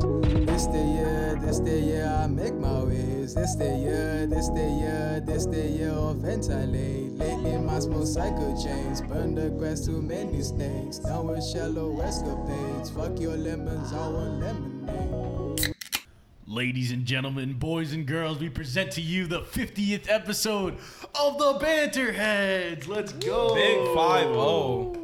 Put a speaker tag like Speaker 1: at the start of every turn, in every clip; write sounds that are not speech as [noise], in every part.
Speaker 1: This the year, this the year I make my ways. This the year, this the year, this the year of ventilate. Lately my small cycle chains burn the grass too many snakes. Down with shallow escapades. Fuck your lemons, I want lemonade.
Speaker 2: Ladies and gentlemen, boys and girls, we present to you the 50th episode of the Banterheads. Let's go.
Speaker 3: Big five zero.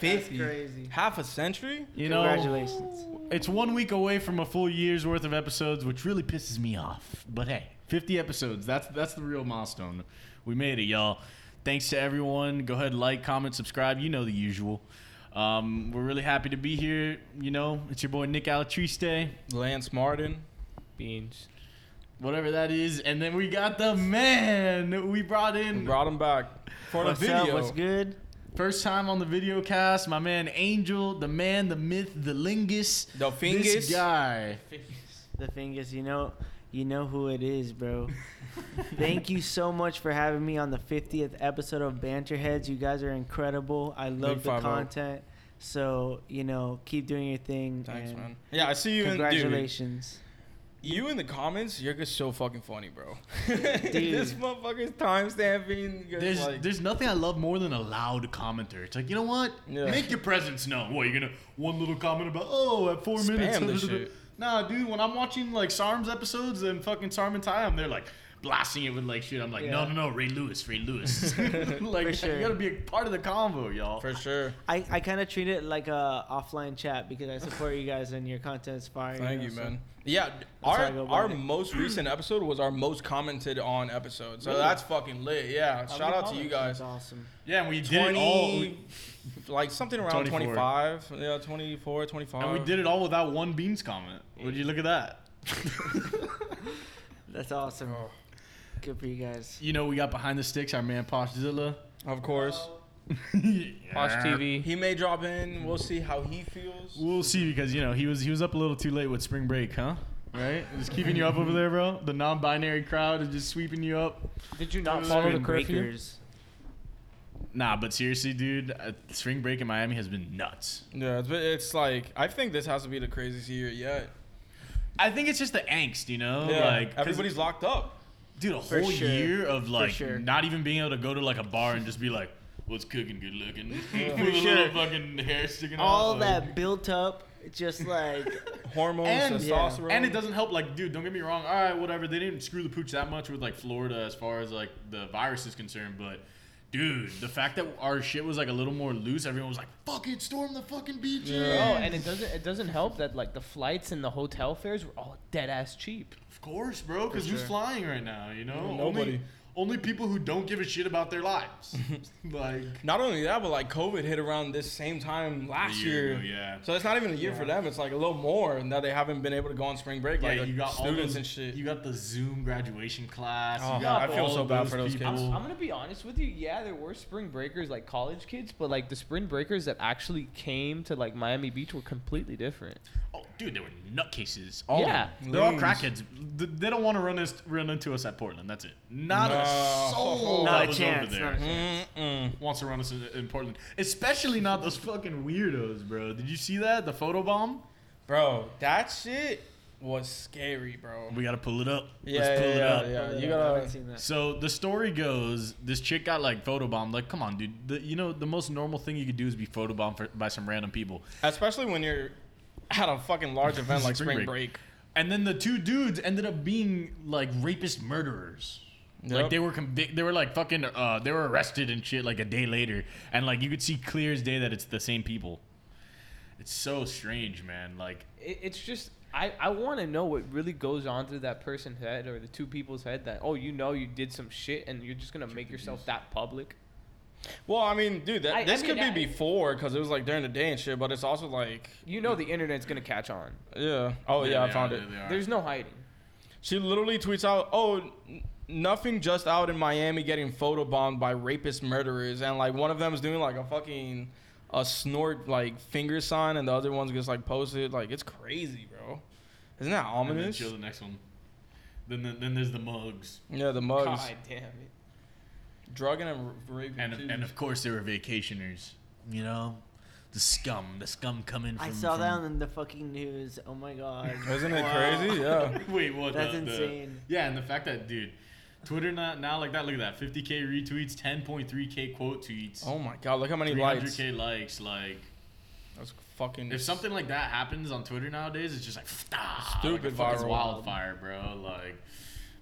Speaker 3: Fifty.
Speaker 4: crazy.
Speaker 3: Half a century.
Speaker 2: You know,
Speaker 4: Congratulations.
Speaker 2: it's one week away from a full year's worth of episodes, which really pisses me off. But hey, 50 episodes. That's that's the real milestone. We made it, y'all. Thanks to everyone. Go ahead, like, comment, subscribe. You know the usual. Um, we're really happy to be here. You know, it's your boy Nick Alatriste,
Speaker 3: Lance Martin.
Speaker 5: Beans.
Speaker 2: whatever that is. And then we got the man we brought in.
Speaker 3: Brought him back for
Speaker 5: What's
Speaker 3: the video.
Speaker 5: up? What's good?
Speaker 2: First time on the video cast, my man Angel, the man, the myth, the lingus.
Speaker 3: The
Speaker 2: This
Speaker 3: Fingus.
Speaker 2: guy.
Speaker 4: The thing is, you know, you know who it is, bro. Thank you so much for having me on the 50th episode of Banterheads. You guys are incredible. I love
Speaker 3: Big
Speaker 4: the
Speaker 3: 5-0.
Speaker 4: content. So you know, keep doing your thing.
Speaker 3: Thanks,
Speaker 4: and
Speaker 3: man. Yeah, I see you in dude.
Speaker 4: Congratulations.
Speaker 3: You in the comments, you're just so fucking funny, bro. [laughs]
Speaker 4: Dude.
Speaker 3: this motherfucker's time stamping.
Speaker 2: There's
Speaker 3: like,
Speaker 2: there's nothing I love more than a loud commenter. It's like, you know what?
Speaker 3: Yeah.
Speaker 2: Make your presence known. What, you're gonna one little comment about oh at four
Speaker 3: Spam
Speaker 2: minutes. [laughs]
Speaker 3: this shit.
Speaker 2: Nah, dude, when I'm watching like Sarm's episodes and fucking Sarm and Ty, I'm there like blasting it with like shit. I'm like, no, no, no, Ray Lewis, Ray
Speaker 3: [laughs]
Speaker 2: Lewis. [laughs] like
Speaker 4: sure.
Speaker 2: you gotta be a part of the convo, y'all.
Speaker 3: for sure.
Speaker 4: I, I kind of treat it like a offline chat because I support you guys and your content is fire.
Speaker 3: Thank
Speaker 4: know,
Speaker 3: you,
Speaker 4: so-
Speaker 3: man. Yeah, d-
Speaker 4: how I
Speaker 3: our
Speaker 4: go about
Speaker 3: our
Speaker 4: it.
Speaker 3: most recent episode was our most commented on episode, so that's fucking lit. Yeah, shout out to you guys.
Speaker 4: That's awesome.
Speaker 2: yeah, and we did it all
Speaker 3: Twenty, like something around
Speaker 2: 24.
Speaker 3: 25. Yeah, 24, 25.
Speaker 2: and we did it all without one beans comment. Would you look at that?
Speaker 4: That's awesome. Good for you guys.
Speaker 2: You know, we got behind the sticks our man
Speaker 4: [laughs]
Speaker 2: Poshzilla.
Speaker 3: Of course.
Speaker 5: Watch TV.
Speaker 3: He may drop in. We'll see how he feels.
Speaker 2: We'll see because you know he was he was up a little too late with spring break, huh? Right? Just keeping you up over there, bro. The non-binary crowd is just sweeping you up.
Speaker 5: Did you not
Speaker 4: Follow the
Speaker 5: curfew?
Speaker 4: breakers.
Speaker 2: Nah, but seriously, dude, uh, spring break in Miami has been nuts.
Speaker 3: Yeah, it's, it's like I think this has to be the craziest year yet.
Speaker 2: I think it's just the angst, you know,
Speaker 3: Yeah,
Speaker 2: like 'cause,
Speaker 3: everybody's locked up.
Speaker 2: dude a
Speaker 4: For
Speaker 2: whole
Speaker 4: sure.
Speaker 2: year of like
Speaker 4: sure.
Speaker 2: not even being able to go to like a bar and just be like, "What's cooking? Good looking."
Speaker 4: [laughs]
Speaker 2: [laughs] With a little
Speaker 4: sure.
Speaker 2: fucking hair sticking out,
Speaker 4: All
Speaker 2: like-
Speaker 4: that built up, just like
Speaker 3: Hormones,
Speaker 2: And-
Speaker 3: testosterone,
Speaker 2: And it doesn't help, like, dude, don't get me wrong. All right, whatever. They didn't screw the pooch that much with, like, Florida as far as, like, the virus is concerned. But, dude, the fact that our shit was, like, a little more loose, everyone was like, fuck it, storm the fucking beaches.
Speaker 5: Oh, and it doesn't it doesn't help that like the flights and the hotel fares were all dead ass cheap.
Speaker 2: of course, bro, because who's
Speaker 3: sure.
Speaker 2: flying right now, you know?
Speaker 3: Nobody.
Speaker 2: Only, only people who don't give a shit about their
Speaker 3: [laughs]
Speaker 2: lives. like,
Speaker 3: Not only that, but like COVID hit around this same time last
Speaker 2: year
Speaker 3: year.
Speaker 2: ago, yeah.
Speaker 3: So it's not even a year for them. It's like a little more, and now they haven't been able to go on spring break.
Speaker 2: yeah,
Speaker 3: like
Speaker 2: you got all
Speaker 3: students
Speaker 2: those,
Speaker 3: and shit.
Speaker 2: You got the Zoom graduation class.
Speaker 3: Oh,
Speaker 2: you got
Speaker 3: I feel
Speaker 2: all
Speaker 3: so bad for those kids.
Speaker 2: people.
Speaker 5: I'm gonna be honest with you. Yeah, there were spring breakers like college kids, but like the spring breakers that actually came to like Miami Beach were completely different.
Speaker 2: Oh, dude, they were nutcases. All
Speaker 5: Yeah.
Speaker 2: yeah, they're all
Speaker 3: Loons.
Speaker 2: crackheads. Th- They don't want to run us run into us at Portland. That's it. Not a
Speaker 3: No.
Speaker 2: soul
Speaker 4: Not
Speaker 2: that
Speaker 4: a
Speaker 2: was
Speaker 4: chance,
Speaker 2: over
Speaker 4: not a
Speaker 2: there
Speaker 3: Mm-mm.
Speaker 2: wants to run us in, in Portland. Especially not those fucking weirdos, bro. Did you see that the photo bomb?
Speaker 3: Bro, that shit was scary, bro.
Speaker 2: We gotta pull it up.
Speaker 3: Yeah,
Speaker 2: Let's pull
Speaker 3: yeah,
Speaker 2: it
Speaker 3: yeah,
Speaker 2: up.
Speaker 3: yeah. You
Speaker 4: I
Speaker 3: gotta.
Speaker 4: haven't seen that.
Speaker 2: So the story goes, this chick got like photobombed. Like, come on, dude. The, you know, the most normal thing you could do is be photobombed for, by some random people.
Speaker 3: Especially when you're at a
Speaker 2: [laughs]
Speaker 3: fucking large event like
Speaker 2: Spring
Speaker 3: spring break.
Speaker 2: break. And then the two dudes ended up being like rapist murderers. Like
Speaker 3: Yep.
Speaker 2: they were convic- they were like fucking uh they were arrested and shit like a day later and like you could see clear as day that it's the same people. It's so strange, man. Like
Speaker 5: It, it's just I, I want to know what really goes on through that person's head or the two people's head that oh you know you did some shit and you're just gonna make yourself that public.
Speaker 3: Well, I mean, dude, that,
Speaker 5: I- I
Speaker 3: this
Speaker 5: mean,
Speaker 3: could
Speaker 5: I-
Speaker 3: be before because it was like during the day and shit, but it's also like,
Speaker 5: You know the internet's gonna catch on.
Speaker 3: yeah. Oh, yeah, I
Speaker 2: they
Speaker 3: found
Speaker 2: are-
Speaker 3: it.
Speaker 2: they are.
Speaker 5: There's no hiding.
Speaker 3: She literally tweets out, "Oh, n- nothing just out in Miami getting photobombed by rapist murderers, and like one of them is doing like a fucking a snort like finger sign, and the other one's just like posted like it's crazy, bro. Isn't that
Speaker 2: and then
Speaker 3: ominous?
Speaker 2: show the next one. Then the, then there's the mugs
Speaker 3: Yeah, the mugs,
Speaker 5: God damn it.
Speaker 3: drugging and r- raping.
Speaker 2: and
Speaker 3: too.
Speaker 2: and of course they were vacationers. You know, the scum, the scum coming. From,
Speaker 4: I saw that
Speaker 2: from,
Speaker 4: on the fucking news. Oh my
Speaker 2: [laughs]
Speaker 4: god.
Speaker 3: Isn't it
Speaker 4: Wow.
Speaker 3: crazy? Yeah.
Speaker 2: Wait, what?
Speaker 4: That's
Speaker 2: the- the-
Speaker 4: insane.
Speaker 2: yeah, and the fact that dude, Twitter not now like that. Look at that, 50k retweets, 10.3k quote tweets,
Speaker 3: Oh my god, look how many likes.
Speaker 2: 300k likes. Like,
Speaker 3: That's fucking.
Speaker 2: if something like that happens on Twitter nowadays, it's just like ah, like
Speaker 3: Stupid
Speaker 2: a fucking
Speaker 3: viral.
Speaker 2: wildfire, bro. Like.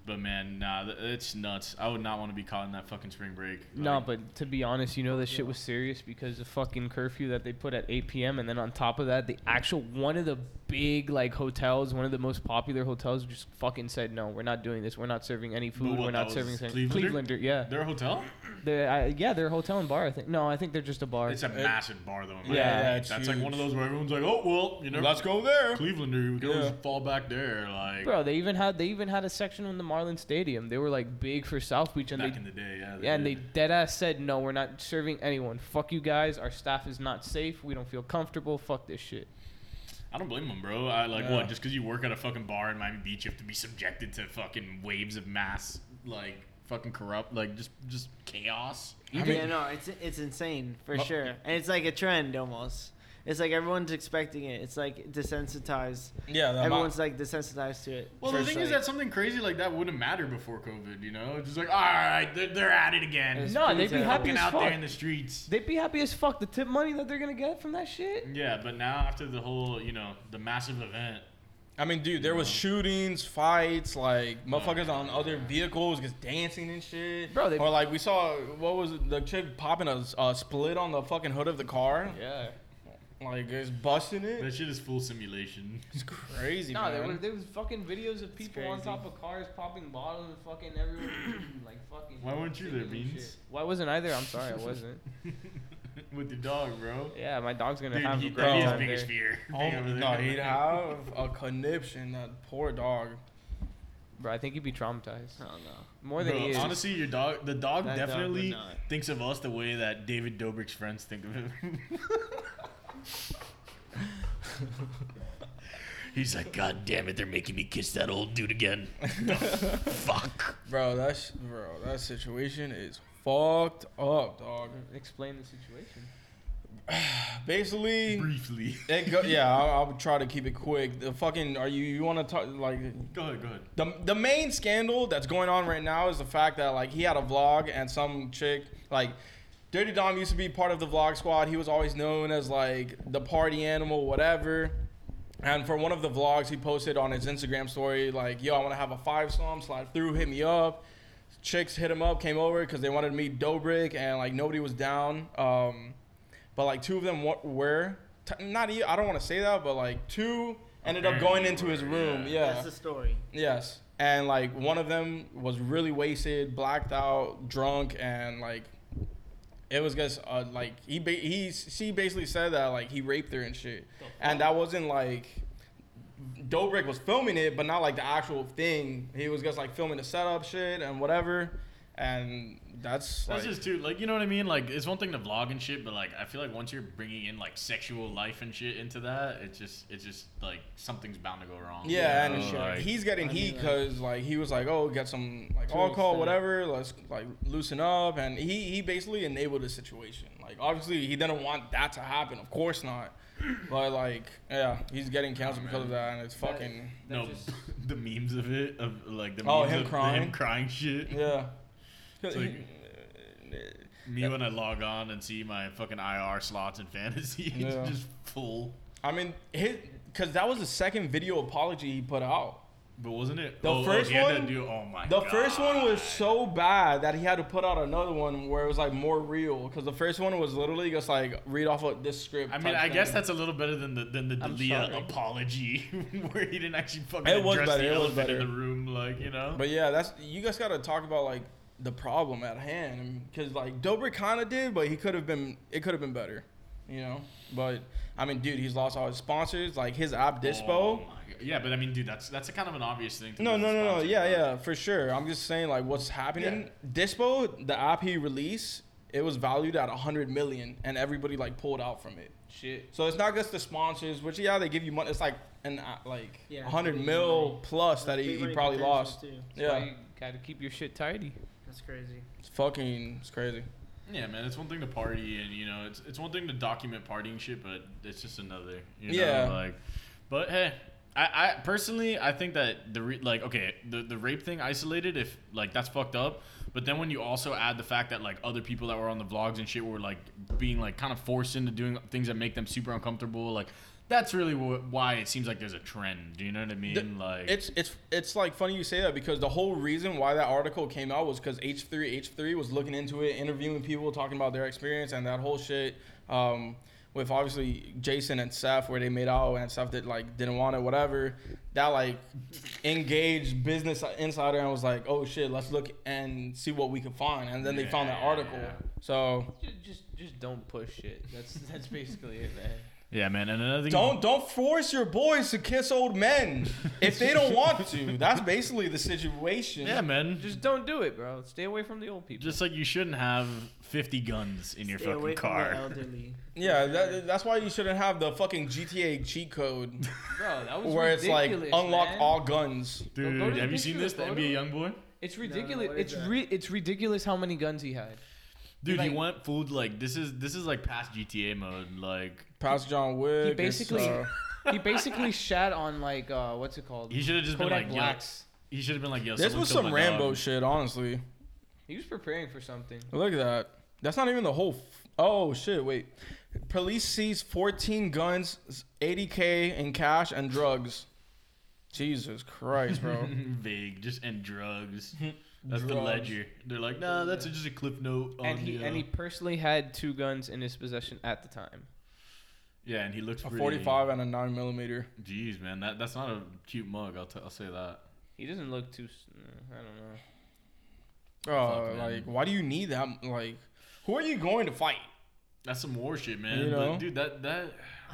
Speaker 2: But man, nah, th- it's nuts. I would not want to be caught in that fucking spring break.
Speaker 5: No,
Speaker 2: Like,
Speaker 5: but to be honest, you know this shit was serious because the fucking curfew that they put at 8 p.m. and then on top of that, the actual one of the big like hotels, one of the most popular hotels, just fucking said no, we're not doing this. We're not serving any food.
Speaker 2: what,
Speaker 5: we're not
Speaker 2: that
Speaker 5: serving
Speaker 2: was
Speaker 5: anything."
Speaker 2: Clevelander?
Speaker 5: Clevelander, yeah,
Speaker 2: their hotel.
Speaker 5: they're, I, yeah, they're a hotel and bar. I think no, I think they're just a bar.
Speaker 2: It's a massive bar though. In
Speaker 5: Yeah,
Speaker 2: yeah,
Speaker 3: yeah,
Speaker 2: yeah
Speaker 3: it's
Speaker 2: that's like one of
Speaker 3: huge.
Speaker 2: those where everyone's like, oh well, you know,
Speaker 3: Let's go there.
Speaker 2: Clevelander, we can always
Speaker 3: Yeah.
Speaker 2: fall back there. Like
Speaker 5: Bro, they even had they even had a section in the Marlin Stadium. They were like big for South Beach, and
Speaker 2: back
Speaker 5: they
Speaker 2: in the day, yeah.
Speaker 5: Yeah, and they
Speaker 2: did.
Speaker 5: dead ass said, no, we're not serving anyone. Fuck you guys. Our staff is not safe. We don't feel comfortable. Fuck this shit.
Speaker 2: I don't blame them, bro. I like
Speaker 3: Yeah.
Speaker 2: what? Just because you work at a fucking bar in Miami Beach, you have to be subjected to fucking waves of mass, like fucking corrupt, like just just chaos.
Speaker 4: yeah, no, it's it's insane for sure, and it's like a trend almost. It's like everyone's expecting it. It's like desensitized.
Speaker 3: Yeah, the
Speaker 4: Everyone's
Speaker 3: amount-
Speaker 4: like desensitized to it.
Speaker 2: Well, the
Speaker 4: First,
Speaker 2: thing is
Speaker 4: like-
Speaker 2: that something crazy like that wouldn't matter before COVID. You know, it's just like all right, they're, they're at it again.
Speaker 5: It's no, they'd
Speaker 4: pretty
Speaker 5: be happy
Speaker 2: fucking
Speaker 5: as
Speaker 2: out
Speaker 5: fuck.
Speaker 2: there in the streets.
Speaker 5: They'd be happy as fuck. The tip money that they're gonna get from that shit.
Speaker 2: Yeah, but now after the whole, you know, the massive event,
Speaker 3: I mean, dude, there was shootings, fights, like motherfuckers on other vehicles just dancing and shit.
Speaker 5: Bro, they-
Speaker 3: or like we saw what was it, the chick popping a uh, split on the fucking hood of the car,
Speaker 5: Yeah.
Speaker 3: like just busting it.
Speaker 2: that shit is full simulation. [laughs]
Speaker 3: It's crazy,
Speaker 5: No, there
Speaker 3: man.
Speaker 5: was there was fucking videos of people on
Speaker 4: crazy.
Speaker 5: top of cars popping bottles and fucking
Speaker 2: [clears throat]
Speaker 5: everyone like fucking.
Speaker 2: Why weren't you there,
Speaker 5: singing and
Speaker 2: Beans?
Speaker 5: shit. Why wasn't I there? I'm [laughs] sorry, I wasn't.
Speaker 2: With your dog, bro.
Speaker 5: Yeah, my dog's gonna
Speaker 2: Dude,
Speaker 5: have
Speaker 2: he,
Speaker 5: a great
Speaker 2: that'd be his
Speaker 5: time
Speaker 2: biggest
Speaker 5: there.
Speaker 2: fear. [laughs]
Speaker 3: Oh
Speaker 2: Being
Speaker 3: my
Speaker 2: over there
Speaker 3: god,
Speaker 2: doing
Speaker 3: he'd
Speaker 2: that.
Speaker 3: have a conniption. That poor dog.
Speaker 5: Bro, I think he'd be traumatized
Speaker 4: I don't know.
Speaker 5: more than
Speaker 2: Bro,
Speaker 5: he is.
Speaker 2: Honestly, your dog, the dog
Speaker 4: That dog would
Speaker 2: definitely
Speaker 4: not.
Speaker 2: thinks of us the way that David Dobrik's friends think of him. [laughs] He's like, God damn it, they're making me kiss that old dude
Speaker 5: [laughs]
Speaker 2: again. Fuck.
Speaker 3: Bro, that's bro, that situation is fucked up, dog.
Speaker 5: Explain the situation.
Speaker 3: Basically,
Speaker 2: Briefly.
Speaker 3: it go, yeah, I'll, I'll try to keep it quick. The fucking are you you want to talk like
Speaker 2: Go ahead, go ahead.
Speaker 3: The, the main scandal that's going on right now is the fact that like he had a vlog and some chick like Dirty Dom used to be part of the vlog squad. He was always known as like the party animal, whatever. And for one of the vlogs, he posted on his Instagram story like, "Yo, I want to have a five song slide through. Hit me up." Chicks hit him up, came over because they wanted to meet Dobrik, and like nobody was down. Um, but like two of them wa- were t- not. e- I don't want to say that, but like two ended up going into his room. Yeah.
Speaker 4: That's the story.
Speaker 3: Yes. And like one of them was really wasted, blacked out, drunk, and like it was just uh, like he ba- he she basically said that like he raped her and shit, and that wasn't like Dobrik was filming it, but not like the actual thing. He was just like filming the setup shit and whatever, and that's like
Speaker 2: That's just too, like, you know what I mean? Like, it's one thing to vlog and shit, but like, I feel like once you're bringing in like sexual life and shit into that, it's just, it's just like something's bound to go wrong.
Speaker 3: Yeah,
Speaker 2: You know,
Speaker 3: and
Speaker 2: like-
Speaker 3: he's getting
Speaker 4: I
Speaker 3: heat
Speaker 4: mean, like-
Speaker 3: because like he was like, oh, get some like
Speaker 5: To an
Speaker 3: alcohol,
Speaker 5: extent.
Speaker 3: whatever. Let's like loosen up, and he he basically enabled the situation. Like obviously he didn't want that to happen, of course not. But like yeah, he's getting canceled because of that, and it's fucking
Speaker 5: That
Speaker 2: no,
Speaker 5: just-
Speaker 2: [laughs] the memes of it, of like the memes
Speaker 3: Oh, him
Speaker 2: of the
Speaker 3: crying?
Speaker 2: him crying shit.
Speaker 3: yeah.
Speaker 2: like- Me when I log on and see my fucking IR slots in fantasy, [laughs] it's
Speaker 3: Yeah.
Speaker 2: just full.
Speaker 3: I mean, his because that was the second video apology he put out.
Speaker 2: But wasn't it
Speaker 3: The
Speaker 2: oh, oh,
Speaker 3: first
Speaker 2: he had
Speaker 3: one-
Speaker 2: That dude, oh my
Speaker 3: The
Speaker 2: God.
Speaker 3: first one was so bad that he had to put out another one where it was like more real because the first one was literally just like read off of this script.
Speaker 2: I mean,
Speaker 3: type
Speaker 2: I guess
Speaker 3: thing.
Speaker 2: that's a little better than the than the
Speaker 5: I'm
Speaker 2: Dalia
Speaker 5: sorry.
Speaker 2: apology, [laughs] where he didn't actually fucking
Speaker 3: It was
Speaker 2: address the
Speaker 3: better, it was
Speaker 2: elephant in
Speaker 3: better.
Speaker 2: the room, like you know.
Speaker 3: But yeah, that's you guys got to talk about like the problem at hand because like Dobrik kind of did, but he could have been it could have been better, you know. But I mean, dude, he's lost all his sponsors, like his app Dispo.
Speaker 2: Oh my God. Yeah, but I mean, dude, that's that's a kind of an obvious thing. To
Speaker 3: No,
Speaker 2: do
Speaker 3: no,
Speaker 2: as a
Speaker 3: no, no.
Speaker 2: sponsor,
Speaker 3: Yeah,
Speaker 2: bro.
Speaker 3: yeah, for sure. I'm just saying, like, what's happening? Dispo, the app he released, it was valued at 100 million, and everybody like pulled out from it.
Speaker 5: Shit.
Speaker 3: So it's not just the sponsors, which yeah, they give you money. It's like an uh, like
Speaker 4: Yeah,
Speaker 3: 100
Speaker 4: big
Speaker 3: mil
Speaker 4: money.
Speaker 3: plus that he,
Speaker 4: Big
Speaker 3: he
Speaker 4: money
Speaker 3: probably
Speaker 4: potential,
Speaker 3: lost.
Speaker 4: too.
Speaker 5: That's why
Speaker 3: Yeah,
Speaker 5: you gotta keep your shit tidy.
Speaker 4: That's crazy.
Speaker 3: it's fucking, it's crazy.
Speaker 2: Yeah, man, it's one thing to party, and you know, it's it's one thing to document partying shit, but it's just another. You know,
Speaker 3: Yeah.
Speaker 2: Like, but hey, I, I personally I think that the re- like okay the the rape thing isolated if like that's fucked up, but then when you also add the fact that like other people that were on the vlogs and shit were like being like kind of forced into doing things that make them super uncomfortable, like that's really wh- why it seems like there's a trend. Do you know what I mean?
Speaker 3: The-
Speaker 2: like,
Speaker 3: It's it's it's like funny you say that because the whole reason why that article came out was because H three H three was looking into it, interviewing people, talking about their experience and that whole shit. Um, with obviously Jason and Seth, where they made out and Seth did like didn't want it, whatever. That like engaged Business Insider and was like, oh shit, let's look and see what we can find. And then they found that
Speaker 2: Yeah.
Speaker 3: article. So
Speaker 5: Just, just, just don't push shit. That's [laughs] that's basically it, man.
Speaker 2: yeah, man, and another thing.
Speaker 3: Don't don't force your boys to kiss old men if they don't
Speaker 2: [laughs]
Speaker 3: want to. That's basically the situation.
Speaker 2: yeah, man, just
Speaker 5: Just don't do it, bro. Stay away from the old people.
Speaker 2: just like you shouldn't have 50 guns in your
Speaker 4: Stay
Speaker 2: fucking
Speaker 4: away from the
Speaker 2: car.
Speaker 4: elderly.
Speaker 3: Yeah, that, that's why you shouldn't have the fucking GTA cheat code
Speaker 5: bro, [laughs] that was
Speaker 3: where it's like
Speaker 5: ridiculous,
Speaker 3: unlock
Speaker 5: man.
Speaker 3: all guns.
Speaker 5: Go-
Speaker 2: Dude,
Speaker 5: go to the
Speaker 2: have you
Speaker 5: picture
Speaker 2: seen
Speaker 5: of the
Speaker 2: this? The
Speaker 5: photo.
Speaker 2: NBA YoungBoy.
Speaker 5: It's
Speaker 4: no,
Speaker 5: ridiculous.
Speaker 4: what
Speaker 5: it's
Speaker 4: is that?
Speaker 5: re- it's ridiculous how many guns he had.
Speaker 2: Dude,
Speaker 5: Like-
Speaker 2: he went full like this is this is like past GTA mode. Like
Speaker 3: Pass John Wick.
Speaker 5: He
Speaker 3: it's,
Speaker 5: basically
Speaker 3: uh,
Speaker 5: [laughs] he basically shat on like uh what's it called?
Speaker 2: he should have just
Speaker 5: Kodak
Speaker 2: been like,
Speaker 5: Blacks.
Speaker 2: yo, he should have been like, yo.
Speaker 3: this
Speaker 2: someone
Speaker 3: was
Speaker 2: killed
Speaker 3: some
Speaker 2: my
Speaker 3: Rambo
Speaker 2: [laughs] dog.
Speaker 3: shit, honestly.
Speaker 5: He was preparing for something.
Speaker 3: Look at that. That's not even the whole. F- oh shit! Wait. Police seized 14 guns, 80k in cash and drugs. Jesus Christ, bro.
Speaker 2: Vague, just and drugs. [laughs] That's the
Speaker 3: Drugs.
Speaker 2: ledger. They're like, nah, that's just a cliff note. On
Speaker 5: and he
Speaker 2: the, uh,
Speaker 5: and he personally had two guns in his possession at the time.
Speaker 2: yeah, and he looks
Speaker 3: a
Speaker 2: pretty.
Speaker 3: 45 and a 9 millimeter.
Speaker 2: Jeez, man, that that's not a cute mug. I'll t- I'll say that.
Speaker 5: He doesn't look too. s- uh, I don't know.
Speaker 3: Oh,
Speaker 2: Fuck, man.
Speaker 3: like why do you need that? m- Like, who are you going to fight?
Speaker 2: That's some war shit, man.
Speaker 3: You know?
Speaker 2: But dude, that that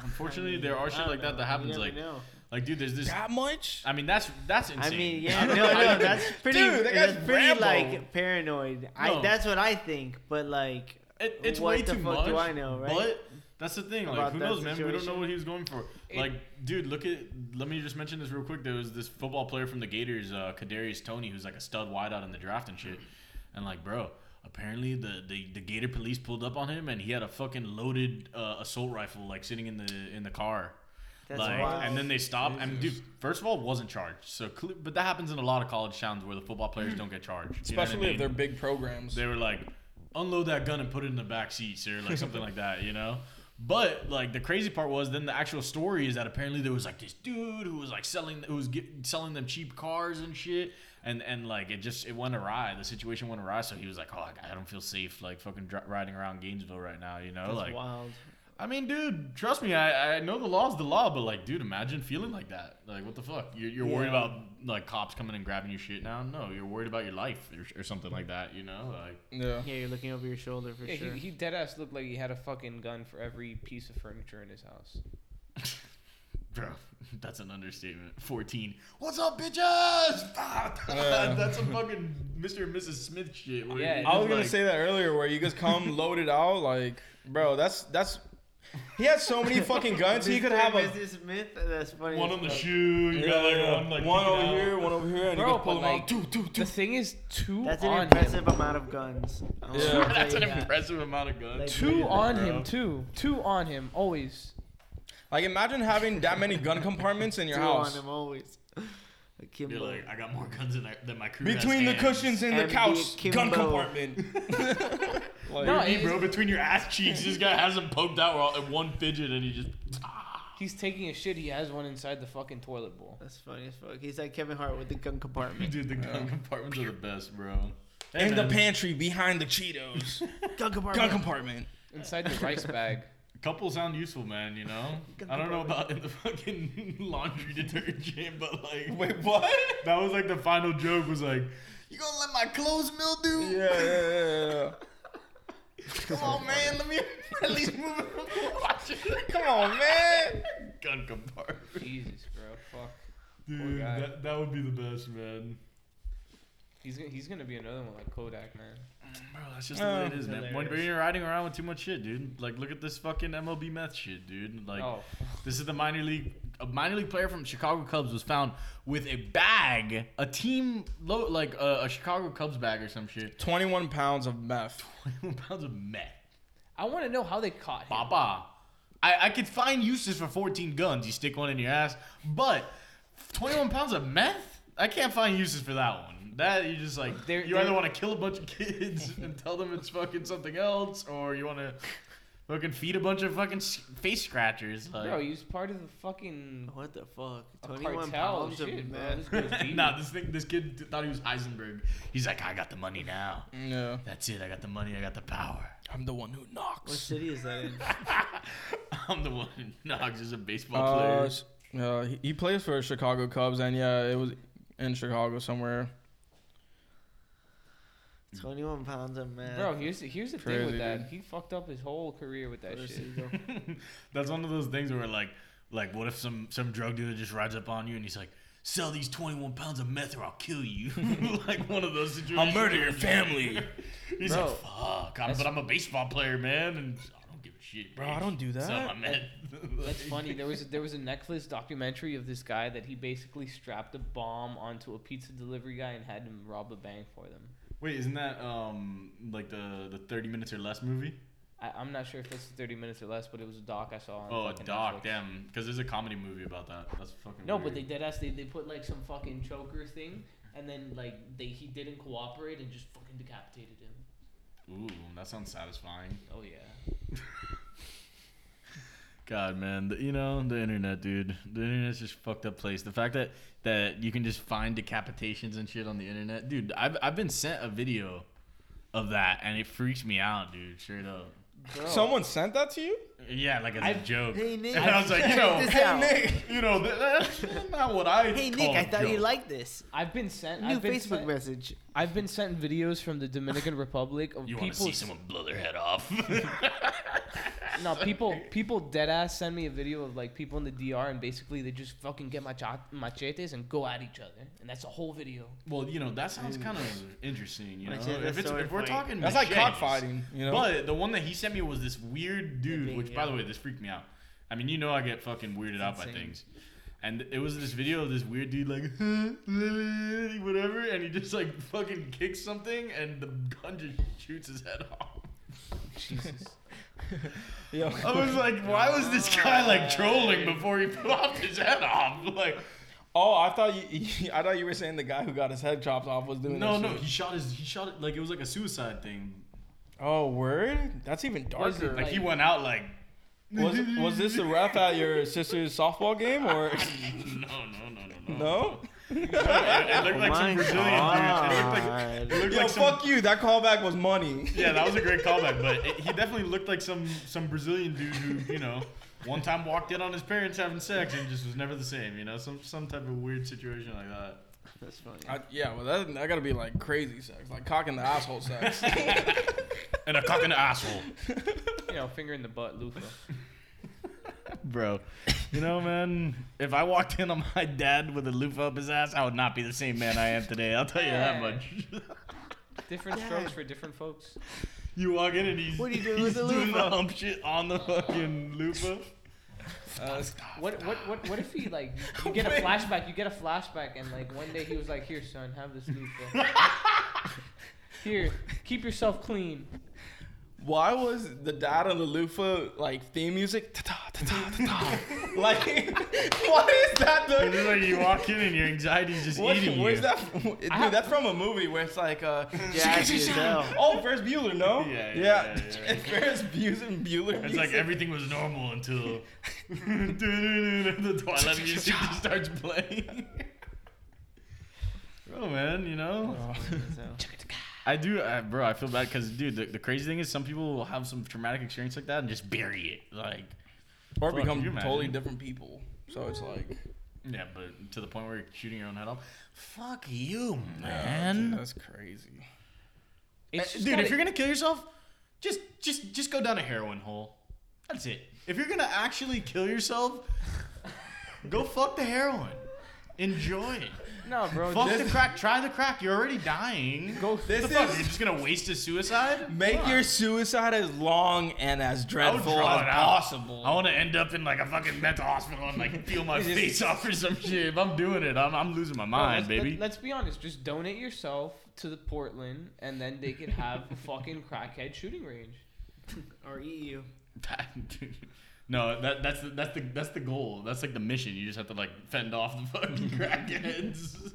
Speaker 2: unfortunately
Speaker 4: [laughs] I mean,
Speaker 2: there are
Speaker 4: I
Speaker 2: shit
Speaker 4: don't
Speaker 2: like that
Speaker 4: know.
Speaker 2: that
Speaker 4: You
Speaker 2: happens.
Speaker 4: never
Speaker 2: Like
Speaker 4: know.
Speaker 2: like dude, there's this.
Speaker 3: That much?
Speaker 2: I mean, that's that's
Speaker 4: I
Speaker 2: insane.
Speaker 4: [laughs]
Speaker 2: [laughs]
Speaker 4: mean, yeah, no, no, that's pretty.
Speaker 3: Dude, that guy's
Speaker 4: that's pretty
Speaker 3: Rambo.
Speaker 4: like paranoid. I
Speaker 2: No.
Speaker 4: that's what I think, but like
Speaker 2: It, it's
Speaker 4: What
Speaker 2: way
Speaker 4: the
Speaker 2: too
Speaker 4: fuck
Speaker 2: much.
Speaker 4: do I know, right?
Speaker 2: But that's the thing. Like,
Speaker 4: About
Speaker 2: who
Speaker 4: that
Speaker 2: knows, man? We don't know
Speaker 4: situation.
Speaker 2: what he was going for.
Speaker 5: It-
Speaker 2: like, dude, look at. Let me just mention this real quick. There was this football player from the Gators, uh, Kadarius Tony, who's like a stud wideout in the draft and shit. And like, bro, apparently the, the the Gator police pulled up on him, and he had a fucking loaded uh, assault rifle like sitting in the in the car.
Speaker 4: that's
Speaker 2: like,
Speaker 4: wild.
Speaker 2: and then they stop. And dude, first of all, wasn't charged. So, cle- but that happens in a lot of college towns where the football
Speaker 3: [clears throat]
Speaker 2: players don't get charged, You know what I
Speaker 3: Especially if
Speaker 2: mean?
Speaker 3: they're big programs.
Speaker 2: they were like, unload that gun and put it in the back seat, sir, like something like that, you know? But like the crazy part was then the actual story is that apparently there was like this dude who was like selling who was get, selling them cheap cars and shit and and like it just it went awry the situation went awry so he was like oh I don't feel safe like fucking dri- riding around Gainesville right now you know
Speaker 4: that's
Speaker 2: like
Speaker 4: wild.
Speaker 2: I mean dude trust me I, I know the law's the law but like dude imagine feeling like that like what the fuck you're, you're worried
Speaker 4: Yeah.
Speaker 2: about like cops coming and grabbing your shit now no you're worried about your life or, or something like that you know like
Speaker 3: yeah.
Speaker 4: Yeah, you're looking over your shoulder for
Speaker 5: Yeah,
Speaker 4: sure.
Speaker 5: he, he dead ass looked like he had a fucking gun for every piece of furniture in his house.
Speaker 2: Bro, [laughs] that's an understatement. 14. What's up, bitches? [laughs]
Speaker 3: Yeah.
Speaker 2: that's a fucking Mr. and Mrs. Smith shit. where
Speaker 5: Yeah,
Speaker 2: you
Speaker 3: I was
Speaker 2: just
Speaker 3: gonna
Speaker 2: like-
Speaker 3: say that earlier, where you just [laughs] come loaded out, like, bro. That's that's. He has so many fucking guns. He could have a
Speaker 4: Mrs. Smith. That's funny.
Speaker 2: one
Speaker 4: as
Speaker 2: on the
Speaker 4: fuck.
Speaker 2: shoe, you got like one like
Speaker 3: one
Speaker 2: peeking
Speaker 3: over
Speaker 2: out. [laughs]
Speaker 3: here, one over here, and
Speaker 5: Bro,
Speaker 3: you could pull
Speaker 5: but
Speaker 3: them
Speaker 5: like-
Speaker 3: out. Two, two, two.
Speaker 5: The thing is, two
Speaker 4: That's an
Speaker 5: on
Speaker 4: impressive
Speaker 5: him.
Speaker 4: amount of guns. [laughs] I wanna
Speaker 3: Yeah.
Speaker 4: tell
Speaker 2: [laughs] That's
Speaker 4: you
Speaker 2: an
Speaker 4: that.
Speaker 2: impressive amount of guns.
Speaker 4: Like,
Speaker 5: Two
Speaker 4: Bro.
Speaker 5: on him too. Two on him always.
Speaker 3: Like, imagine having that many gun compartments in your
Speaker 4: Two
Speaker 3: house.
Speaker 4: on him always. [laughs]
Speaker 2: You're
Speaker 4: Akimbo.
Speaker 2: like, I got more guns than, I, than my crew. has
Speaker 3: Between the
Speaker 2: hands."
Speaker 3: cushions and the
Speaker 4: And be
Speaker 3: couch, gun
Speaker 4: akimbo.
Speaker 3: compartment. like,
Speaker 5: No,
Speaker 2: Me,
Speaker 5: it's-
Speaker 2: bro, between your ass cheeks, this guy has them poked out while- in one fidget, and he just [laughs]
Speaker 5: He's taking a shit. He has one inside the fucking toilet bowl.
Speaker 4: That's funny as fuck. He's like Kevin Hart with the
Speaker 2: [laughs]
Speaker 4: gun compartment.
Speaker 2: dude, the gun compartments are the best, bro.
Speaker 3: in the
Speaker 2: pants.
Speaker 3: pantry behind
Speaker 2: [laughs]
Speaker 3: the Cheetos,
Speaker 4: gun
Speaker 3: gun
Speaker 4: compartment.
Speaker 3: compartment.
Speaker 5: Inside the rice bag.
Speaker 2: Couple sound useful, man. You know,
Speaker 4: Gun
Speaker 2: I don't know about in the fucking [laughs] laundry detergent, but like,
Speaker 3: Wait, what?
Speaker 2: That was like the final joke was like, You gonna let my clothes mildew?
Speaker 3: Yeah, yeah, yeah, yeah.
Speaker 2: Come on, man. Let me [laughs] at least move it from watch it.
Speaker 3: Come on, man.
Speaker 2: Gun compartment.
Speaker 5: Jesus, bro. Fuck.
Speaker 2: Dude,
Speaker 5: guy.
Speaker 2: that, that would be the best, man.
Speaker 5: He's gonna, he's gonna be another one like Kodak, man.
Speaker 2: Bro, that's just the way it is, man. When
Speaker 4: hilarious.
Speaker 2: you're riding around with too much shit, dude. Like, look at this fucking MLB meth shit, dude. Like,
Speaker 5: oh,
Speaker 2: this is the minor league a minor league player from Chicago Cubs was found with a bag, a team lo- like a, a Chicago Cubs bag or some shit, [laughs]
Speaker 3: 21 pounds of meth.
Speaker 2: pounds of meth.
Speaker 5: I want to know how they caught him.
Speaker 2: Papa. I, I could find uses for 14 guns. You stick one in your ass, but 21 pounds of meth? I can't find uses for that one. That you just like
Speaker 5: They're-
Speaker 2: you
Speaker 5: they're-
Speaker 2: either want to kill a bunch of kids [laughs] and tell them it's fucking something else, or you want to fucking feed a bunch of fucking s- face scratchers. Like, [laughs]
Speaker 5: Bro, he was part of the fucking
Speaker 4: What the fuck?
Speaker 5: a
Speaker 4: Twenty-one
Speaker 5: cartel and
Speaker 4: pounds
Speaker 5: shit,
Speaker 4: of
Speaker 5: bro.
Speaker 2: [laughs]
Speaker 4: meth.
Speaker 5: This dude's deep.
Speaker 2: nah, this thing, this kid thought he was Heisenberg. He's like, I got the money now.
Speaker 3: Yeah.
Speaker 2: That's it. I got the money. I got the power.
Speaker 3: I'm the one who
Speaker 4: What
Speaker 3: knocks.
Speaker 4: city is that in?
Speaker 2: [laughs]
Speaker 4: [laughs]
Speaker 2: I'm the one who knocks as a baseball
Speaker 3: Uh,
Speaker 2: player.
Speaker 3: s- uh, he, he plays for Chicago Cubs, and yeah, it was in Chicago somewhere.
Speaker 4: Twenty-one pounds of meth.
Speaker 5: Bro, here's the, here's the thing
Speaker 3: Crazy,
Speaker 5: with that.
Speaker 3: dude.
Speaker 5: He fucked up his whole career with that
Speaker 4: Or
Speaker 5: shit.
Speaker 4: Seagull.
Speaker 2: That's one of those things where like, like, what if some some drug dealer just rides up on you and he's like, "Sell these 21 pounds of meth or I'll kill you." [laughs] like one of those situations.
Speaker 3: I'll murder your family.
Speaker 2: [laughs] he's
Speaker 5: Bro,
Speaker 2: like, "Fuck," I'm, but I'm a baseball player, man, and I don't give a shit,
Speaker 3: Bro, I don't do
Speaker 2: So
Speaker 3: that.
Speaker 2: I'm meth. [laughs]
Speaker 5: That's funny. There was there was a Netflix documentary of this guy that he basically strapped a bomb onto a pizza delivery guy and had him rob a bank for them.
Speaker 2: Wait, isn't that um like the the 30 minutes or less movie?
Speaker 5: I, I'm not sure if it's 30 minutes or less, but it was a doc I saw. On
Speaker 2: Oh,
Speaker 5: fucking
Speaker 2: doc,
Speaker 5: Netflix.
Speaker 2: damn, because there's a comedy movie about that. That's fucking.
Speaker 5: No,
Speaker 2: weird.
Speaker 5: but they dead ass. They, they put like some fucking choker thing, and then like they he didn't cooperate and just fucking decapitated him.
Speaker 2: Ooh, that sounds satisfying.
Speaker 5: Oh yeah.
Speaker 2: God, man, the, you know the internet, dude. The internet's just fucked up place. The fact that that you can just find decapitations and shit on the internet, dude. I've I've been sent a video of that, and it freaks me out, dude. Straight up.
Speaker 5: Bro,
Speaker 3: Someone sent that to you?
Speaker 2: Yeah, like as a joke.
Speaker 4: Hey,
Speaker 2: [laughs]
Speaker 4: Nick.
Speaker 2: and I was like,
Speaker 4: check
Speaker 2: yo,
Speaker 4: this
Speaker 2: hey,
Speaker 4: out.
Speaker 2: Nick. You know, that, that's not what I.
Speaker 4: Hey
Speaker 2: call
Speaker 4: Nick, I
Speaker 2: a
Speaker 4: thought you
Speaker 2: joke.
Speaker 4: liked this.
Speaker 5: I've been sent.
Speaker 4: New
Speaker 5: I've been
Speaker 4: Facebook
Speaker 5: sent,
Speaker 4: message.
Speaker 5: I've been sent videos from the Dominican [laughs] Republic of
Speaker 2: You want to
Speaker 5: people.
Speaker 2: see someone blow their head off?
Speaker 5: No, [laughs] people people dead ass send me a video of like people in the DR and basically they just fucking get macha- machetes and go at each other, and that's a whole video.
Speaker 2: [laughs] well, you know that sounds kind of interesting. You know,
Speaker 4: Machete
Speaker 2: if, it's,
Speaker 4: sword
Speaker 2: if we're
Speaker 4: fight.
Speaker 2: talking
Speaker 3: That's like
Speaker 2: machetes.
Speaker 3: cockfighting, you know?
Speaker 2: But the one that he sent me was this weird dude,
Speaker 4: Nipping,
Speaker 2: which by the
Speaker 4: yeah.
Speaker 2: way, this freaked me out. I mean, you know, I get fucking weirded out by
Speaker 5: insane.
Speaker 2: things. And it was this video of this weird dude like [laughs] whatever, and he just like fucking kicks something, and the gun just shoots his head off. [laughs]
Speaker 5: Jesus.
Speaker 3: [laughs] Yo.
Speaker 2: I was like, why was this guy like trolling before he [laughs] popped his head off? [laughs] Like,
Speaker 3: Oh, I thought you. [laughs] I thought you were saying the guy who got his head chopped off was doing.
Speaker 2: no,
Speaker 3: that
Speaker 2: no,
Speaker 3: shit.
Speaker 2: he shot his, he shot it like it was like a suicide thing.
Speaker 3: Oh, word. That's even
Speaker 5: Was it
Speaker 3: darker.
Speaker 2: Like he went out [laughs] like.
Speaker 3: was was this the ref at [laughs] your sister's softball game [laughs] or
Speaker 2: No, no, no, no, no.
Speaker 3: no?
Speaker 2: It, it looked like some
Speaker 4: Oh My
Speaker 2: Brazilian dude. It looked like, it
Speaker 4: [laughs] God.
Speaker 2: looked
Speaker 3: Yo,
Speaker 2: like some
Speaker 3: fuck you. That callback was money.
Speaker 2: Yeah, that was a great callback, but it, he definitely looked like some some Brazilian dude who, you know, one time walked in on his parents having sex and just was never the same, you know, some some type of weird situation like that.
Speaker 4: That's funny.
Speaker 3: I, yeah, well that that gotta be like crazy sex, like cock in the asshole [laughs] sex.
Speaker 2: And a cock in the asshole.
Speaker 5: You know, finger in the butt, loofah.
Speaker 2: Bro. You know, man, if I walked in on my dad with a loofah up his ass, I would not be the same man I am today. I'll tell you that much. [laughs]
Speaker 5: Different
Speaker 4: Dad.
Speaker 5: strokes for different folks.
Speaker 2: You walk in and he's
Speaker 4: What are you doing
Speaker 2: he's
Speaker 4: with the
Speaker 2: doing
Speaker 4: loofah?
Speaker 2: hump shit on the fucking loofah.
Speaker 3: Uh,
Speaker 5: What what what what if
Speaker 2: [laughs]
Speaker 5: he like you get a flashback? You get a flashback, and like one day he was like, "Here, son, have
Speaker 2: [laughs]
Speaker 5: this loofah. Here, keep yourself clean."
Speaker 3: why was the dad on the loofah like theme music? Ta-ta, ta-ta,
Speaker 2: [laughs]
Speaker 3: ta-ta. like, why is that
Speaker 2: It's just
Speaker 3: the?
Speaker 2: like you walk in and your anxiety's just
Speaker 3: What,
Speaker 2: eating
Speaker 3: where's
Speaker 2: you.
Speaker 3: that? Dude,
Speaker 5: have-
Speaker 3: that's from a movie where it's
Speaker 2: [laughs]
Speaker 3: like, uh,
Speaker 4: Jackie Adele.
Speaker 3: oh, Ferris Bueller, no?
Speaker 2: Yeah, yeah, yeah, yeah, yeah.
Speaker 3: [laughs] Ferris Bueller. Bueller
Speaker 2: It's like
Speaker 3: music.
Speaker 2: everything was normal
Speaker 3: [laughs]
Speaker 2: until [laughs] the Twilight music just starts playing. [laughs] bro, man, you
Speaker 3: Oh.
Speaker 2: know, I do, I, bro. I feel bad because, dude, the, the crazy thing is, some people will have some traumatic experience like that and just bury it, like,
Speaker 3: or
Speaker 2: Fuck,
Speaker 3: become
Speaker 2: can you
Speaker 3: totally
Speaker 2: imagine?
Speaker 3: different people. So it's like,
Speaker 2: yeah, but to the point where you're shooting your own head off. Fuck you,
Speaker 3: dude,
Speaker 2: man,
Speaker 3: that's crazy.
Speaker 5: It's
Speaker 2: dude.
Speaker 5: just gotta-
Speaker 2: if you're gonna kill yourself, just, just, just go down a heroin hole. That's it. If you're gonna actually kill yourself, go fuck the heroin. Enjoy it.
Speaker 5: No,
Speaker 3: Oh,
Speaker 5: bro.
Speaker 2: Fuck
Speaker 5: just
Speaker 2: the crack. Try the crack. You're already dying.
Speaker 5: Go-
Speaker 2: What
Speaker 3: This
Speaker 2: the fuck?
Speaker 3: is-
Speaker 2: You're just gonna waste a suicide?
Speaker 3: Make
Speaker 2: Fuck.
Speaker 3: your suicide as long and as
Speaker 2: I would
Speaker 3: dreadful
Speaker 2: draw
Speaker 3: as
Speaker 2: it out.
Speaker 3: possible.
Speaker 2: I want to end up in like a fucking mental hospital and like peel
Speaker 3: [laughs]
Speaker 2: my
Speaker 3: Just-
Speaker 2: face off or some shit. If I'm doing it, I'm, I'm losing my
Speaker 5: bro,
Speaker 2: mind,
Speaker 5: let's, let-
Speaker 2: baby.
Speaker 5: Let's be honest. Just donate yourself to the Portland, and then they could have a fucking crackhead shooting range.
Speaker 4: Or E EU.
Speaker 2: no, that, that's the, that's the that's the goal. That's like the mission. You just have to like fend off the fucking [laughs]
Speaker 3: [laughs]
Speaker 2: crackheads.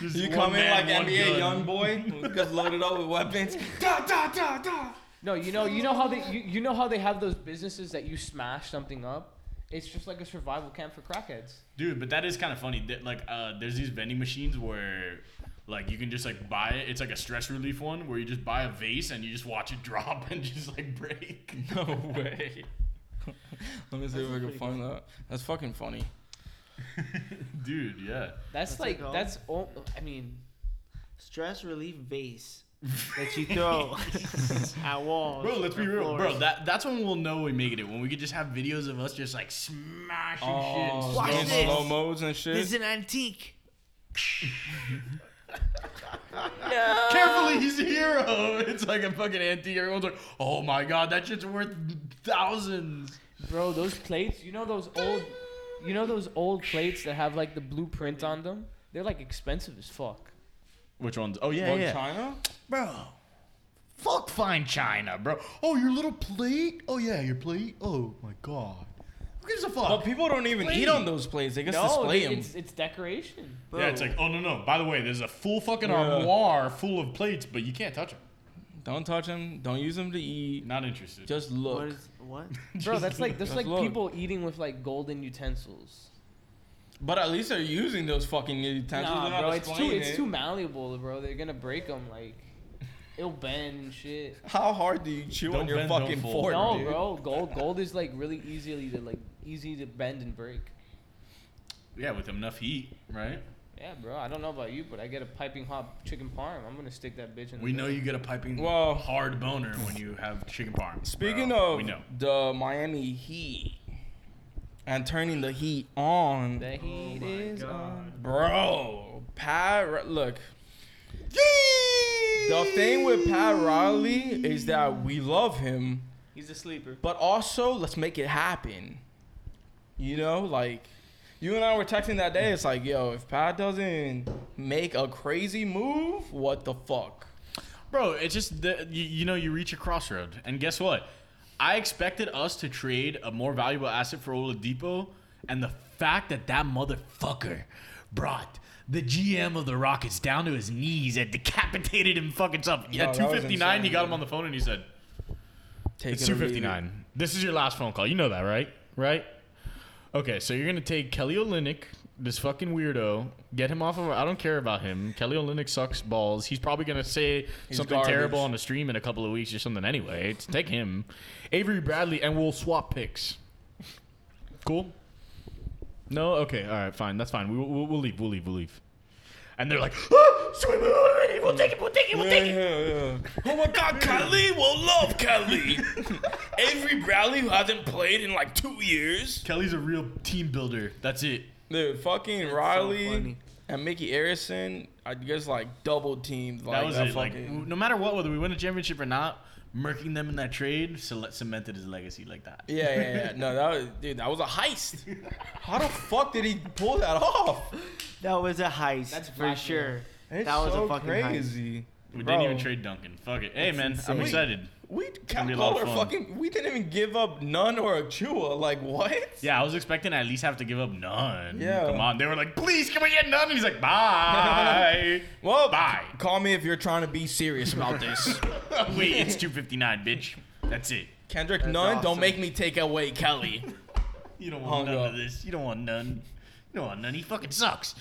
Speaker 2: Just
Speaker 3: you
Speaker 2: one
Speaker 3: come in like
Speaker 2: man, one
Speaker 3: NBA
Speaker 2: gun.
Speaker 3: young [laughs] boy, just loaded up with weapons. Da, da, da, da.
Speaker 5: No, you know, you know how they, you, you know how they have those businesses that you smash something up. It's just like a survival camp for crackheads.
Speaker 2: Dude, but that is kind of funny. That, like, uh, there's these vending machines where, like, you can just like buy it. It's like a stress relief one where you just buy a vase and you just watch it [laughs] drop and just like break.
Speaker 3: [laughs] No way. Let me see if I can
Speaker 4: pretty
Speaker 3: find that. That's fucking funny.
Speaker 2: Dude, yeah.
Speaker 5: That's,
Speaker 4: That's
Speaker 5: like,
Speaker 4: like all-
Speaker 5: that's. all I mean,
Speaker 4: Stress relief [laughs] vase that you [laughs] throw at walls.
Speaker 2: Bro, let's
Speaker 4: or
Speaker 2: be real, bro.
Speaker 4: floors.
Speaker 2: That that's when we'll know we make it. When we could just have videos of us just like smashing
Speaker 3: Oh,
Speaker 2: shit.
Speaker 4: Watch
Speaker 3: in
Speaker 2: and
Speaker 4: this.
Speaker 3: slow modes and
Speaker 4: this
Speaker 3: shit.
Speaker 4: is
Speaker 2: [laughs]
Speaker 4: an antique. [laughs]
Speaker 2: Carefully, he's a hero. [laughs] It's like a fucking antique. Everyone's like, oh my god, that shit's worth thousands.
Speaker 5: bro, those plates. You know those old, you know those old plates that have like the blueprint on them. They're like expensive as fuck.
Speaker 2: Which ones? Oh yeah,
Speaker 3: Or
Speaker 2: yeah.
Speaker 3: China?
Speaker 2: bro. Fuck fine China, bro. Oh, your little plate. Oh yeah, your plate. Oh my god. Who gives a fuck?
Speaker 3: But Oh, people don't even
Speaker 2: Plate.
Speaker 3: eat on those plates. They just
Speaker 5: No,
Speaker 3: display
Speaker 5: they-
Speaker 3: them.
Speaker 5: it's it's [laughs] decoration.
Speaker 4: Bro,
Speaker 2: yeah, it's like, oh no no. By the way, there's a full fucking
Speaker 3: Yeah.
Speaker 2: armoire full of plates, but you can't touch them.
Speaker 3: Don't touch them. Don't use them to eat.
Speaker 2: Not interested.
Speaker 3: Just look.
Speaker 4: what is what?
Speaker 5: Bro, that's like that's
Speaker 3: Just
Speaker 5: like
Speaker 3: look.
Speaker 5: people eating with like golden utensils.
Speaker 3: But at least they're using those fucking utensils. They're not
Speaker 5: Nah, bro, it's too
Speaker 3: displaying eh?
Speaker 5: it's
Speaker 3: it.
Speaker 5: too malleable, bro. They're gonna break them like it'll bend and shit.
Speaker 3: How hard do you chew
Speaker 2: Don't
Speaker 3: on your
Speaker 2: bend, don't
Speaker 3: fucking
Speaker 2: fold.
Speaker 3: fork,
Speaker 5: no,
Speaker 3: dude?
Speaker 5: bro, gold gold is like really easily to like easy to bend and break.
Speaker 2: yeah, with enough heat, right?
Speaker 5: Yeah, bro. I don't know about you, but I get a piping hot chicken parm. I'm gonna stick that bitch in.
Speaker 2: We
Speaker 5: the
Speaker 2: know you get a piping
Speaker 3: Well-
Speaker 2: hard boner when you have chicken parm.
Speaker 3: Speaking
Speaker 2: bro.
Speaker 3: of
Speaker 2: we know.
Speaker 3: the Miami Heat and turning the heat on,
Speaker 5: The heat
Speaker 4: my
Speaker 5: is
Speaker 4: God.
Speaker 5: on.
Speaker 3: bro, Pat, Ri- look. The thing with Pat Riley is that we love him,
Speaker 4: He's a sleeper.
Speaker 3: but also let's make it happen. You know, like you and I were texting that day. It's like, yo, if Pat doesn't make a crazy move, what the fuck?
Speaker 2: Bro, it's just the, you, you know you reach a crossroad, and guess what? I expected us to trade a more valuable asset for Oladipo, and the fact that that motherfucker brought the GM of the Rockets down to his knees and decapitated him fucking up. Yeah,
Speaker 3: No, that was
Speaker 2: 259. He
Speaker 3: insane,
Speaker 2: got him
Speaker 3: dude.
Speaker 2: on the phone and he said,
Speaker 3: Take
Speaker 2: "It's
Speaker 3: it or leave it.
Speaker 2: 259. This is your last phone call. You know that, right? Right? Okay, so you're gonna take Kelly Olynyk, this fucking weirdo, get him off of. I don't care about him. Kelly Olynyk sucks balls. He's probably gonna say
Speaker 3: He's
Speaker 2: something
Speaker 3: garbage.
Speaker 2: terrible on the stream in a couple of weeks or something. Anyway, It's- take him, Avery Bradley, and we'll swap picks. Cool. No, okay, all right, fine, that's fine. We, we'll, we'll leave. We'll leave. We'll leave. And they're like, ah, swim, we'll take it. We'll take it. We'll
Speaker 3: Yeah,
Speaker 2: take it.
Speaker 3: yeah, yeah. Oh my God, Kelly will love Kelly. [laughs] Avery Bradley, who hasn't played in like two years.
Speaker 2: Kelly's a real team builder. That's it.
Speaker 3: Dude, fucking
Speaker 4: so
Speaker 3: Riley
Speaker 4: funny.
Speaker 3: and Mickey Arison, I guess like double teamed. Like,
Speaker 2: That was it. Like,
Speaker 3: fucking-
Speaker 2: no matter what, whether we win a championship or not, murking them in that trade cele- cemented his legacy like that.
Speaker 3: [laughs] yeah, yeah, yeah. No, that was dude. That was a heist.
Speaker 4: [laughs]
Speaker 3: How the fuck did he pull that off?
Speaker 4: That was a heist
Speaker 5: That's
Speaker 4: for
Speaker 5: blackmail.
Speaker 4: sure. that was a fucking heist.
Speaker 2: We
Speaker 3: Bro.
Speaker 2: didn't even trade Duncan. Fuck it. Hey, man, I'm
Speaker 3: insane.
Speaker 2: excited.
Speaker 3: We kept
Speaker 2: be a lot
Speaker 3: all
Speaker 2: of
Speaker 3: our
Speaker 2: fun.
Speaker 3: fucking. We didn't even give up none or a Chua. Like what?
Speaker 2: Yeah, I was expecting at least have to give up none.
Speaker 3: Yeah.
Speaker 2: Come on. They were like, please, can we get none? And he's like,
Speaker 3: [laughs]
Speaker 2: bye.
Speaker 3: Well,
Speaker 2: Bye.
Speaker 3: Call me if you're trying to be serious about this.
Speaker 4: [laughs]
Speaker 2: Wait, it's 259, bitch. That's it.
Speaker 3: Kendrick Nunn, don't
Speaker 4: awesome.
Speaker 3: make me take away Kelly.
Speaker 2: You don't want
Speaker 3: Hung
Speaker 2: none
Speaker 3: up.
Speaker 2: of this. You don't want none. You don't want none. He fucking sucks.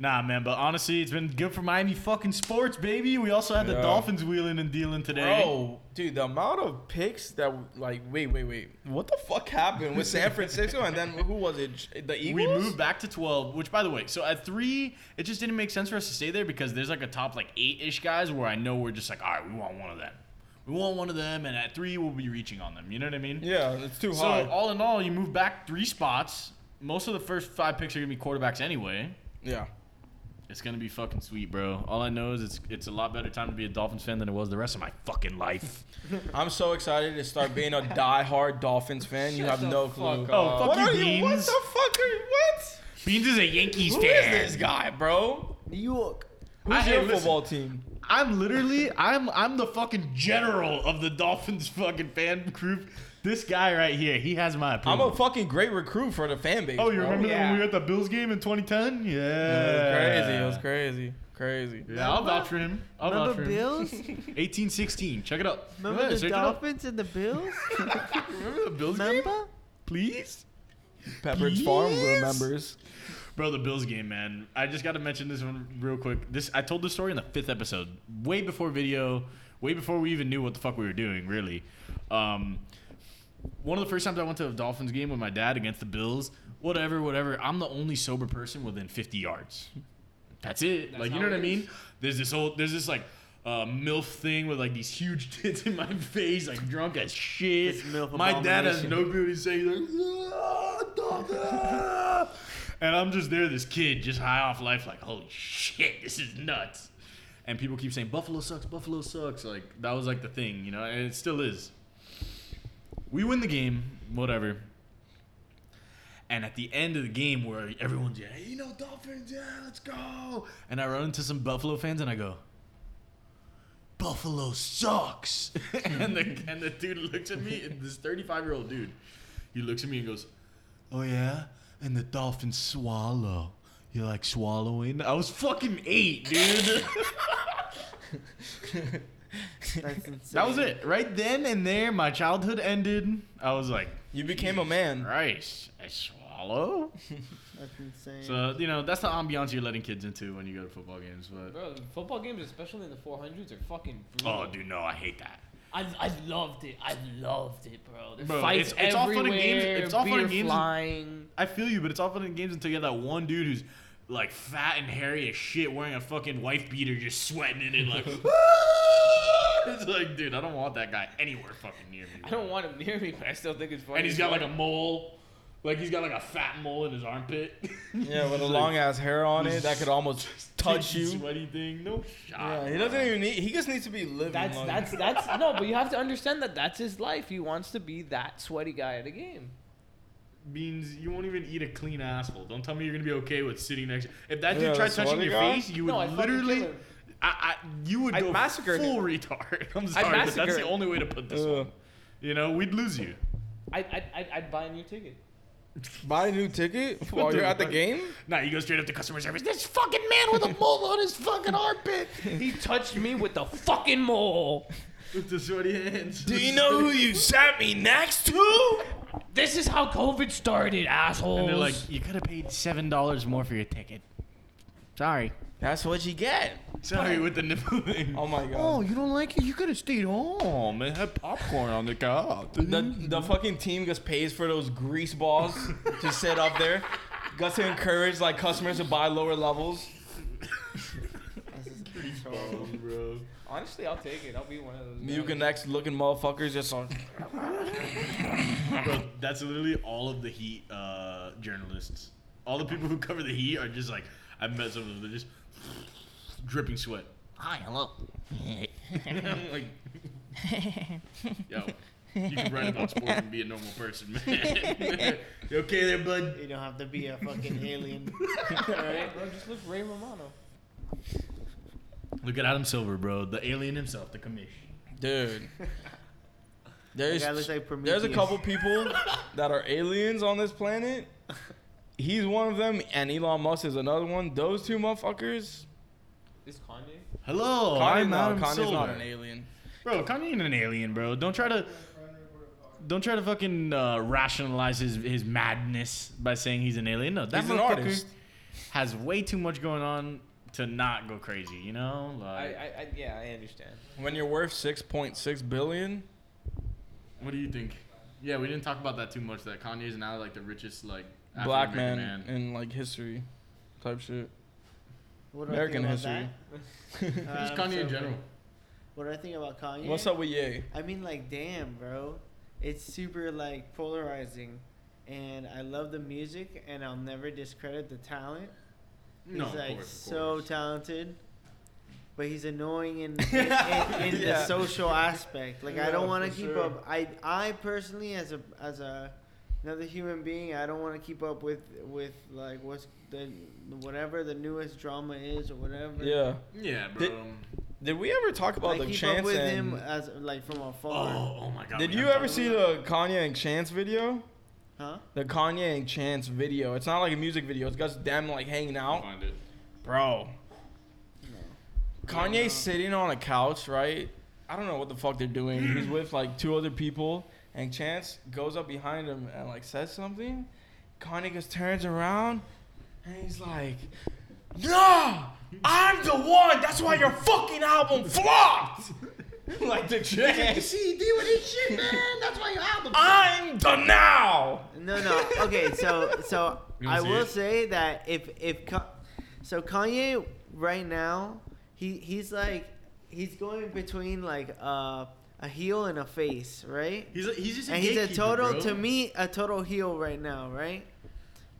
Speaker 2: Nah, man, but honestly, it's been good for Miami fucking sports, baby. We also had the
Speaker 3: Yeah.
Speaker 2: Dolphins wheeling and dealing today.
Speaker 3: Bro, dude, the amount of picks that like, wait, wait, wait, what the fuck happened with San Francisco? and then who was it? J- The Eagles.
Speaker 2: We moved back to 12, which, by the way, so at three, it just didn't make sense for us to stay there because there's like a top like eight ish guys where I know we're just like, all right, we want one of them. We want one of them, and at three, we'll be reaching on them. You know what I mean?
Speaker 3: Yeah, it's too
Speaker 2: So, uh,
Speaker 3: high.
Speaker 2: all in all, you move back three spots. Most of the first five picks are going to be quarterbacks anyway.
Speaker 3: Yeah.
Speaker 2: It's gonna be fucking sweet, bro. All I know is it's it's a lot better time to be a Dolphins fan than it was the rest of my fucking life.
Speaker 3: I'm so excited to start
Speaker 2: [laughs]
Speaker 3: being a diehard Dolphins fan. You have no clue.
Speaker 5: up. Oh,
Speaker 2: fuck
Speaker 3: what
Speaker 2: you,
Speaker 3: are you? What
Speaker 2: Beans.
Speaker 3: the fuck are you? What?
Speaker 2: Beans is a Yankees
Speaker 3: Who is
Speaker 2: fan.
Speaker 3: this guy, bro?
Speaker 4: New York.
Speaker 3: Who's
Speaker 2: I- hey,
Speaker 3: your
Speaker 2: listen.
Speaker 3: football team?
Speaker 2: I'm literally I'm I'm the fucking general of the Dolphins fucking fan group. This guy right here, he has my
Speaker 3: I'm
Speaker 2: opinion.
Speaker 3: a fucking great recruit for the fan base.
Speaker 2: oh, you
Speaker 3: bro.
Speaker 2: remember
Speaker 5: Yeah.
Speaker 2: when we were at the Bills game in 2010? Yeah,
Speaker 3: It was crazy. It was crazy. Crazy.
Speaker 2: Yeah, I'll vouch for him. I'll vouch
Speaker 4: Remember
Speaker 2: for him. [laughs]
Speaker 4: Bills?
Speaker 2: 1816. Check it up.
Speaker 4: Remember
Speaker 2: Yeah,
Speaker 4: the
Speaker 2: search it up.
Speaker 4: Dolphins and the [laughs] Bills?
Speaker 2: Remember the Bills game?
Speaker 4: Remember?
Speaker 2: Please.
Speaker 3: Pepperidge Farm
Speaker 2: Yes.
Speaker 3: remembers.
Speaker 2: Bro, the Bills game, man. I just got to mention this one real quick. This I told this story in the fifth episode, way before video, way before we even knew what the fuck we were doing, really. Um, one of the first times I went to a Dolphins game with my dad against the Bills, whatever, whatever. I'm the only sober person within 50 yards. That's it. like you know what I mean? There's this old, there's this like. Uh, milf thing with like these huge tits in my [laughs] face, like drunk as shit.
Speaker 4: This MILF
Speaker 2: My dad has
Speaker 4: abomination.
Speaker 2: no clue what he's saying. He's like, "Ah, Dolphins!" and I'm just there, this kid, just high off life, like holy shit, this is nuts. And people keep saying Buffalo sucks, Buffalo sucks. Like that was like the thing, you know, and it still is. We win the game, whatever. And at the end of the game, where everyone's yeah, you know, Dolphins, yeah, let's go. And I run into some Buffalo fans, and I go, Buffalo sucks. [laughs] and the and the dude looks at me, and this thirty five year old dude, he looks at me and goes, Oh yeah, and the Dolphins swallow. You like swallowing? I was fucking eight, dude. [laughs]
Speaker 4: That's insane.
Speaker 2: that was it. Right then and there, my childhood ended. I was like,
Speaker 3: You became a man.
Speaker 2: Christ, I swallow.
Speaker 4: That's insane.
Speaker 2: So you know that's the ambiance you're letting kids into when you go to football games. But
Speaker 5: Bro, the football games, especially in the 400s, are fucking
Speaker 2: oh,
Speaker 5: brutal.
Speaker 2: dude, no, I hate that.
Speaker 5: I, I loved it. I loved it, bro. The
Speaker 2: Bro,
Speaker 5: fights
Speaker 2: it's- it's all fun and games-
Speaker 5: everywhere,
Speaker 2: it's all fun
Speaker 5: beer
Speaker 2: and games and-
Speaker 5: flying.
Speaker 2: I feel you, but it's all fun in games until you got that one dude who's like fat and hairy as shit, wearing a fucking wife beater, just sweating in
Speaker 5: [laughs]
Speaker 2: it, like. it's like, dude, I don't want that guy anywhere fucking near me.
Speaker 5: I don't want him near me, but I still think it's funny.
Speaker 2: and he's got like a mole, like he's got like a fat mole in his armpit.
Speaker 3: Yeah,
Speaker 2: [laughs]
Speaker 3: with a long ass hair on it that could almost [laughs] touch you.
Speaker 2: sweaty thing. No shot.
Speaker 3: Yeah, he
Speaker 2: bro.
Speaker 3: doesn't even need. He just needs to be living.
Speaker 5: That's
Speaker 3: long.
Speaker 5: that's that's no, but you have to understand that that's his life. He wants to be that sweaty guy at a game.
Speaker 2: means you won't even eat a clean asshole. Don't tell me you're gonna be okay with sitting next. If that dude
Speaker 3: Yeah,
Speaker 2: tried
Speaker 3: that's
Speaker 2: touching
Speaker 3: what
Speaker 2: your
Speaker 3: I got.
Speaker 2: face, you would
Speaker 5: No, I'd fucking kill
Speaker 2: literally.
Speaker 5: him.
Speaker 2: I, I, you would
Speaker 3: I'd
Speaker 2: go
Speaker 3: massacre him.
Speaker 2: full retard. [laughs] I'm sorry, but
Speaker 5: massacre
Speaker 2: that's the
Speaker 5: him.
Speaker 2: only way to put this.
Speaker 3: Ugh.
Speaker 2: one. You know, we'd lose you.
Speaker 5: I'd, I'd, I'd, I'd buy a new ticket.
Speaker 3: Buy a new ticket [laughs] while
Speaker 2: the
Speaker 3: you're at the
Speaker 2: fuck?
Speaker 3: game.
Speaker 2: Nah, you go straight up to customer service. This fucking man with [laughs] a mole on his fucking armpit. [laughs]
Speaker 5: He touched me with the fucking mole.
Speaker 2: With the sweaty hands.
Speaker 3: [laughs] Do you know who you sat me next to?
Speaker 5: This is how COVID started, assholes.
Speaker 2: And they're like, you could have paid seven dollars more for your ticket. Sorry.
Speaker 3: That's what you get.
Speaker 2: Sorry with the nipple thing.
Speaker 3: Oh my god.
Speaker 2: you don't like it? You could have stayed home and had popcorn on the couch.
Speaker 3: The, the fucking team just pays for those grease balls [laughs] to sit up there. Got to encourage like customers to buy lower levels.
Speaker 2: bro.
Speaker 5: honestly, I'll take it. I'll be one of those. guys.
Speaker 3: Mucinex looking motherfuckers just on.
Speaker 2: [laughs] Bro, that's literally all of the Heat uh, journalists. All the people who cover the Heat are just like, I've met some of them. They're just dripping sweat.
Speaker 6: Hi, hello.
Speaker 2: I'm
Speaker 6: [laughs]
Speaker 2: [laughs] like, yo, you can write about sports and be a normal person, man. [laughs] you okay there, bud?
Speaker 4: You don't have to be a fucking alien.
Speaker 5: Alright, bro, just look Ray Romano.
Speaker 2: Look at Adam Silver, bro. The alien himself, the commish.
Speaker 4: [laughs]
Speaker 3: Dude. There's,
Speaker 4: That guy looks like Prometheus.
Speaker 3: there's a couple people that are aliens on this planet. He's one of them, and Elon Musk is another one. Those two motherfuckers.
Speaker 5: Is Kanye?
Speaker 2: Hello, Oh,
Speaker 3: Kanye,
Speaker 2: I'm
Speaker 3: no,
Speaker 2: Adam
Speaker 3: Kanye's
Speaker 2: Silver.
Speaker 3: not an alien.
Speaker 2: Bro, Kanye ain't an alien, bro. Don't try to. Don't try to fucking uh, rationalize his, his madness by saying he's an alien. No, that
Speaker 3: He's an
Speaker 2: motherfucker
Speaker 3: artist.
Speaker 2: has way too much going on to not go crazy. You know,
Speaker 5: I, I,
Speaker 2: like
Speaker 5: I, yeah, I understand.
Speaker 3: When you're worth 6.6 billion,
Speaker 2: what do you think? Yeah, we didn't talk about that too much. That Kanye is now like the richest like
Speaker 3: black man, in like history type shit.
Speaker 4: What do I think
Speaker 3: American
Speaker 4: about
Speaker 3: history.
Speaker 4: that? Uh, so- What do I think about
Speaker 3: [laughs]
Speaker 4: Kanye?
Speaker 3: What's up with Ye?
Speaker 4: I mean, like, damn, bro. It's super like polarizing, and I love the music, and I'll never discredit the talent.
Speaker 2: No,
Speaker 4: he's
Speaker 2: of
Speaker 4: like
Speaker 2: course, of
Speaker 4: so
Speaker 2: course.
Speaker 4: talented, but he's annoying
Speaker 2: [laughs]
Speaker 4: in in, in, in the
Speaker 3: Yeah.
Speaker 4: social aspect. Like I
Speaker 3: Yeah,
Speaker 4: don't want to
Speaker 3: for
Speaker 4: keep
Speaker 3: sure.
Speaker 4: up. I I personally as a as a another human being, I don't want to keep up with with like what's the whatever the newest drama is or whatever.
Speaker 3: Yeah.
Speaker 2: Yeah, bro.
Speaker 3: Did- Did we ever talk about
Speaker 4: I
Speaker 3: the
Speaker 4: keep
Speaker 3: Chance
Speaker 4: up with
Speaker 3: and
Speaker 4: him uh, as like from afar.
Speaker 2: oh, oh my god.
Speaker 3: Did
Speaker 2: we
Speaker 3: you
Speaker 2: gotta
Speaker 3: ever
Speaker 2: talk
Speaker 3: see
Speaker 2: about
Speaker 3: the Kanye and Chance video?
Speaker 4: Huh?
Speaker 3: The Kanye and Chance video. It's not like a music video. It's just them like hanging
Speaker 2: that. I'll
Speaker 3: out,
Speaker 2: find it.
Speaker 3: bro.
Speaker 4: Yeah.
Speaker 3: Kanye's sitting on a couch, right? I don't know what the fuck they're doing. He's with like two other people, and Chance goes up behind him and like says something. Kanye just turns around, and he's like, "Nah, I'm the one. That's why your fucking album flopped." [laughs] like the Chance.
Speaker 2: See, deal with this shit, man. That's why you have them.
Speaker 3: I'm the now.
Speaker 4: No, no. Okay, so so
Speaker 2: [laughs] You wanna
Speaker 4: I
Speaker 2: see
Speaker 4: will
Speaker 2: it?
Speaker 4: say that if if Ka- so Kanye right now he he's like he's going between like uh, a heel and a face, right?
Speaker 2: He's a, he's just a
Speaker 4: and he's a
Speaker 2: gatekeeper,
Speaker 4: total
Speaker 2: bro.
Speaker 4: to me a total heel right now, right?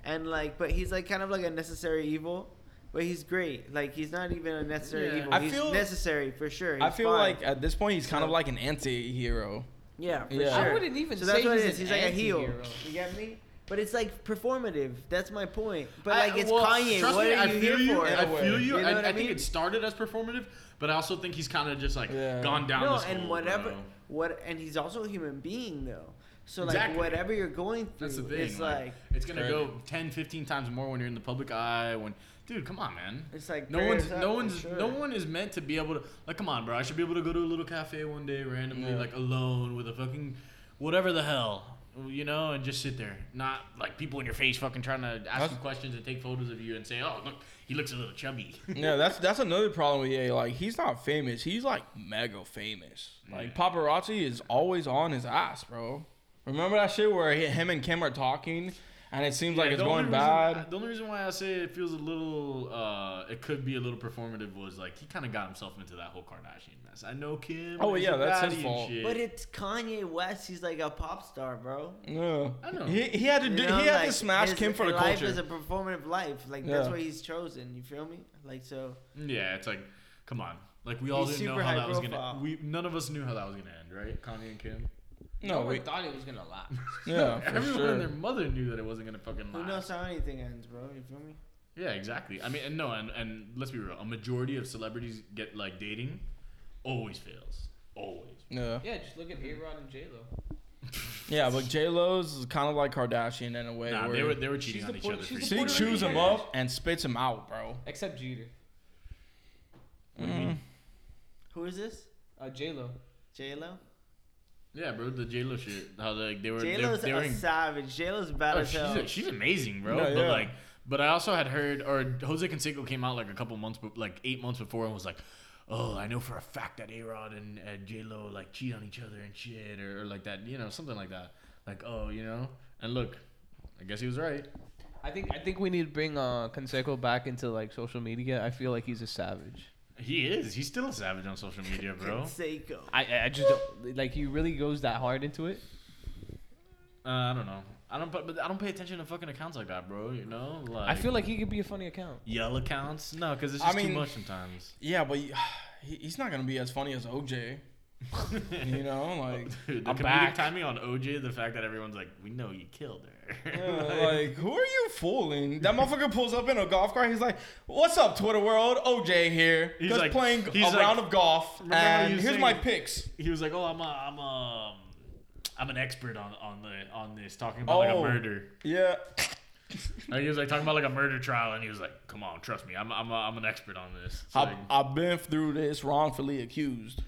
Speaker 4: And like, but he's like kind of like a necessary evil. But he's great. Like he's not even a necessary
Speaker 2: Yeah.
Speaker 4: evil.
Speaker 3: I
Speaker 4: he's
Speaker 3: feel-
Speaker 4: necessary for sure.
Speaker 3: I
Speaker 4: He's
Speaker 3: feel
Speaker 4: fine.
Speaker 3: like at this point he's kind of like an anti-hero.
Speaker 4: yeah, for
Speaker 3: Yeah. I
Speaker 4: sure.
Speaker 5: I wouldn't even
Speaker 4: So
Speaker 5: say
Speaker 4: that's what
Speaker 5: he's,
Speaker 4: it is.
Speaker 5: an
Speaker 4: He's like a heel.
Speaker 5: antihero.
Speaker 4: You get me? But it's like performative. That's my point. But
Speaker 2: I-
Speaker 4: like it's
Speaker 2: well,
Speaker 4: Kanye.
Speaker 2: Trust
Speaker 4: What
Speaker 2: me,
Speaker 4: are
Speaker 2: I
Speaker 4: you
Speaker 2: feel
Speaker 4: here
Speaker 2: you.
Speaker 4: for?
Speaker 2: I feel you.
Speaker 4: You know
Speaker 2: I,
Speaker 4: what
Speaker 2: I
Speaker 4: I
Speaker 2: think
Speaker 4: mean?
Speaker 2: it started as performative, but I also think he's kind of just like
Speaker 3: Yeah.
Speaker 2: gone down.
Speaker 4: no,
Speaker 2: this
Speaker 4: and
Speaker 2: hole,
Speaker 4: whatever.
Speaker 2: bro.
Speaker 4: What? And he's also a human being though. So like
Speaker 2: Exactly.
Speaker 4: whatever you're going through,
Speaker 2: That's the thing.
Speaker 4: it's
Speaker 2: like,
Speaker 4: like
Speaker 2: it's gonna
Speaker 3: Right.
Speaker 2: go 10, 15 times more when you're in the public eye. When, dude, come on, man.
Speaker 4: it's like
Speaker 2: No
Speaker 4: prayers
Speaker 2: one's,
Speaker 4: up
Speaker 2: no
Speaker 4: for
Speaker 2: one's,
Speaker 4: sure.
Speaker 2: no one is meant to be able to. Like, come on, bro. I should be able to go to a little cafe one day randomly,
Speaker 3: Yeah.
Speaker 2: like alone with a fucking, whatever the hell, you know, and just sit there. Not like people in your face, fucking trying to ask
Speaker 3: That's-
Speaker 2: you questions and take photos of you and say, oh, look, he looks a little chubby.
Speaker 3: yeah, that's that's another problem with Ye. Like he's not famous. He's like mega famous. Like paparazzi is always on his ass, bro. Remember that shit where he, him and Kim are talking, and it seems like
Speaker 2: Yeah,
Speaker 3: it's
Speaker 2: the only
Speaker 3: going
Speaker 2: reason-
Speaker 3: bad.
Speaker 2: The only reason why I say it feels a little, uh, it could be a little performative was like he kind of got himself into that whole Kardashian mess. I know Kim.
Speaker 3: Oh,
Speaker 2: is
Speaker 3: yeah,
Speaker 2: a
Speaker 3: that's his
Speaker 2: baddie and
Speaker 3: fault.
Speaker 2: shit.
Speaker 4: But it's Kanye West. He's like a pop star, bro.
Speaker 3: Yeah.
Speaker 2: I know.
Speaker 3: He, he had to
Speaker 4: You
Speaker 3: do,
Speaker 4: know,
Speaker 3: he had
Speaker 4: like,
Speaker 3: to smash
Speaker 4: his
Speaker 3: Kim for the
Speaker 4: life
Speaker 3: culture.
Speaker 4: is a performative life. Like that's
Speaker 3: Yeah.
Speaker 4: what he's chosen. You feel me? Like so.
Speaker 2: Mm, yeah, it's like, come on. Like we all
Speaker 4: He's
Speaker 2: didn't know
Speaker 4: super
Speaker 2: how
Speaker 4: high
Speaker 2: that was gonna.
Speaker 4: profile.
Speaker 2: We none of us knew how that was gonna end, right? Kanye and Kim.
Speaker 4: [laughs]
Speaker 3: no,
Speaker 5: one
Speaker 3: we,
Speaker 5: thought it was gonna
Speaker 2: [laughs]
Speaker 5: last.
Speaker 3: yeah, Oh, for
Speaker 2: Everyone
Speaker 3: sure.
Speaker 2: and their mother knew that it wasn't gonna fucking
Speaker 4: Who
Speaker 2: last.
Speaker 4: knows how anything ends, bro? You feel me?
Speaker 2: Yeah, exactly. I mean, and no, and and let's be real. A majority of celebrities get like dating, always fails. Always.
Speaker 3: yeah,
Speaker 5: yeah, just look at A Rod and J Lo.
Speaker 3: yeah, but J Lo's kind of like Kardashian in a way.
Speaker 2: Nah,
Speaker 3: where
Speaker 2: they were they were cheating
Speaker 5: She's
Speaker 2: on
Speaker 5: the
Speaker 2: each
Speaker 5: Puerto-
Speaker 2: other.
Speaker 5: she's
Speaker 2: for
Speaker 5: the
Speaker 2: sure.
Speaker 3: she
Speaker 5: Puerto
Speaker 3: chews him
Speaker 5: Rican.
Speaker 3: up and spits him out, bro.
Speaker 5: Except Jeter.
Speaker 2: What do you mean?
Speaker 4: Who is this?
Speaker 5: Uh, J Lo.
Speaker 4: J Lo.
Speaker 2: Yeah, bro, the J Lo shit. How like they were
Speaker 4: J
Speaker 2: they,
Speaker 4: Lo's
Speaker 2: they were
Speaker 4: a
Speaker 2: in,
Speaker 4: savage. J Lo's bad
Speaker 2: oh,
Speaker 4: as
Speaker 2: she's,
Speaker 4: hell.
Speaker 2: a- she's amazing, bro.
Speaker 3: No,
Speaker 2: But
Speaker 3: yeah.
Speaker 2: like, but I also had heard or Jose Canseco came out like a couple months, be- like eight months before, and was like, "Oh, I know for a fact that A Rod and uh, J Lo like cheat on each other and shit, or, or like that, you know, something like that. Like, oh, you know. And look, I guess he was right.
Speaker 5: I think I think we need to bring uh, Conseco back into like social media. I feel like he's a savage.
Speaker 2: He is. He's still a savage on social media,
Speaker 4: [laughs]
Speaker 2: bro.
Speaker 4: Seiko.
Speaker 5: I- I I just don't like he really goes that hard into it.
Speaker 2: Uh, I don't know. I don't. But, but I don't pay attention to fucking accounts like that, bro. You know. Like,
Speaker 5: I feel like he could be a funny account.
Speaker 2: yell accounts. No, because it's
Speaker 3: I
Speaker 2: just too
Speaker 3: mean-
Speaker 2: much sometimes.
Speaker 3: Yeah, but [sighs] he, he- he's not gonna be as funny as
Speaker 2: [laughs]
Speaker 3: OJ. You know, like
Speaker 2: Dude, the
Speaker 5: I'm
Speaker 2: comedic
Speaker 5: back.
Speaker 2: timing on OJ, the fact that everyone's like, we know you killed her.
Speaker 3: Yeah, like, who are you fooling? That motherfucker pulls up in a golf cart. He's like, "What's up, Twitter world? OJ here.
Speaker 2: He's
Speaker 3: Just
Speaker 2: like-
Speaker 3: playing
Speaker 2: he's
Speaker 3: a
Speaker 2: like-
Speaker 3: round of golf,
Speaker 2: Remember
Speaker 3: and
Speaker 2: you
Speaker 3: here's
Speaker 2: saying-
Speaker 3: my picks."
Speaker 2: [laughs] he was like, oh, I'm a, I'm a, I'm an expert on on the on this, talking about
Speaker 3: Oh.
Speaker 2: like a murder.
Speaker 3: Yeah,
Speaker 2: Like, he was like talking about like a murder trial, and he was like, come on, trust me, I'm I'm, a, I'm an expert on this. It's
Speaker 3: I,
Speaker 2: like-
Speaker 3: I've been through this wrongfully accused.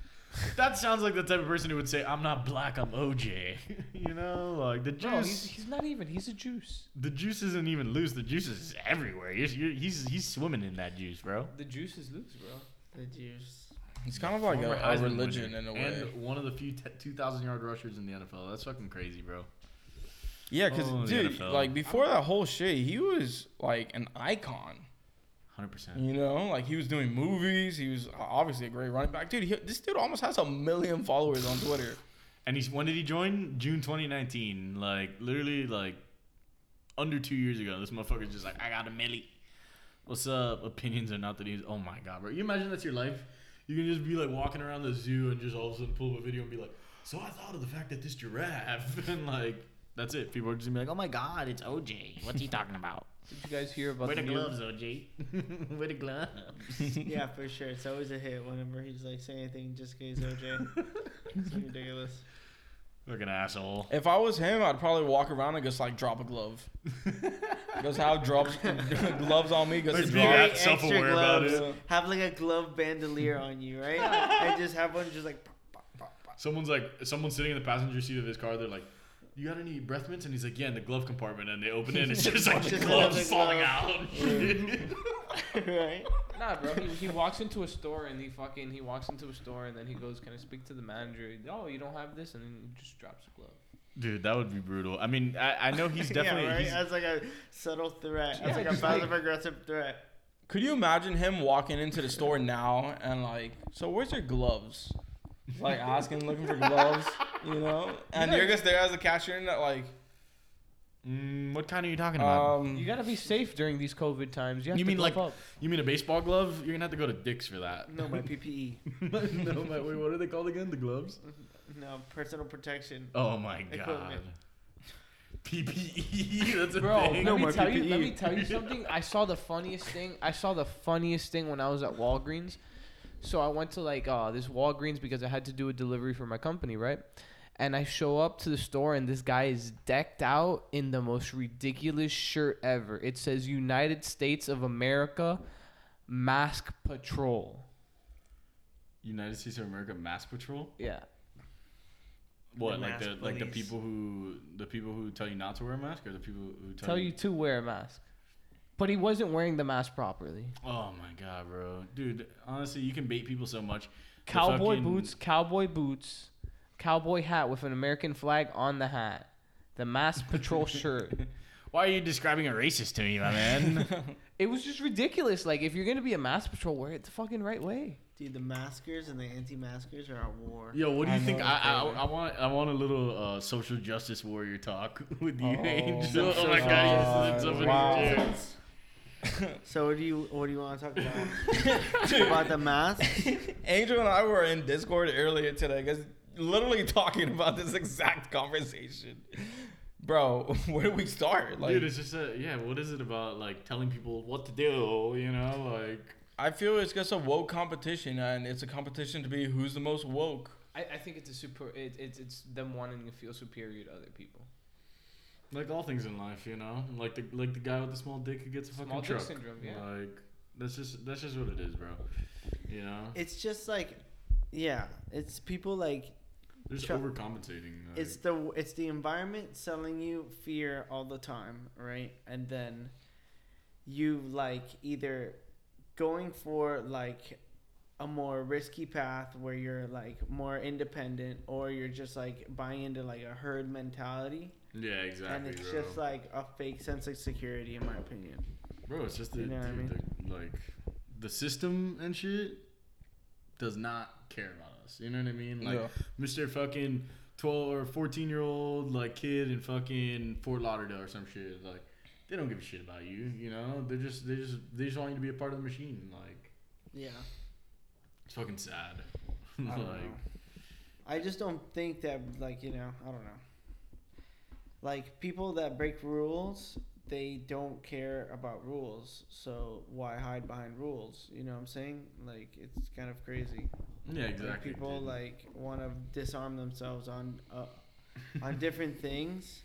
Speaker 2: that sounds like the type of person who would say, I'm not black, I'm OJ. [laughs] you know, like the
Speaker 5: No, he's,
Speaker 2: juice,
Speaker 5: he's not even. He's a juice.
Speaker 2: the juice isn't even loose. The juice is everywhere. You're, you're, he's he's swimming in that juice, bro.
Speaker 5: The juice is loose, bro.
Speaker 4: The juice.
Speaker 3: It's kind of like a,
Speaker 2: Former
Speaker 3: a
Speaker 2: Heisman
Speaker 3: religion
Speaker 2: winner
Speaker 3: in a way.
Speaker 2: And one of the few t- 2,000 yard rushers in the NFL. That's fucking crazy, bro.
Speaker 3: Yeah, because
Speaker 2: Oh, the
Speaker 3: dude,
Speaker 2: NFL.
Speaker 3: like before that whole shit, he was like an icon.
Speaker 2: 100%.
Speaker 3: You know, like he was doing movies. He was obviously a great running back, dude. He, this dude almost has a million followers on Twitter.
Speaker 2: And he's when did he join? June 2019. Like, literally, like, under two years ago. This motherfucker's just like, I got a milli. What's up? Opinions are not the news. Oh my god, bro! You imagine that's your life. You can just be like walking around the zoo and just all of a sudden pull up a video and be like, "So I thought of the fact that this giraffe," [laughs] and like that's it. People are just gonna be like, "Oh my god, it's OJ. What's he talking about?
Speaker 5: Did you guys hear about
Speaker 2: Wear
Speaker 5: the
Speaker 2: the
Speaker 5: new-
Speaker 2: gloves, [laughs] OJ. Wear the gloves."
Speaker 4: [laughs] yeah, for sure. It's always a hit whenever he's like saying anything just because [laughs] OJ. it's ridiculous.
Speaker 2: Fucking asshole.
Speaker 3: If I was him, I'd probably walk around and just like drop a glove. Because how drops [laughs] gloves on me? Because
Speaker 2: Let's
Speaker 3: it's
Speaker 2: be
Speaker 3: dark.
Speaker 2: that self-aware about it.
Speaker 3: Yeah.
Speaker 4: Have like a glove bandolier on you, [laughs] right? and just have one just like. [laughs]
Speaker 2: Someone's like, someone's sitting in the passenger seat of his car. They're like, "You got any breath mints?" And he's like, "Yeah, in the glove compartment." And they open it,
Speaker 4: [laughs]
Speaker 2: and it's just like the
Speaker 4: Just
Speaker 2: gloves
Speaker 4: another
Speaker 2: falling
Speaker 4: glove.
Speaker 2: out.
Speaker 4: [laughs] right?
Speaker 5: Nah, bro. He, he walks into a store and he fucking he walks into a store and then he goes, "Can I speak to the manager?" Oh, you don't have this, and then he just drops a glove.
Speaker 2: Dude, that would be brutal. I mean, I, I know he's definitely.
Speaker 4: [laughs] yeah, right?
Speaker 2: he's-
Speaker 4: That's like a subtle threat.
Speaker 5: Yeah,
Speaker 4: That's like a
Speaker 5: just
Speaker 4: passive
Speaker 5: like-
Speaker 4: aggressive threat.
Speaker 3: Could you imagine him walking into the store now and like, so where's your gloves? Like asking, looking for gloves, you know? And you're just there as a cashier and like,
Speaker 2: Mm, what kind are you talking
Speaker 4: Uh,
Speaker 2: about?
Speaker 5: You
Speaker 3: um,
Speaker 5: gotta be safe during these COVID times. You, have
Speaker 2: You
Speaker 5: to
Speaker 2: mean
Speaker 5: glove
Speaker 2: like-
Speaker 5: up.
Speaker 2: you mean a baseball glove? You're gonna have to go to Dick's for that. [laughs]
Speaker 4: No, my E. PPE.
Speaker 2: no, my, wait, what are they called again? The gloves?
Speaker 4: No, personal protection.
Speaker 2: Oh my god.
Speaker 4: Equipment.
Speaker 2: PPE. [laughs] That's
Speaker 5: [laughs]
Speaker 2: a
Speaker 5: Bro,
Speaker 2: thing.
Speaker 5: let, me
Speaker 4: my
Speaker 5: tell you, let
Speaker 4: PPE.
Speaker 5: me tell you something. I saw the funniest thing. I saw the funniest thing when I was at Walgreens. So I went to like uh, this Walgreens because I had to do a delivery for my company, right? And I show up to the store and this guy is decked out in the most ridiculous shirt ever. It says United States of America Mask Patrol.
Speaker 2: United States of America Mass Patrol.
Speaker 5: Yeah.
Speaker 2: What,
Speaker 4: The
Speaker 2: like
Speaker 4: mask
Speaker 2: the like the
Speaker 4: police.
Speaker 2: people who the people who tell you not to wear a mask, or the people who tell,
Speaker 5: Tell you to wear a mask. But he wasn't wearing the mask properly.
Speaker 2: Oh my god, bro, dude. Honestly, you can bait people so much. The
Speaker 5: cowboy
Speaker 2: fucking-
Speaker 5: boots, cowboy boots, cowboy hat with an American flag on the hat, the mass [laughs] patrol shirt.
Speaker 2: Why are you describing a racist to me, my man?
Speaker 3: [laughs]
Speaker 5: It was just ridiculous. Like if you're gonna be a mass patrol, wear it the fucking right way.
Speaker 4: Dude, the maskers and the anti-maskers are at war.
Speaker 2: Yo, what do you
Speaker 3: I
Speaker 2: think?
Speaker 3: know,
Speaker 2: I,
Speaker 3: it's
Speaker 2: I,
Speaker 3: crazy.
Speaker 2: I want I want a little uh, social justice warrior talk [laughs] with you,
Speaker 3: Oh,
Speaker 2: Angel. Oh my
Speaker 3: so
Speaker 2: god, you
Speaker 3: sorry.
Speaker 2: sit in
Speaker 3: Wow.
Speaker 2: somebody's chair.
Speaker 4: So what do you what do you want to talk
Speaker 2: [laughs]
Speaker 4: about? about the mask?
Speaker 3: [laughs] Angel and I were in Discord earlier today, guys, literally talking about this exact conversation. Bro, [laughs] where do we start? Like,
Speaker 2: Dude, it's just a yeah. What is it about like telling people what to do? You know, like
Speaker 3: I feel it's just a woke competition, and it's a competition to be who's the most woke.
Speaker 5: I, I think it's a super. It, it's it's them wanting to feel superior to other people.
Speaker 2: like all things in life, you know, like the like the guy with the small dick who gets a fucking
Speaker 5: Small dick
Speaker 2: truck.
Speaker 5: syndrome, yeah.
Speaker 2: Like that's just that's just what it is, bro. You know,
Speaker 4: It's just like, yeah, it's people like
Speaker 2: there's
Speaker 4: Chuck-
Speaker 2: overcompensating. Like,
Speaker 4: it's the it's the environment selling you fear all the time, right? And then you like either going for like a more risky path where you're like more independent or you're just like buying into like a herd mentality
Speaker 2: yeah, exactly.
Speaker 4: and it's
Speaker 2: bro.
Speaker 4: just like a fake sense of security in my opinion.
Speaker 2: Bro, it's just the,
Speaker 4: You know what I
Speaker 2: dude, the like the system and shit does not care about us. You know what I mean? Like
Speaker 3: Yeah.
Speaker 2: Mr. fucking twelve or fourteen year old like kid in fucking Fort Lauderdale or some shit. Like they don't give a shit about you. You know? They're just they just they just want you to be a part of the machine. Like
Speaker 4: Yeah.
Speaker 2: it's fucking sad. [laughs]
Speaker 3: I
Speaker 2: like
Speaker 3: don't know.
Speaker 4: I just don't think that like you know I don't know. Like people that break rules, they don't care about rules. So why hide behind rules? You know what I'm saying? Like it's kind of crazy.
Speaker 2: yeah,
Speaker 4: Like,
Speaker 2: exactly.
Speaker 4: people
Speaker 2: dude.
Speaker 4: like want to disarm themselves on uh,
Speaker 2: [laughs]
Speaker 4: on different things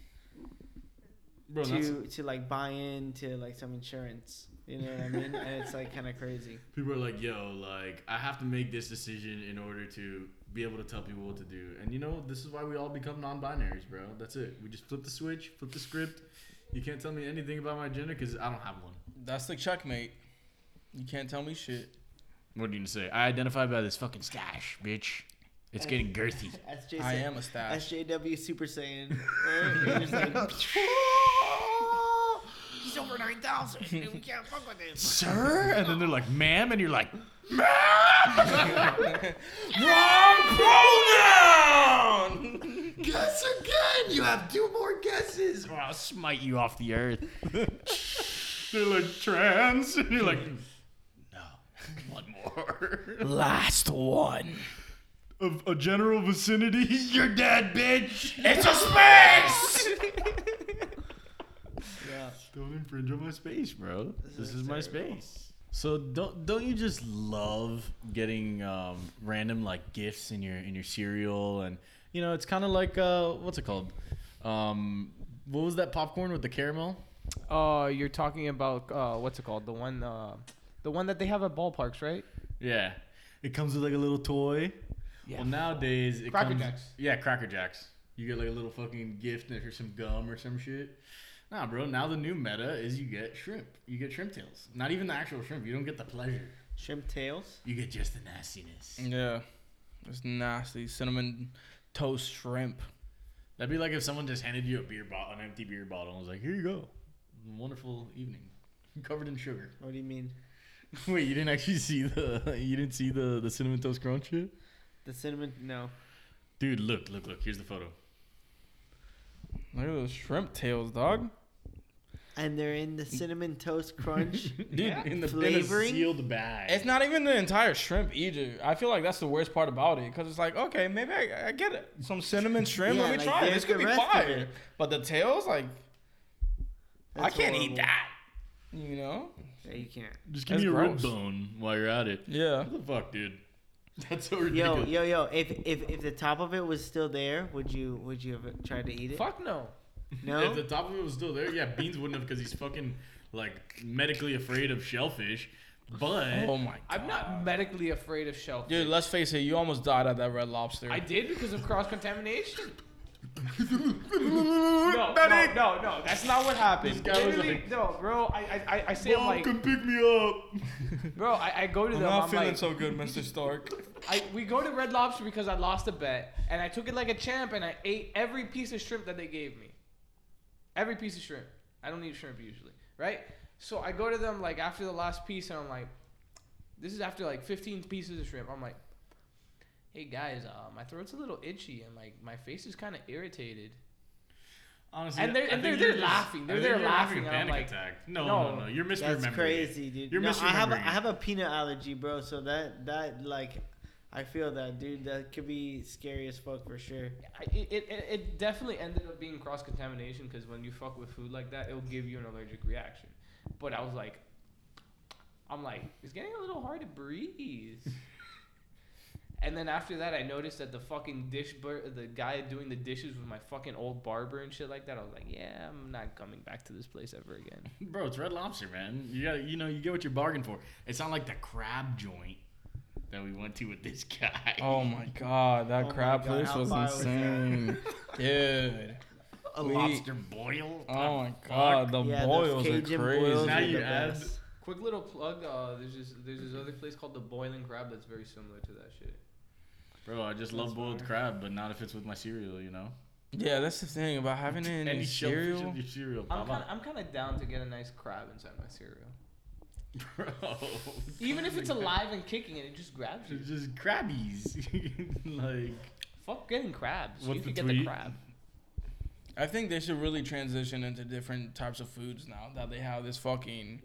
Speaker 2: Bro, that's,
Speaker 4: to to like buy into like some insurance. You know what I mean? and it's like kind of crazy.
Speaker 2: people are like, yo, like I have to make this decision in order to be able to tell people what to do. And you know, this is why we all become non-binaries, bro. That's it. We just flip the switch, flip the script. You can't tell me anything about my gender because I don't have one.
Speaker 3: That's the checkmate. You can't tell me shit.
Speaker 2: What are you gonna say? I identify by this fucking stash, bitch. It's getting girthy.
Speaker 4: That's Jason.
Speaker 3: I am a stash.
Speaker 4: SJW Super Saiyan. right? You're just [laughs] like,
Speaker 1: He's over 9,000 and we can't fuck with him.
Speaker 2: Sir? And then they're like, ma'am, and you're like,
Speaker 1: [laughs]
Speaker 3: Wrong pronoun.
Speaker 2: Guess
Speaker 1: [laughs]
Speaker 2: again! You have two more guesses, or I'll smite you off the earth. They're like trans, and you're like, no, one more
Speaker 3: Last one.
Speaker 2: of a general vicinity. You're dead, bitch.
Speaker 3: It's a space.
Speaker 4: Yeah.
Speaker 2: Don't infringe on my space, bro. This,
Speaker 4: is
Speaker 2: is, my
Speaker 4: terrible.
Speaker 2: space. So don't don't you just love getting um, random like gifts in your in your cereal and you know it's kind of like uh, what's it called? Um, what was that popcorn with the caramel?
Speaker 5: Uh, you're talking about uh, what's it called? The one, uh, the one that they have at ballparks, right?
Speaker 2: Yeah, it comes with like a little toy.
Speaker 5: Yeah.
Speaker 2: Well, nowadays it
Speaker 3: Cracker
Speaker 2: comes,
Speaker 3: Jacks.
Speaker 2: Yeah, Cracker Jacks. You get like a little fucking gift or some gum or some shit. Nah, bro. Now the new meta is you get shrimp. You get shrimp tails. Not even the actual shrimp. You don't get the pleasure.
Speaker 4: Shrimp tails.
Speaker 2: You get just the nastiness.
Speaker 3: Yeah, it's nasty cinnamon toast shrimp.
Speaker 2: That'd be like if someone just handed you a beer bottle, an empty beer bottle, and was like, "Here you go, wonderful evening, [laughs] covered in sugar." [laughs]
Speaker 4: What do you mean?
Speaker 2: Wait, you didn't actually see the [laughs] you didn't see the the cinnamon toast crunch shit?
Speaker 4: The cinnamon? No.
Speaker 2: Dude, look, look, look. Here's the photo.
Speaker 3: Look at those shrimp tails, dog.
Speaker 4: And they're in the cinnamon [laughs] toast crunch.
Speaker 2: Dude, in the
Speaker 4: Flavoring?
Speaker 2: in a sealed bag.
Speaker 3: It's not even the entire shrimp either. I feel like that's the worst part about it because it's like, okay, maybe I, I get it. Some
Speaker 4: [laughs]
Speaker 3: cinnamon shrimp.
Speaker 4: Yeah,
Speaker 3: let me
Speaker 4: like,
Speaker 3: try it.
Speaker 4: there's
Speaker 3: This could
Speaker 4: the
Speaker 3: be
Speaker 4: rest of
Speaker 3: fire.
Speaker 4: it.
Speaker 3: But the tails, like, I
Speaker 4: That's
Speaker 3: can't
Speaker 4: horrible.
Speaker 3: eat that. You know?
Speaker 4: Yeah, you can't.
Speaker 2: Just
Speaker 3: That's
Speaker 2: give me a rib
Speaker 3: gross.
Speaker 2: bone while you're at it.
Speaker 3: Yeah.
Speaker 2: What the fuck, dude? [laughs] That's so
Speaker 4: Yo,
Speaker 2: ridiculous.
Speaker 4: yo, yo! If if if the top of it was still there, would you would you have tried to eat it?
Speaker 5: Fuck no.
Speaker 4: No.
Speaker 2: If the top of it was still there, yeah, Beans wouldn't have because he's fucking like medically afraid of shellfish. But
Speaker 3: Oh my god.
Speaker 5: I'm not medically afraid of shellfish.
Speaker 3: Dude, let's face it, you almost died at that red lobster.
Speaker 5: I did because of cross contamination. no, no, no, no, that's not what happened.
Speaker 2: This guy was
Speaker 5: Literally,
Speaker 2: like-
Speaker 5: no, bro, I, I, I- I say
Speaker 2: [laughs]
Speaker 5: I'm
Speaker 2: Mom,
Speaker 5: like,
Speaker 2: come pick me up. [laughs]
Speaker 3: [laughs]
Speaker 5: bro, I, I go to
Speaker 3: I'm
Speaker 5: them.
Speaker 3: not
Speaker 5: I'm
Speaker 3: feeling
Speaker 5: like,
Speaker 3: so good, Mr. Stark.
Speaker 5: I, we go to Red Lobster because I lost a bet, and I took it like a champ, and I ate every piece of shrimp that they gave me. Every piece of shrimp. I don't eat shrimp usually, right? So I go to them like after the last piece, and I'm like, this is after like 15 pieces of shrimp. I'm like, hey guys, uh, my throat's a little itchy, and like my face is kind of irritated.
Speaker 2: Honestly,
Speaker 5: And they're-
Speaker 2: I
Speaker 5: and
Speaker 2: think
Speaker 5: they're-
Speaker 2: you're
Speaker 5: they're
Speaker 2: just-
Speaker 5: laughing. They're-
Speaker 2: I think
Speaker 5: they're
Speaker 2: you're having
Speaker 5: laughing,
Speaker 2: a
Speaker 5: and I'm
Speaker 2: panic
Speaker 5: like,
Speaker 2: attack. No,
Speaker 5: no.
Speaker 2: no, no. You're misremembering.
Speaker 4: That's crazy,
Speaker 2: it.
Speaker 4: dude.
Speaker 2: You're
Speaker 4: no,
Speaker 2: misremembering.
Speaker 4: I have a, I
Speaker 2: it.
Speaker 4: have a peanut allergy, bro. So that that like, I feel that, dude. That could be scary as fuck for sure.
Speaker 5: I- it, it, it- it definitely ended up being cross contamination because when you fuck with food like that, it'll give you an allergic reaction. But I was like, I'm like, it's getting a little hard to breathe. [laughs] and then after that, I noticed that the fucking dish, bur- the guy doing the dishes was my fucking old barber and shit like that. I was like, yeah, I'm not coming back to this place ever again.
Speaker 2: Bro, it's Red Lobster, man. You got you know you get what you're bargaining for. It's not like the crab joint that we went to with this guy.
Speaker 3: [laughs] Oh my god, that
Speaker 4: Oh my
Speaker 3: crab
Speaker 4: God,
Speaker 3: place
Speaker 4: how
Speaker 3: was
Speaker 4: vile was that? [laughs]
Speaker 3: insane. Dude.
Speaker 2: [laughs] a
Speaker 3: we-
Speaker 2: lobster boil.
Speaker 3: Oh my
Speaker 2: Fuck.
Speaker 3: god, the
Speaker 4: Ah, yeah,
Speaker 3: boils
Speaker 4: those
Speaker 3: are
Speaker 4: Cajun
Speaker 3: crazy.
Speaker 4: boils
Speaker 2: Now
Speaker 4: are
Speaker 2: you
Speaker 4: the
Speaker 2: add-
Speaker 4: best.
Speaker 5: Quick little plug. Uh, there's this there's this other place called the Boiling Crab that's very similar to that shit.
Speaker 2: Bro, I just love
Speaker 4: That's
Speaker 2: boiled
Speaker 4: fire.
Speaker 2: crab, but not if it's with my cereal, you know.
Speaker 3: Yeah, that's the thing about having it in your
Speaker 2: shellfish
Speaker 3: cereal.
Speaker 2: in your cereal,
Speaker 5: I'm kind
Speaker 2: Baba.
Speaker 5: I'm kind of down to get a nice crab inside my cereal.
Speaker 2: [laughs] Bro, [laughs]
Speaker 5: Even if it's alive and kicking and it just grabs you.
Speaker 2: It's just crabbies. [laughs] like
Speaker 5: Fuck getting crabs.
Speaker 2: What's
Speaker 5: you
Speaker 2: the
Speaker 5: can get the
Speaker 2: tweet?
Speaker 5: crab.
Speaker 3: I think they should really transition into different types of foods now that they have this fucking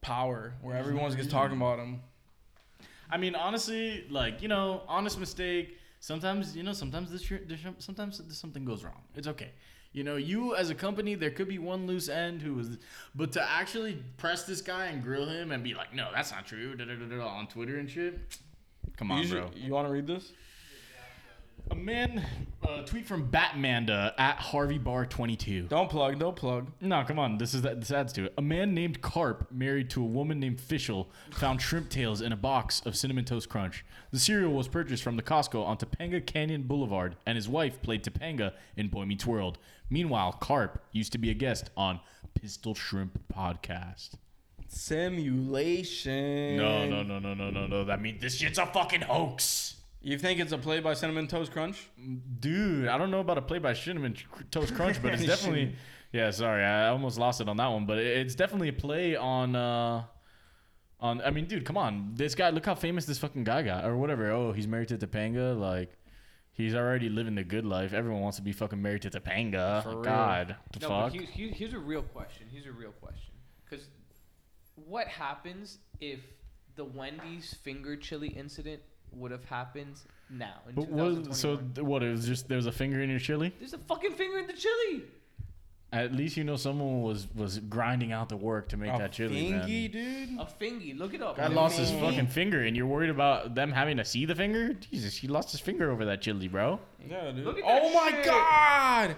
Speaker 3: power where
Speaker 2: There's no
Speaker 3: everyone's just
Speaker 2: reason.
Speaker 3: talking about them.
Speaker 2: I mean, honestly, like you know, honest mistake. Sometimes you know, sometimes this, this sometimes this- something goes wrong. It's okay. You know, you as a company, there could be one loose end who was, but to actually press this guy and grill him and be like, no, that's not true, da, da, da, da, da, on Twitter and shit. Come on,
Speaker 3: you
Speaker 2: bro.
Speaker 3: you want to read this?
Speaker 2: A man, a tweet from Batmanda at Harvey Bar 22.
Speaker 3: Don't plug, don't plug.
Speaker 2: No, come on. This is that. This adds to it. A man named Carp, married to a woman named Fischel, found shrimp tails in a box of cinnamon toast crunch. The cereal was purchased from the Costco on Topanga Canyon Boulevard, and his wife played Topanga in Boy Meets World. Meanwhile, Carp used to be a guest on Pistol Shrimp Podcast.
Speaker 3: Simulation.
Speaker 2: No, no, no, no, no, no, no. That means this shit's a fucking hoax.
Speaker 3: You think it's a play by Cinnamon Toast Crunch?
Speaker 2: Dude, I don't know about a play by Cinnamon Cr- Toast Crunch,
Speaker 3: [laughs]
Speaker 2: but it's definitely. Yeah, sorry, I almost lost it on that one, but it- it's definitely a play on. uh on, I mean, dude, come on. This guy, look how famous this fucking guy got, or whatever. Oh, he's married to Topanga. Like, he's already living the good life. Everyone wants to be fucking married to Topanga.
Speaker 3: For real.
Speaker 2: God, the
Speaker 5: No,
Speaker 2: fuck.
Speaker 5: but here's, here's a real question. Here's a real question. Because what happens if the Wendy's finger chili incident would have happened now in
Speaker 2: But what, so
Speaker 5: 2021?
Speaker 2: th- what? It was just there was a finger in your chili.
Speaker 5: There's a fucking finger in the chili.
Speaker 2: At least you know someone was was grinding out the work to make
Speaker 3: A
Speaker 2: that chili. man.
Speaker 3: Oh, fingy, dude.
Speaker 5: A fingy. Look it up.
Speaker 2: Guy lost his
Speaker 3: Fingy.
Speaker 2: fucking finger, and you're worried about them having to see the finger? Jesus, he lost his finger over that chili, bro.
Speaker 3: Yeah, dude.
Speaker 5: Look at that
Speaker 3: Oh my
Speaker 5: shit.
Speaker 3: god!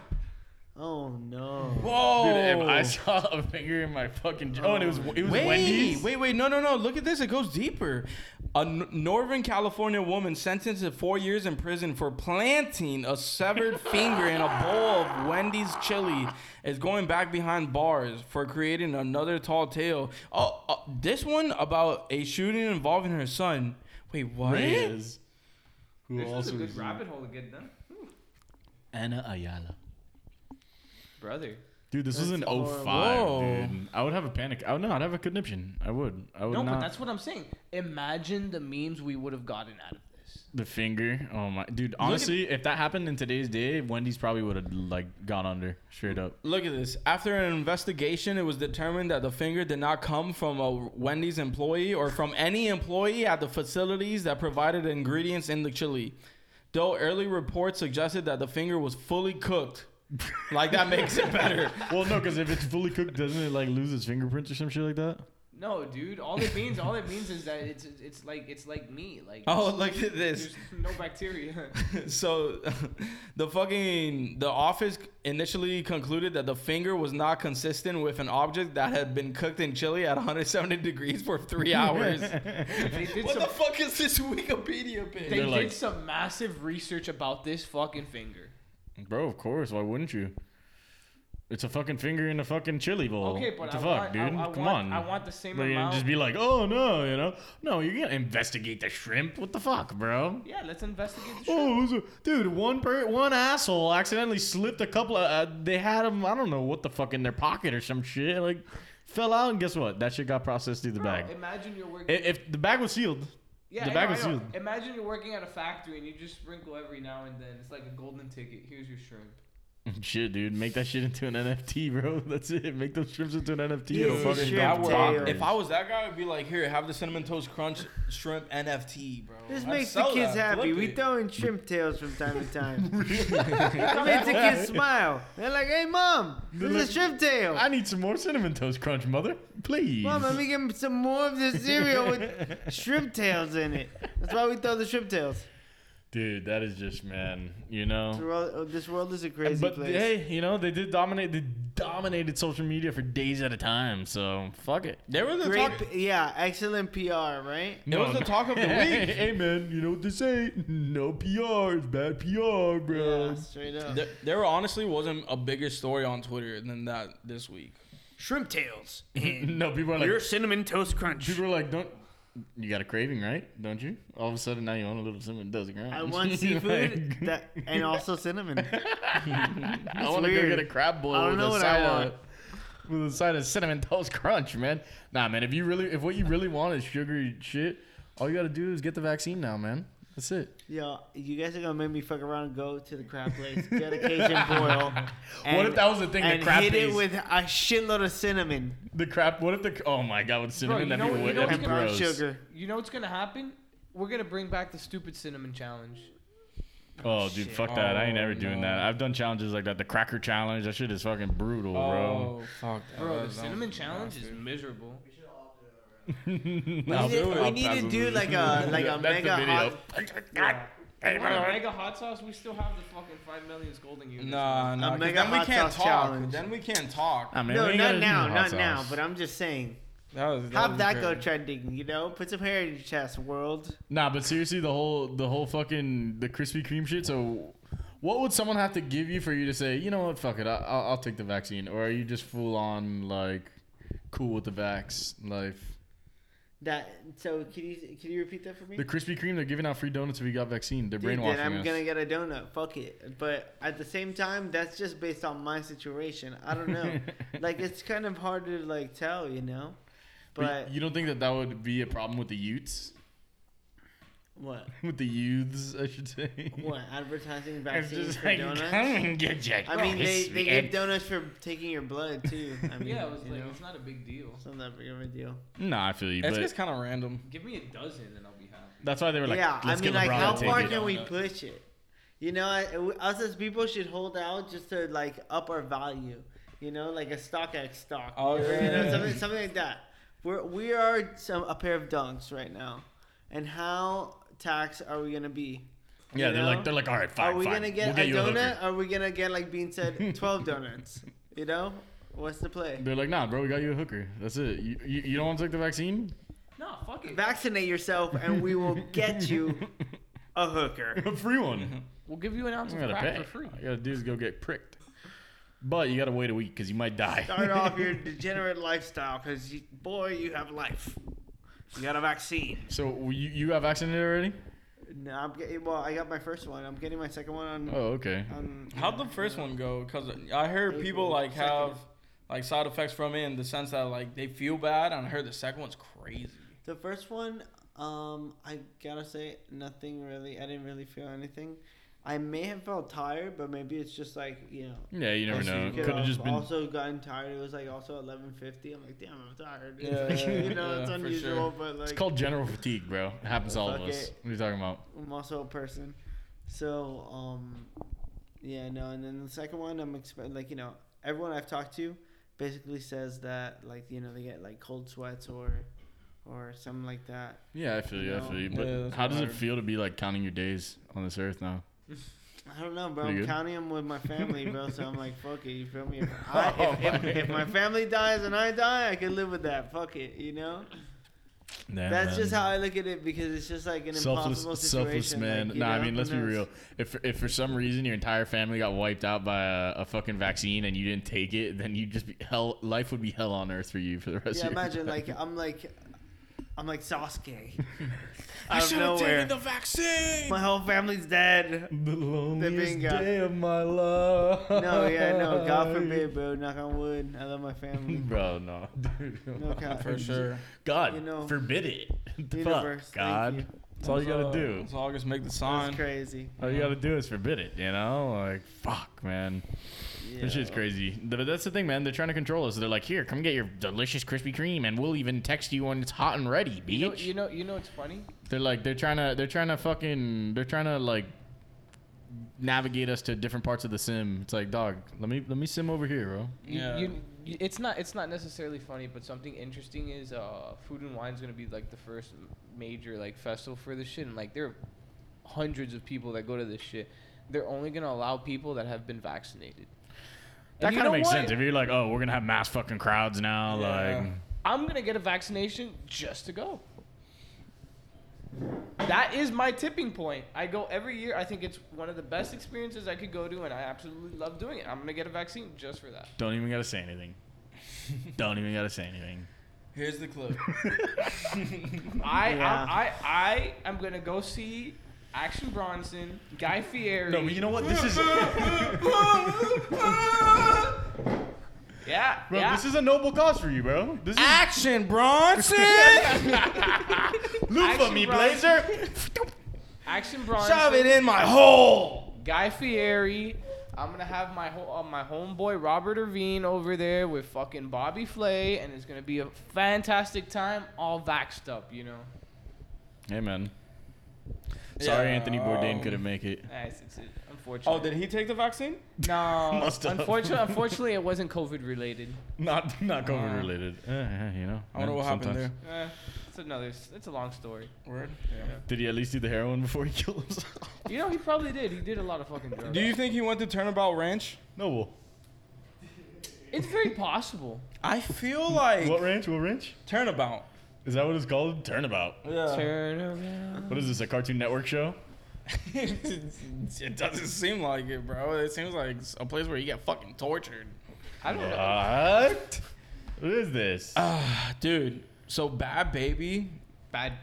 Speaker 4: Oh no.
Speaker 3: Whoa!
Speaker 2: Dude, if I saw a finger in my fucking oh, and it was it was
Speaker 3: wait,
Speaker 2: Wendy's.
Speaker 3: wait, wait! No, no, no! Look at this. It goes deeper. A N- Northern California woman sentenced to four years in prison for planting a
Speaker 2: [laughs]
Speaker 3: severed finger in a bowl of Wendy's chili is going back behind bars for creating another tall tale. Oh, uh, this one about a shooting involving her son. Wait, what?
Speaker 2: Reyes. Who
Speaker 5: This is a
Speaker 2: also
Speaker 5: good
Speaker 2: is-
Speaker 5: rabbit hole to get done. Ooh,
Speaker 2: Anna Ayala.
Speaker 5: brother.
Speaker 2: Dude, this was
Speaker 4: That's
Speaker 2: in
Speaker 4: horrible.
Speaker 2: 05,
Speaker 3: Whoa.
Speaker 2: dude. I would have a panic. I would not. I'd have a conniption. I would. I would
Speaker 5: No,
Speaker 2: not.
Speaker 5: but that's what I'm saying. Imagine the memes we would have gotten out of this.
Speaker 2: the finger. Oh my, dude. Honestly, if that happened in today's day, Wendy's probably would have like gone under straight up.
Speaker 3: Look at this. After an investigation, it was determined that the finger did not come from a Wendy's employee or from any employee at the facilities that provided ingredients in the chili. Though early reports suggested that the finger was fully cooked. like that makes it better. [laughs]
Speaker 2: Well, no, because if it's fully cooked, doesn't it like lose its fingerprints or some shit like that?
Speaker 5: No, dude. All it means, all it means is that it's it's like it's like me. Like
Speaker 3: Oh, look at this.
Speaker 5: there's no
Speaker 2: [laughs]
Speaker 5: bacteria. [laughs]
Speaker 3: so [laughs] the fucking the office initially concluded that the finger was not consistent with an object that had been cooked in chili at 170 degrees for [laughs] 3 hours.
Speaker 5: they did
Speaker 3: what
Speaker 5: some
Speaker 3: the fuck is this Wikipedia page?
Speaker 5: they
Speaker 2: They're
Speaker 5: did
Speaker 2: like-
Speaker 5: some massive research about this fucking finger.
Speaker 2: Bro, of course. Why wouldn't you? It's a fucking finger in a fucking chili bowl.
Speaker 5: okay, but
Speaker 2: what the
Speaker 5: I
Speaker 2: fuck,
Speaker 5: want,
Speaker 2: dude?
Speaker 5: I, I
Speaker 2: Come
Speaker 5: want,
Speaker 2: on.
Speaker 5: I want the same
Speaker 2: Like, and
Speaker 5: amount.
Speaker 2: just be like, oh no, you know? No, you're gonna investigate the shrimp. What the fuck, bro?
Speaker 5: yeah, let's investigate the shrimp.
Speaker 2: Oh, it was a- dude, one per one asshole accidentally slipped a couple. Of, uh, they had them. I don't know what the fuck in their pocket or some shit. Like, fell out and guess what? That shit got processed through the
Speaker 5: Bro,
Speaker 2: bag.
Speaker 5: Imagine you're working.
Speaker 2: I- if the bag was sealed, [laughs]
Speaker 5: yeah,
Speaker 2: the
Speaker 5: I
Speaker 2: bag
Speaker 5: know,
Speaker 2: was
Speaker 5: I know.
Speaker 2: sealed.
Speaker 5: Imagine you're working at a factory and you just sprinkle every now and then. It's like a golden ticket. Here's your shrimp.
Speaker 2: shit, dude, make that shit into an NFT, bro. [laughs] That's it. Make those shrimps into an NFT. It'll
Speaker 4: Dude,
Speaker 2: fucking
Speaker 4: shrimp
Speaker 2: go
Speaker 4: tail.
Speaker 2: bonkers.
Speaker 3: if I was that guy, I'd be like, here, have the cinnamon toast crunch shrimp NFT, bro.
Speaker 4: This
Speaker 3: I'd
Speaker 4: makes the
Speaker 3: sell
Speaker 4: kids
Speaker 3: that.
Speaker 4: happy.
Speaker 3: Flip
Speaker 4: We
Speaker 3: it.
Speaker 4: throw in shrimp tails from
Speaker 2: [laughs]
Speaker 4: time to time. [laughs] it makes the kids smile. They're like, "Hey, mom, this is a shrimp tail."
Speaker 2: I need some more cinnamon toast crunch, mother. Please.
Speaker 4: Mom, let me get some more of this cereal with
Speaker 2: [laughs]
Speaker 4: shrimp tails in it. That's why we throw the shrimp tails.
Speaker 2: Dude, that is just man. You
Speaker 4: This
Speaker 2: know.
Speaker 4: world, oh, this world is a crazy
Speaker 2: but
Speaker 4: place.
Speaker 2: hey, you know they did dominate. They dominated social media for days at a time. So fuck it.
Speaker 3: There was a
Speaker 4: Great,
Speaker 3: talk.
Speaker 4: p- yeah, excellent PR, right?
Speaker 3: It was the talk of the [laughs]
Speaker 2: [laughs]
Speaker 3: week.
Speaker 2: hey man, you know what they say? No PR, it's bad PR, bro.
Speaker 4: Yeah, straight up.
Speaker 3: There, there honestly wasn't a bigger story on Twitter than that this week.
Speaker 4: shrimp tails.
Speaker 2: [laughs] no, people are like,
Speaker 4: cinnamon toast crunch.
Speaker 2: people are like, don't. You got a craving, right? Don't you? All of a sudden, now you want a little cinnamon dozen crunch. [laughs]
Speaker 4: I want seafood that, and also cinnamon.
Speaker 2: I want to go
Speaker 4: weird.
Speaker 2: get a crab boil.
Speaker 4: I don't know
Speaker 2: with
Speaker 4: what
Speaker 2: a
Speaker 4: I
Speaker 2: side
Speaker 4: want.
Speaker 2: Of, with a side of cinnamon toast [laughs] crunch, man. Nah, man. If you really, if what you really want is sugary shit, all you got to do is get the vaccine now, man. That's it.
Speaker 4: Yo, you guys are gonna make me fuck around and go to the crab place, get a Cajun
Speaker 2: [laughs]
Speaker 4: boil.
Speaker 2: what if that was the thing? The
Speaker 4: and
Speaker 2: crab
Speaker 4: hit
Speaker 2: paste.
Speaker 4: it with a shitload of cinnamon
Speaker 2: the crap. What if the? Oh my god, with cinnamon,
Speaker 5: you
Speaker 2: that'd,
Speaker 5: know-
Speaker 2: be,
Speaker 5: you
Speaker 2: wa-
Speaker 5: know
Speaker 2: that'd
Speaker 4: and
Speaker 2: be
Speaker 4: brown
Speaker 5: what's
Speaker 2: gross.
Speaker 4: sugar.
Speaker 5: You know what's gonna happen? We're gonna bring back the stupid cinnamon challenge.
Speaker 2: Oh, dude,
Speaker 4: shit.
Speaker 2: fuck that. I ain't
Speaker 3: Oh,
Speaker 2: ever doing that.
Speaker 3: no.
Speaker 2: I've done challenges like that. The cracker challenge. That shit is fucking brutal, [laughs] bro.
Speaker 4: Oh,
Speaker 3: fuck.
Speaker 5: Bro, the cinnamon challenge is miserable.
Speaker 4: We
Speaker 2: I'll do
Speaker 4: need, to-
Speaker 2: it.
Speaker 4: we
Speaker 2: I'll
Speaker 4: need
Speaker 2: pass
Speaker 4: to
Speaker 2: it.
Speaker 4: do like a like a
Speaker 2: That's the
Speaker 4: mega
Speaker 2: video.
Speaker 4: hot.
Speaker 5: Hey, mega hot sauce. We still have the fucking five million scolding units.
Speaker 3: Nah, nah. 'cause
Speaker 4: mega
Speaker 3: Then we
Speaker 4: hot
Speaker 3: can't
Speaker 4: sauce
Speaker 3: talk.
Speaker 4: challenge.
Speaker 3: Then we can't talk.
Speaker 2: Nah, man, we
Speaker 4: No,
Speaker 2: ain't
Speaker 4: not
Speaker 2: gotta do
Speaker 4: now,
Speaker 2: hot
Speaker 4: not
Speaker 2: sauce.
Speaker 4: now. But I'm just saying,
Speaker 3: That was, that
Speaker 4: how'd
Speaker 3: was
Speaker 4: that go
Speaker 3: great.
Speaker 4: trending? You know, put some hair in your chest, world.
Speaker 2: Nah, but seriously, the whole the whole fucking the Krispy Kreme shit. So, what would someone have to give you for you to say, you know what, fuck it, I, I'll, I'll take the vaccine? Or are you just full on like cool with the vax life?
Speaker 4: That so can you can you repeat that for me?
Speaker 2: The Krispy Kreme, they're giving out free donuts if we got vaccine. They're
Speaker 4: Dude,
Speaker 2: brainwashing
Speaker 4: then I'm
Speaker 2: us.
Speaker 4: gonna get a donut. Fuck it. But at the same time, that's just based on my situation. I don't know. like it's kind of hard to like tell, you know.
Speaker 2: But
Speaker 4: But
Speaker 2: you don't think that that would be a problem with the Utes?
Speaker 4: What?
Speaker 2: [laughs] with the youths, I should say. [laughs]
Speaker 4: What? Advertising
Speaker 2: It's
Speaker 4: vaccines
Speaker 2: just
Speaker 4: for
Speaker 2: like [laughs]
Speaker 4: donuts?
Speaker 2: come and get your.
Speaker 4: I mean, they,
Speaker 2: crispy
Speaker 4: they give
Speaker 2: egg."
Speaker 4: donuts for taking your blood, too. I
Speaker 2: [laughs]
Speaker 4: mean,
Speaker 5: yeah, it was
Speaker 4: you
Speaker 5: like,
Speaker 4: know,
Speaker 5: it's not a big deal.
Speaker 4: it's not that big of a deal.
Speaker 2: Nah, I feel you,
Speaker 3: It's
Speaker 2: but
Speaker 3: just kind of random.
Speaker 5: Give me a dozen and I'll be happy.
Speaker 2: that's why they were like,
Speaker 4: yeah, I
Speaker 2: let's
Speaker 4: mean,
Speaker 2: get
Speaker 4: like,
Speaker 2: LeBron
Speaker 4: how
Speaker 2: to
Speaker 4: far
Speaker 2: take it.
Speaker 4: can we
Speaker 5: Donut.
Speaker 4: push it? You know, I, w- us as people should hold out just to, like, up our value. You know, like a stock X stock.
Speaker 3: Oh,
Speaker 4: or, you know,
Speaker 3: yeah.
Speaker 4: something, something like that. We're, we are some, a pair of dunks right now. And how taxed are we going to be?
Speaker 2: Yeah,
Speaker 4: you
Speaker 2: they're
Speaker 4: know?
Speaker 2: like, they're like, all right, fine,
Speaker 4: are we
Speaker 2: fine.
Speaker 4: gonna get
Speaker 2: we'll
Speaker 4: a
Speaker 2: get you a hooker."
Speaker 4: donut? are we gonna get like being
Speaker 2: [laughs]
Speaker 4: said twelve donuts? You know, what's the play?
Speaker 2: They're like, nah, bro, we got you a hooker. That's it. You, you, you don't want to take the vaccine?
Speaker 5: No, fuck it.
Speaker 4: Vaccinate yourself, and we will
Speaker 2: [laughs]
Speaker 4: get you a hooker.
Speaker 2: A free
Speaker 3: [laughs]
Speaker 2: one.
Speaker 5: We'll give you an ounce
Speaker 2: You
Speaker 5: of
Speaker 2: gotta
Speaker 5: crack
Speaker 2: pay.
Speaker 5: for free.
Speaker 2: All you gotta do is go get pricked. But you gotta wait a week because you might die.
Speaker 4: Start off [laughs] your degenerate lifestyle, because you, boy, you have life. You got a vaccine.
Speaker 2: [laughs] So you, you got vaccinated already?
Speaker 4: No, I'm getting. Well, I got my first one. I'm getting my second one on.
Speaker 2: Oh, okay.
Speaker 4: on
Speaker 3: How'd the first one go? Because I heard people
Speaker 4: April
Speaker 3: like
Speaker 4: second.
Speaker 3: have like side effects from it in the sense that like they feel bad, and I heard the second one's crazy.
Speaker 4: The first one, um, I gotta say, nothing really. I didn't really feel anything. I may have felt tired, but maybe it's just like you know.
Speaker 2: Yeah, you never
Speaker 4: Also,
Speaker 2: know.
Speaker 4: you could
Speaker 2: Could have
Speaker 4: have
Speaker 2: just been.
Speaker 4: also gotten tired. It was like also eleven fifty. I'm like, damn, I'm tired.
Speaker 3: Yeah,
Speaker 4: [laughs] you know,
Speaker 3: yeah,
Speaker 4: it's
Speaker 3: for
Speaker 4: unusual, but like,
Speaker 2: It's called general fatigue, bro. It happens to all of
Speaker 4: Fuck
Speaker 2: us.
Speaker 4: it.
Speaker 2: What are you talking about?
Speaker 4: I'm also a person. So, um, yeah, no. And then the second one, I'm expect like you know, everyone I've talked to basically says that like you know they get like cold sweats or or something like that.
Speaker 2: Yeah, I feel you. I feel you. But
Speaker 3: Yeah, that's
Speaker 2: how does it
Speaker 3: hard.
Speaker 2: feel to be like counting your days on this earth now?
Speaker 4: I don't know, bro.
Speaker 2: Pretty
Speaker 4: I'm
Speaker 2: good.
Speaker 4: counting them with my family, bro. So I'm like, fuck it. You feel
Speaker 2: [laughs]
Speaker 4: me? If, I,
Speaker 2: Oh
Speaker 4: if, if, if my family dies and I die, I can live with that. Fuck it. You know.
Speaker 2: Nah,
Speaker 4: That's
Speaker 2: man.
Speaker 4: just how I look at it because it's just like an
Speaker 2: selfless,
Speaker 4: impossible situation.
Speaker 2: selfless man.
Speaker 4: Like,
Speaker 2: no,
Speaker 4: you
Speaker 2: I
Speaker 4: know,
Speaker 2: mean, let's
Speaker 4: who
Speaker 2: be
Speaker 4: knows?
Speaker 2: real. If if for some reason your entire family got wiped out by a, a fucking vaccine and you didn't take it, then you just be hell. Life would be hell on earth for you for the rest.
Speaker 4: Yeah,
Speaker 2: of your
Speaker 4: imagine
Speaker 2: life.
Speaker 4: like I'm like, I'm like Sasuke.
Speaker 2: I
Speaker 4: out of
Speaker 2: should have
Speaker 4: nowhere,
Speaker 2: taken the vaccine.
Speaker 4: my whole
Speaker 2: [laughs]
Speaker 4: family's dead.
Speaker 2: the loneliest
Speaker 4: bingo.
Speaker 2: day of my life.
Speaker 4: No, yeah, no. God forbid, bro. Knock on wood. I love my
Speaker 2: [laughs]
Speaker 4: family.
Speaker 2: Bro, no, dude. [laughs]
Speaker 4: No cap.
Speaker 3: For sure.
Speaker 2: God
Speaker 4: You know,
Speaker 2: forbid it. [laughs] The
Speaker 4: Universe,
Speaker 2: Fuck,
Speaker 4: thank
Speaker 2: God.
Speaker 4: you.
Speaker 2: That's all you gotta do.
Speaker 3: So I'll just make the
Speaker 4: That's
Speaker 3: sign.
Speaker 4: crazy.
Speaker 2: All you gotta do is forbid it. You know, like fuck, man.
Speaker 4: Yeah.
Speaker 2: This shit's crazy. Th- But that's the thing, man. They're trying to control us. They're like, here, come get your delicious Krispy Kreme, and we'll even text you when it's hot and ready, bitch.
Speaker 5: You know, you know, you know. It's funny.
Speaker 2: they're like, they're trying to, they're trying to fucking, they're trying to like navigate us to different parts of the sim. It's like, dog, let me, let me sim over here, bro.
Speaker 5: You,
Speaker 3: Yeah.
Speaker 5: you, you, it's not. It's not necessarily funny, but something interesting is uh, food and wine's gonna be like the first major like festival for this shit, and like there are hundreds of people that go to this shit. They're only gonna allow people that have been vaccinated.
Speaker 2: That
Speaker 5: And
Speaker 2: kind
Speaker 5: you
Speaker 2: of
Speaker 5: know
Speaker 2: makes
Speaker 5: what?
Speaker 2: sense. If you're like, oh, we're gonna have mass fucking crowds now,
Speaker 3: Yeah.
Speaker 2: like,
Speaker 5: I'm gonna get a vaccination just to go. That is my tipping point. I go every year. I think it's one of the best experiences I could go to, and I absolutely love doing it. I'm gonna get a vaccine just for that.
Speaker 2: don't even gotta say
Speaker 5: [laughs]
Speaker 2: anything. don't even gotta say anything.
Speaker 3: Here's the clip.
Speaker 5: I
Speaker 4: Yeah.
Speaker 5: I, I I am gonna go see Action Bronson, Guy Fieri.
Speaker 2: No, but you know what? This is,
Speaker 5: yeah,
Speaker 2: [laughs] bro,
Speaker 5: yeah.
Speaker 2: this is a noble cause for you, bro. This is
Speaker 3: Action, Bronson.
Speaker 2: loot for
Speaker 5: Action
Speaker 2: me,
Speaker 5: Bronson.
Speaker 2: Blazer.
Speaker 5: [laughs] Action
Speaker 3: [laughs]
Speaker 5: Bronson,
Speaker 3: Shove it in my hole.
Speaker 5: Guy Fieri. I'm gonna have my ho- uh, my homeboy Robert Irvine over there with fucking Bobby Flay, and it's gonna be a fantastic time, all vaxxed up, you know.
Speaker 2: Hey, man. Sorry,
Speaker 3: Yeah,
Speaker 2: Anthony Bourdain
Speaker 3: um,
Speaker 2: couldn't make it.
Speaker 5: That's Ah, it's, it. unfortunate.
Speaker 3: Oh, did he take the vaccine?
Speaker 5: [laughs] no,
Speaker 2: Must have.
Speaker 5: unfortunately, unfortunately, it wasn't COVID related.
Speaker 2: [laughs] Not not COVID
Speaker 3: Uh,
Speaker 2: related. Uh, yeah, you know.
Speaker 3: I wonder
Speaker 2: man,
Speaker 3: what happened
Speaker 2: sometimes.
Speaker 5: [laughs] Eh, it's another. It's a long story.
Speaker 3: there. Word.
Speaker 2: Did he at least do the heroin before he [laughs] killed himself?
Speaker 5: You know, he probably did. He did a lot of fucking drugs.
Speaker 3: Do you think he went to Turnabout Ranch?
Speaker 2: no.
Speaker 5: It's very [laughs] possible.
Speaker 3: I feel like
Speaker 2: What ranch? What ranch?
Speaker 3: Turnabout.
Speaker 2: Is that what it's called? Turnabout.
Speaker 3: Yeah.
Speaker 5: Turn around.
Speaker 2: What is this? A Cartoon Network show?
Speaker 3: [laughs] it doesn't seem like it, bro. It seems like it's a place where you get fucking tortured.
Speaker 5: I don't know.
Speaker 2: What? What is this?
Speaker 3: Ah, dude. So bad baby.
Speaker 5: Bad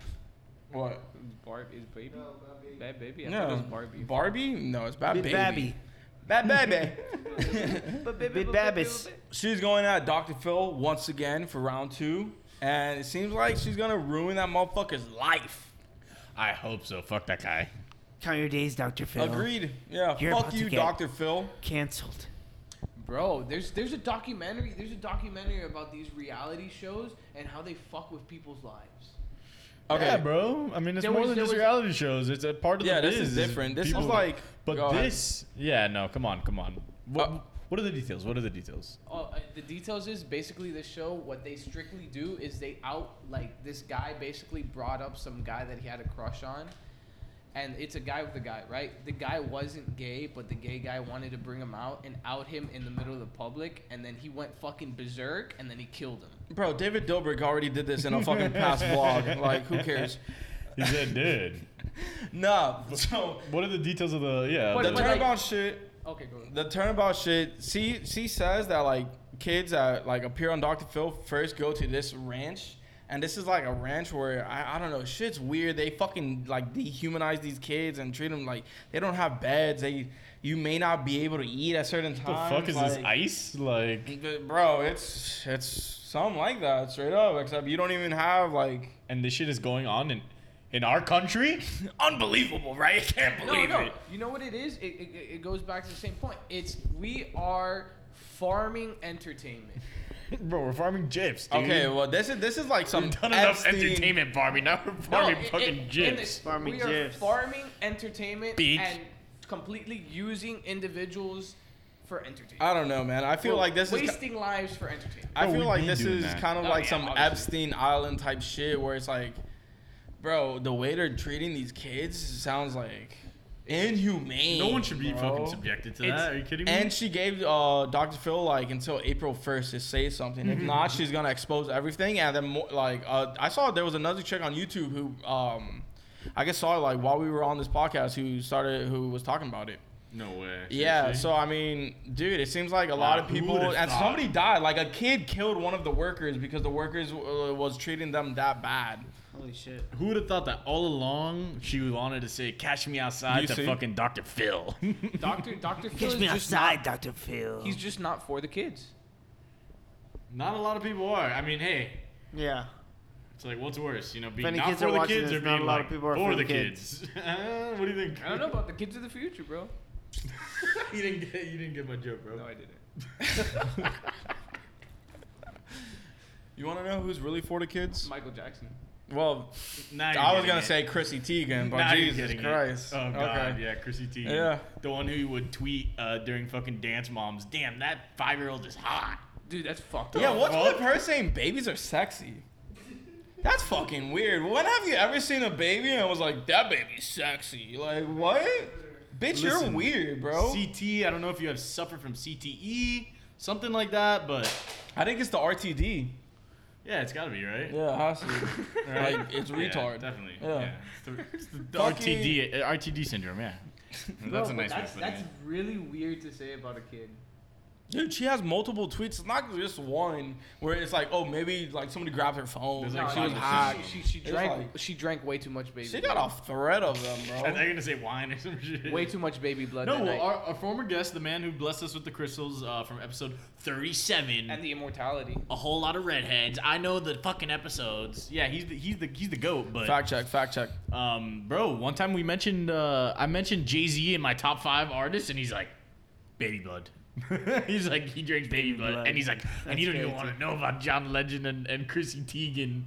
Speaker 3: What?
Speaker 5: Barb is baby. Bad baby. I thought it
Speaker 3: No.
Speaker 5: was Barbie.
Speaker 3: Barbie? No, it's bad
Speaker 4: Big
Speaker 3: baby.
Speaker 4: Babby.
Speaker 3: Bad baby.
Speaker 4: Big Babbis.
Speaker 3: she's going at Dr. Phil once again for round two, and it seems like she's gonna ruin that motherfucker's life.
Speaker 2: I hope so. Fuck that guy.
Speaker 4: Count your days, Dr. Phil.
Speaker 3: Agreed. Yeah.
Speaker 4: You're
Speaker 3: Fuck
Speaker 4: about to
Speaker 3: you,
Speaker 4: get-
Speaker 3: Doctor Phil.
Speaker 4: Cancelled.
Speaker 5: Bro, there's there's a documentary there's a documentary about these reality shows and how they fuck with people's lives.
Speaker 3: Okay,
Speaker 2: Yeah, bro. I mean, it's
Speaker 5: There
Speaker 2: more
Speaker 5: was-
Speaker 2: than
Speaker 5: there
Speaker 2: just
Speaker 5: was-
Speaker 2: reality shows. It's a part of
Speaker 3: Yeah,
Speaker 2: the
Speaker 3: this is
Speaker 2: biz,
Speaker 3: different. This is
Speaker 2: people- Uh,
Speaker 3: like- go
Speaker 2: But
Speaker 3: ahead.
Speaker 2: this, yeah, no, come on, come on. What,
Speaker 3: Uh,
Speaker 2: what are the details? What are the details?
Speaker 5: Oh, uh, the details is basically the show. What they strictly do is they out like this guy basically brought up some guy that he had a crush on, and it's a guy with a guy, right? The guy wasn't gay, but the gay guy wanted to bring him out and out him in the middle of the public, and then he went fucking berserk, and then he killed him.
Speaker 3: Bro, David Dobrik already did this in a fucking
Speaker 2: [laughs]
Speaker 3: past vlog. Like, who cares?
Speaker 2: He said, dude.
Speaker 3: Nah. [laughs] So
Speaker 2: What are the details of the, yeah.
Speaker 5: What-
Speaker 3: the
Speaker 2: the-
Speaker 5: what-
Speaker 3: turnabout shit.
Speaker 5: Okay, go. ahead.
Speaker 3: The turnabout shit. She she says that like kids that like appear on Dr. Phil first go to this ranch. And this is like a ranch where I, I don't know shit's weird. They fucking like dehumanize these kids and treat them like they don't have beds. They you may not be able to eat at certain
Speaker 2: what the
Speaker 3: times.
Speaker 2: fuck is this
Speaker 3: like-
Speaker 2: ice? Like,
Speaker 3: Bro, it's it's something like that straight up. Except you don't even have like
Speaker 2: and this shit is going on in, in our
Speaker 3: [laughs]
Speaker 2: country? Unbelievable, right? I can't
Speaker 5: No,
Speaker 2: believe
Speaker 5: no.
Speaker 2: it.
Speaker 5: You know what it is? It, it, it- it goes back to the same point. It's we are farming entertainment.
Speaker 2: Bro, we're farming gyps, dude.
Speaker 3: Okay, well this is this is like some
Speaker 2: We've done enough
Speaker 3: Epstein-
Speaker 2: entertainment farming. Now we're
Speaker 5: No,
Speaker 2: farming
Speaker 5: it- it-
Speaker 2: fucking
Speaker 5: in
Speaker 2: gyps.
Speaker 5: this-
Speaker 4: Farming
Speaker 5: we are
Speaker 4: gyps.
Speaker 5: farming entertainment
Speaker 2: Bitch.
Speaker 5: and completely using individuals for entertainment.
Speaker 3: I don't know, man. I feel
Speaker 5: We're
Speaker 3: like this is.
Speaker 5: wasting lives for entertainment.
Speaker 3: I
Speaker 2: Bro,
Speaker 3: feel
Speaker 2: we
Speaker 3: like
Speaker 2: been
Speaker 3: this
Speaker 2: doing
Speaker 3: is
Speaker 2: that.
Speaker 3: kind of
Speaker 5: Oh,
Speaker 3: like
Speaker 5: yeah,
Speaker 3: some
Speaker 5: obviously.
Speaker 3: Epstein Island type shit where it's like, bro, the way they're treating these kids sounds like inhumane.
Speaker 2: No one should be
Speaker 3: bro.
Speaker 2: fucking subjected to
Speaker 3: It's-
Speaker 2: that. Are you kidding me?
Speaker 3: And she gave uh, Dr. Phil like until April 1st to say something.
Speaker 2: Mm-hmm.
Speaker 3: If not, she's gonna expose everything. And then more, like uh, I saw there was another chick on YouTube who um, I guess saw it, like while we were on this podcast who started who was talking about it.
Speaker 2: no way.
Speaker 3: Yeah,
Speaker 2: seriously?
Speaker 3: so I mean, dude, it seems like a lot
Speaker 2: Wow,
Speaker 3: of
Speaker 2: who
Speaker 3: people
Speaker 2: would've
Speaker 3: and
Speaker 2: thought?
Speaker 3: somebody died. Like a kid killed one of the workers because the workers uh, was treating them that bad.
Speaker 4: Holy shit.
Speaker 2: Who would have thought that all along she wanted to say "Catch me outside"
Speaker 3: You
Speaker 2: to
Speaker 3: see?
Speaker 2: fucking Dr. Phil? [laughs]
Speaker 5: Doctor Doctor Phil
Speaker 4: Catch
Speaker 5: is
Speaker 4: me
Speaker 5: just
Speaker 4: outside, Dr. Phil.
Speaker 5: not, he's just not for the kids.
Speaker 2: not a lot of people are. I mean, hey,
Speaker 4: yeah.
Speaker 2: it's like what's worse, you know, being
Speaker 4: If any
Speaker 2: not
Speaker 4: kids
Speaker 2: for
Speaker 4: are
Speaker 2: the
Speaker 4: watching
Speaker 2: kids
Speaker 4: this,
Speaker 2: or
Speaker 4: not a
Speaker 2: being
Speaker 4: lot
Speaker 2: like
Speaker 4: of people are
Speaker 2: for
Speaker 4: for
Speaker 2: the
Speaker 4: the
Speaker 2: kids? [laughs] what do you think?
Speaker 5: I don't know about the kids of the future, bro.
Speaker 2: you didn't get you didn't get my joke, bro.
Speaker 5: didn't.
Speaker 3: You want to know who's really for the kids?
Speaker 5: Michael Jackson.
Speaker 3: Well,
Speaker 2: Now you're
Speaker 3: I was
Speaker 2: getting
Speaker 3: gonna
Speaker 2: it.
Speaker 3: say Chrissy Teigen, but
Speaker 2: Now you're
Speaker 3: Jesus
Speaker 2: getting it.
Speaker 3: Christ.
Speaker 2: Oh god, yeah, Chrissy Teigen.
Speaker 3: Yeah.
Speaker 2: the one who would tweet uh, during fucking Dance Moms. Damn, that five-year-old is hot.
Speaker 5: Dude, that's fucked up.
Speaker 3: Yeah, what's
Speaker 2: Well-
Speaker 3: with her saying babies are sexy? That's fucking weird. When have you ever seen a baby and was like, that baby's sexy? Like, what? Bitch, you're
Speaker 2: Listen,
Speaker 3: weird, bro.
Speaker 2: CT. I don't know if you have suffered from CTE, something like that, but
Speaker 3: I think it's the RTD.
Speaker 2: yeah, it's gotta be right.
Speaker 3: Yeah, it has to.
Speaker 2: [laughs]
Speaker 3: Like, it's retard.
Speaker 2: definitely.
Speaker 3: Yeah.
Speaker 2: Yeah. [laughs] It's the, it's the
Speaker 3: Fucking-
Speaker 2: RTD, uh, RTD syndrome, yeah. That's a nice way of putting
Speaker 5: That's
Speaker 2: it.
Speaker 5: really weird to say about a kid.
Speaker 3: Dude, she has multiple tweets. It's not just one where it's like, oh, maybe like somebody grabbed her phone.
Speaker 2: There's,
Speaker 3: Like,
Speaker 2: like,
Speaker 3: she was
Speaker 2: five
Speaker 3: hot.
Speaker 2: or six.
Speaker 5: She, she, she
Speaker 3: It's
Speaker 5: drank
Speaker 3: like-
Speaker 5: she drank way too much baby.
Speaker 3: She got a thread of them,
Speaker 2: [laughs] I thought
Speaker 3: bro.
Speaker 2: you were gonna say wine or some [laughs] shit.
Speaker 5: way too much baby blood.
Speaker 2: No,
Speaker 5: that
Speaker 2: well,
Speaker 5: night.
Speaker 2: our, our former guest, the man who blessed us with the crystals uh, from episode 37,
Speaker 5: and the immortality.
Speaker 2: [laughs] a whole lot of redheads. I know the fucking episodes. Yeah, he's the he's the he's the goat. But
Speaker 3: Fact check, fact check.
Speaker 2: um, bro, one time we mentioned uh, I mentioned Jay Z in my top five artists, and he's like, Baby Blood. [laughs] he's like he drinks Baby Blood,
Speaker 4: Blood.
Speaker 2: and he's like, and
Speaker 4: That's
Speaker 2: you don't even
Speaker 4: crazy.
Speaker 2: want to know about John Legend and, and Chrissy Teigen.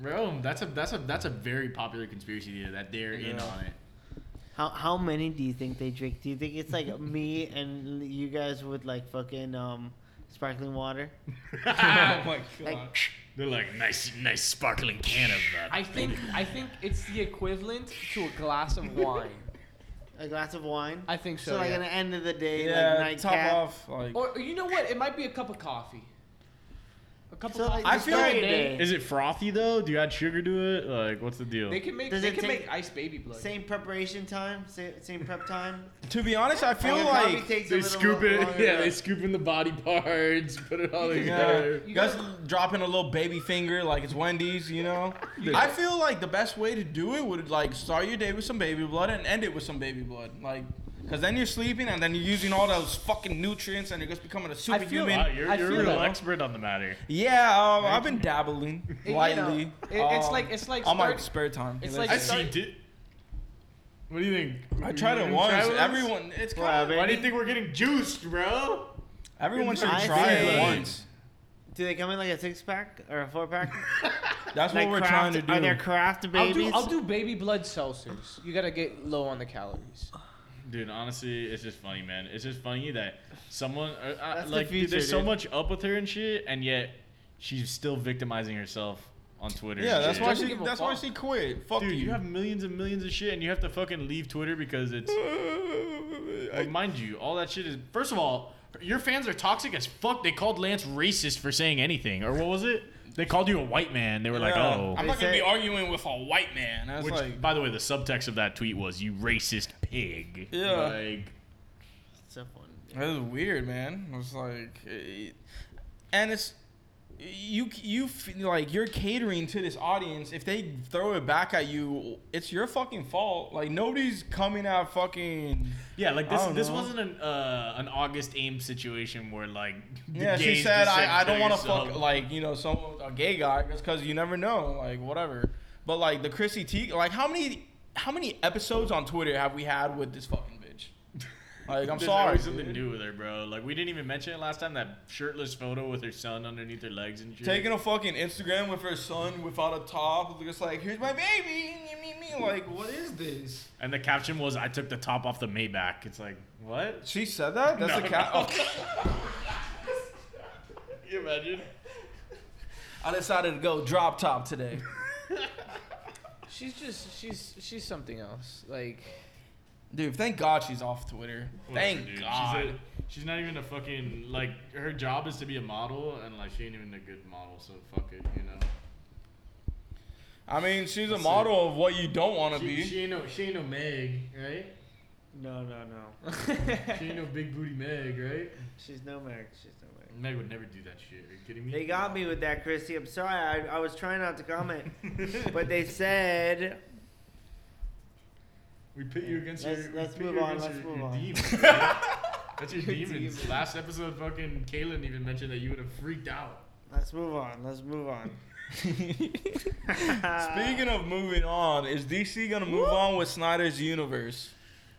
Speaker 2: Bro, that's a that's a that's a very popular conspiracy theory that they're in
Speaker 3: Yeah.
Speaker 2: on it.
Speaker 4: How how many do you think they drink? Do you think it's like [laughs] me and l- you guys with like fucking um sparkling water?
Speaker 5: Ah,
Speaker 2: [laughs]
Speaker 3: oh my god.
Speaker 4: Like,
Speaker 2: They're like nice nice sparkling can of uh, that.
Speaker 5: I think I think it's the equivalent to a glass of [laughs] wine.
Speaker 4: a glass of wine.
Speaker 5: I think so.
Speaker 4: so like
Speaker 5: yeah.
Speaker 4: at the end of the day,
Speaker 3: yeah,
Speaker 4: like
Speaker 3: top
Speaker 4: nightcap.
Speaker 3: off. Like,
Speaker 5: or or you know what? It might be a cup of coffee. A cup
Speaker 4: So
Speaker 5: of
Speaker 4: like
Speaker 5: coffee.
Speaker 3: I
Speaker 4: the
Speaker 3: feel
Speaker 4: third
Speaker 3: like
Speaker 4: day,
Speaker 2: Is it frothy though? Do you add sugar to it? Like, what's the deal?
Speaker 5: They can make
Speaker 4: Does
Speaker 5: they
Speaker 4: it
Speaker 5: can
Speaker 4: take-
Speaker 5: make ice baby blood.
Speaker 4: same preparation time, same, same prep time.
Speaker 3: to be honest, I feel
Speaker 4: It probably
Speaker 3: like
Speaker 4: takes a
Speaker 2: They
Speaker 4: little
Speaker 2: scoop
Speaker 4: lo-
Speaker 2: it.
Speaker 4: longer
Speaker 2: [laughs] Yeah,
Speaker 4: to-
Speaker 2: they scoop in the body parts, put it
Speaker 4: [laughs]
Speaker 2: all
Speaker 3: Yeah,
Speaker 2: together.
Speaker 5: You
Speaker 3: you guys
Speaker 5: gotta-
Speaker 3: dropping a little baby finger like it's Wendy's, you know. I feel like the best way to do it would like start your day with some baby blood and end it with some baby blood. Like Cause then you're sleeping and then you're using all those fucking nutrients and you're just becoming a superhuman.
Speaker 2: Wow, you're,
Speaker 4: I
Speaker 2: you're a
Speaker 4: feel
Speaker 2: real
Speaker 4: that.
Speaker 2: expert on the matter.
Speaker 3: yeah, um, I've been dabbling
Speaker 4: [laughs] you know,
Speaker 3: lightly.
Speaker 4: it- it's
Speaker 3: um,
Speaker 4: like it's like
Speaker 3: on my
Speaker 4: start-
Speaker 3: spare time.
Speaker 4: it's like
Speaker 2: I
Speaker 4: start-
Speaker 2: see. Did, what do you think?
Speaker 3: I tried it
Speaker 2: You
Speaker 3: once.
Speaker 2: try one of these?
Speaker 3: Everyone, it's kind of,
Speaker 2: Why do you think we're getting juiced, bro?
Speaker 3: everyone should
Speaker 4: I
Speaker 3: try
Speaker 4: think-
Speaker 3: it once.
Speaker 4: Do they come in like a six pack or a four pack?
Speaker 3: That's what
Speaker 4: Like
Speaker 3: we're
Speaker 4: craft-
Speaker 3: trying to do.
Speaker 4: Are there craft
Speaker 5: I'll
Speaker 4: babies?
Speaker 5: do, I'll do baby blood seltzers. You gotta get low on the calories.
Speaker 2: Dude, honestly, it's just funny, man. It's just funny that someone uh, uh,
Speaker 4: That's the
Speaker 2: like dude, there's
Speaker 4: future,
Speaker 2: so
Speaker 4: dude.
Speaker 2: much up with her and shit, and yet she's still victimizing herself on Twitter.
Speaker 3: yeah,
Speaker 2: and
Speaker 3: that's
Speaker 2: shit.
Speaker 3: why
Speaker 5: Doesn't
Speaker 3: she.
Speaker 5: give a
Speaker 3: That's why
Speaker 5: fuck.
Speaker 3: she quit. Fuck
Speaker 2: Dude,
Speaker 3: you.
Speaker 2: you
Speaker 3: [laughs]
Speaker 2: have millions and millions of shit, and you have to fucking leave Twitter because it's. But mind you, all that shit is. First of all, your fans are toxic as fuck. They called Lance racist for saying anything, or what was it? They called you a white man. They were like,
Speaker 3: Yeah.
Speaker 2: oh.
Speaker 3: I'm not
Speaker 4: They
Speaker 3: gonna be
Speaker 4: say-
Speaker 3: arguing with a white man. That's
Speaker 2: Which,
Speaker 3: like,
Speaker 2: by the way, the subtext of that tweet was "you racist pig."
Speaker 3: Yeah.
Speaker 2: Like,
Speaker 4: It's a fun-
Speaker 3: that was weird, man. It was like, eh, and it's you you f- like you're catering to this audience. If they throw it back at you, it's your fucking fault. Like nobody's coming at fucking.
Speaker 2: yeah, like this.
Speaker 3: I don't
Speaker 2: This
Speaker 3: know.
Speaker 2: wasn't an uh, an August aim situation where like. the
Speaker 3: Yeah, she
Speaker 2: gays
Speaker 3: said
Speaker 2: just
Speaker 3: I, I don't
Speaker 2: "Kill
Speaker 3: want to
Speaker 2: yourself."
Speaker 3: fuck like you know some a gay guy just because you never know like whatever. But like the Chrissy Teigen, like how many how many episodes on Twitter have we had with this fucking bitch? Like I'm
Speaker 2: There's
Speaker 3: sorry.
Speaker 2: always something
Speaker 3: dude.
Speaker 2: new with her, bro. Like we didn't even mention it last time. That shirtless photo with her son underneath her legs and shit.
Speaker 3: Taking a fucking Instagram with her son without a top, just like here's my baby, me, me, me. Like what is this?
Speaker 2: and the caption was, "I took the top off the Maybach." It's like, what?
Speaker 3: She said that.
Speaker 2: No,
Speaker 3: That's a cat. Oh.
Speaker 2: no.
Speaker 3: Okay.
Speaker 2: [laughs] Can you imagine?
Speaker 3: [laughs] I decided to go drop top today.
Speaker 5: She's just she's she's something else. Like
Speaker 3: Dude, thank God she's off Twitter.
Speaker 2: Whatever,
Speaker 3: Thank
Speaker 2: dude.
Speaker 3: God.
Speaker 2: She's, a, she's not even a fucking like. Her job is to be a model, and like she ain't even a good model. So fuck it, you know.
Speaker 3: I mean, she's a
Speaker 2: That's
Speaker 3: model of what you don't want to
Speaker 2: She,
Speaker 3: be.
Speaker 2: she ain't no, she ain't no Meg, right?
Speaker 4: No, no, no.
Speaker 2: She
Speaker 3: [laughs]
Speaker 2: ain't no big booty Meg, right?
Speaker 4: [laughs] She's no Meg. She's no Meg.
Speaker 2: Meg would never do that shit. Are you kidding me?
Speaker 4: They got me with that, Christy. I'm sorry. I, I was trying not
Speaker 3: [laughs]
Speaker 4: to comment, but they said
Speaker 2: We pit you against
Speaker 4: Let's-
Speaker 2: your. we
Speaker 4: let's
Speaker 2: pit
Speaker 4: move
Speaker 2: you
Speaker 4: on,
Speaker 2: against
Speaker 4: let's
Speaker 2: your-
Speaker 4: move
Speaker 2: your
Speaker 4: on.
Speaker 2: demons, dude.
Speaker 4: [laughs]
Speaker 2: That's your demons. Last episode, fucking Kaylin even mentioned that you would have freaked out.
Speaker 4: let's move on. Let's move on.
Speaker 2: Uh,
Speaker 3: Speaking of moving on, is DC gonna move on with Snyder's universe?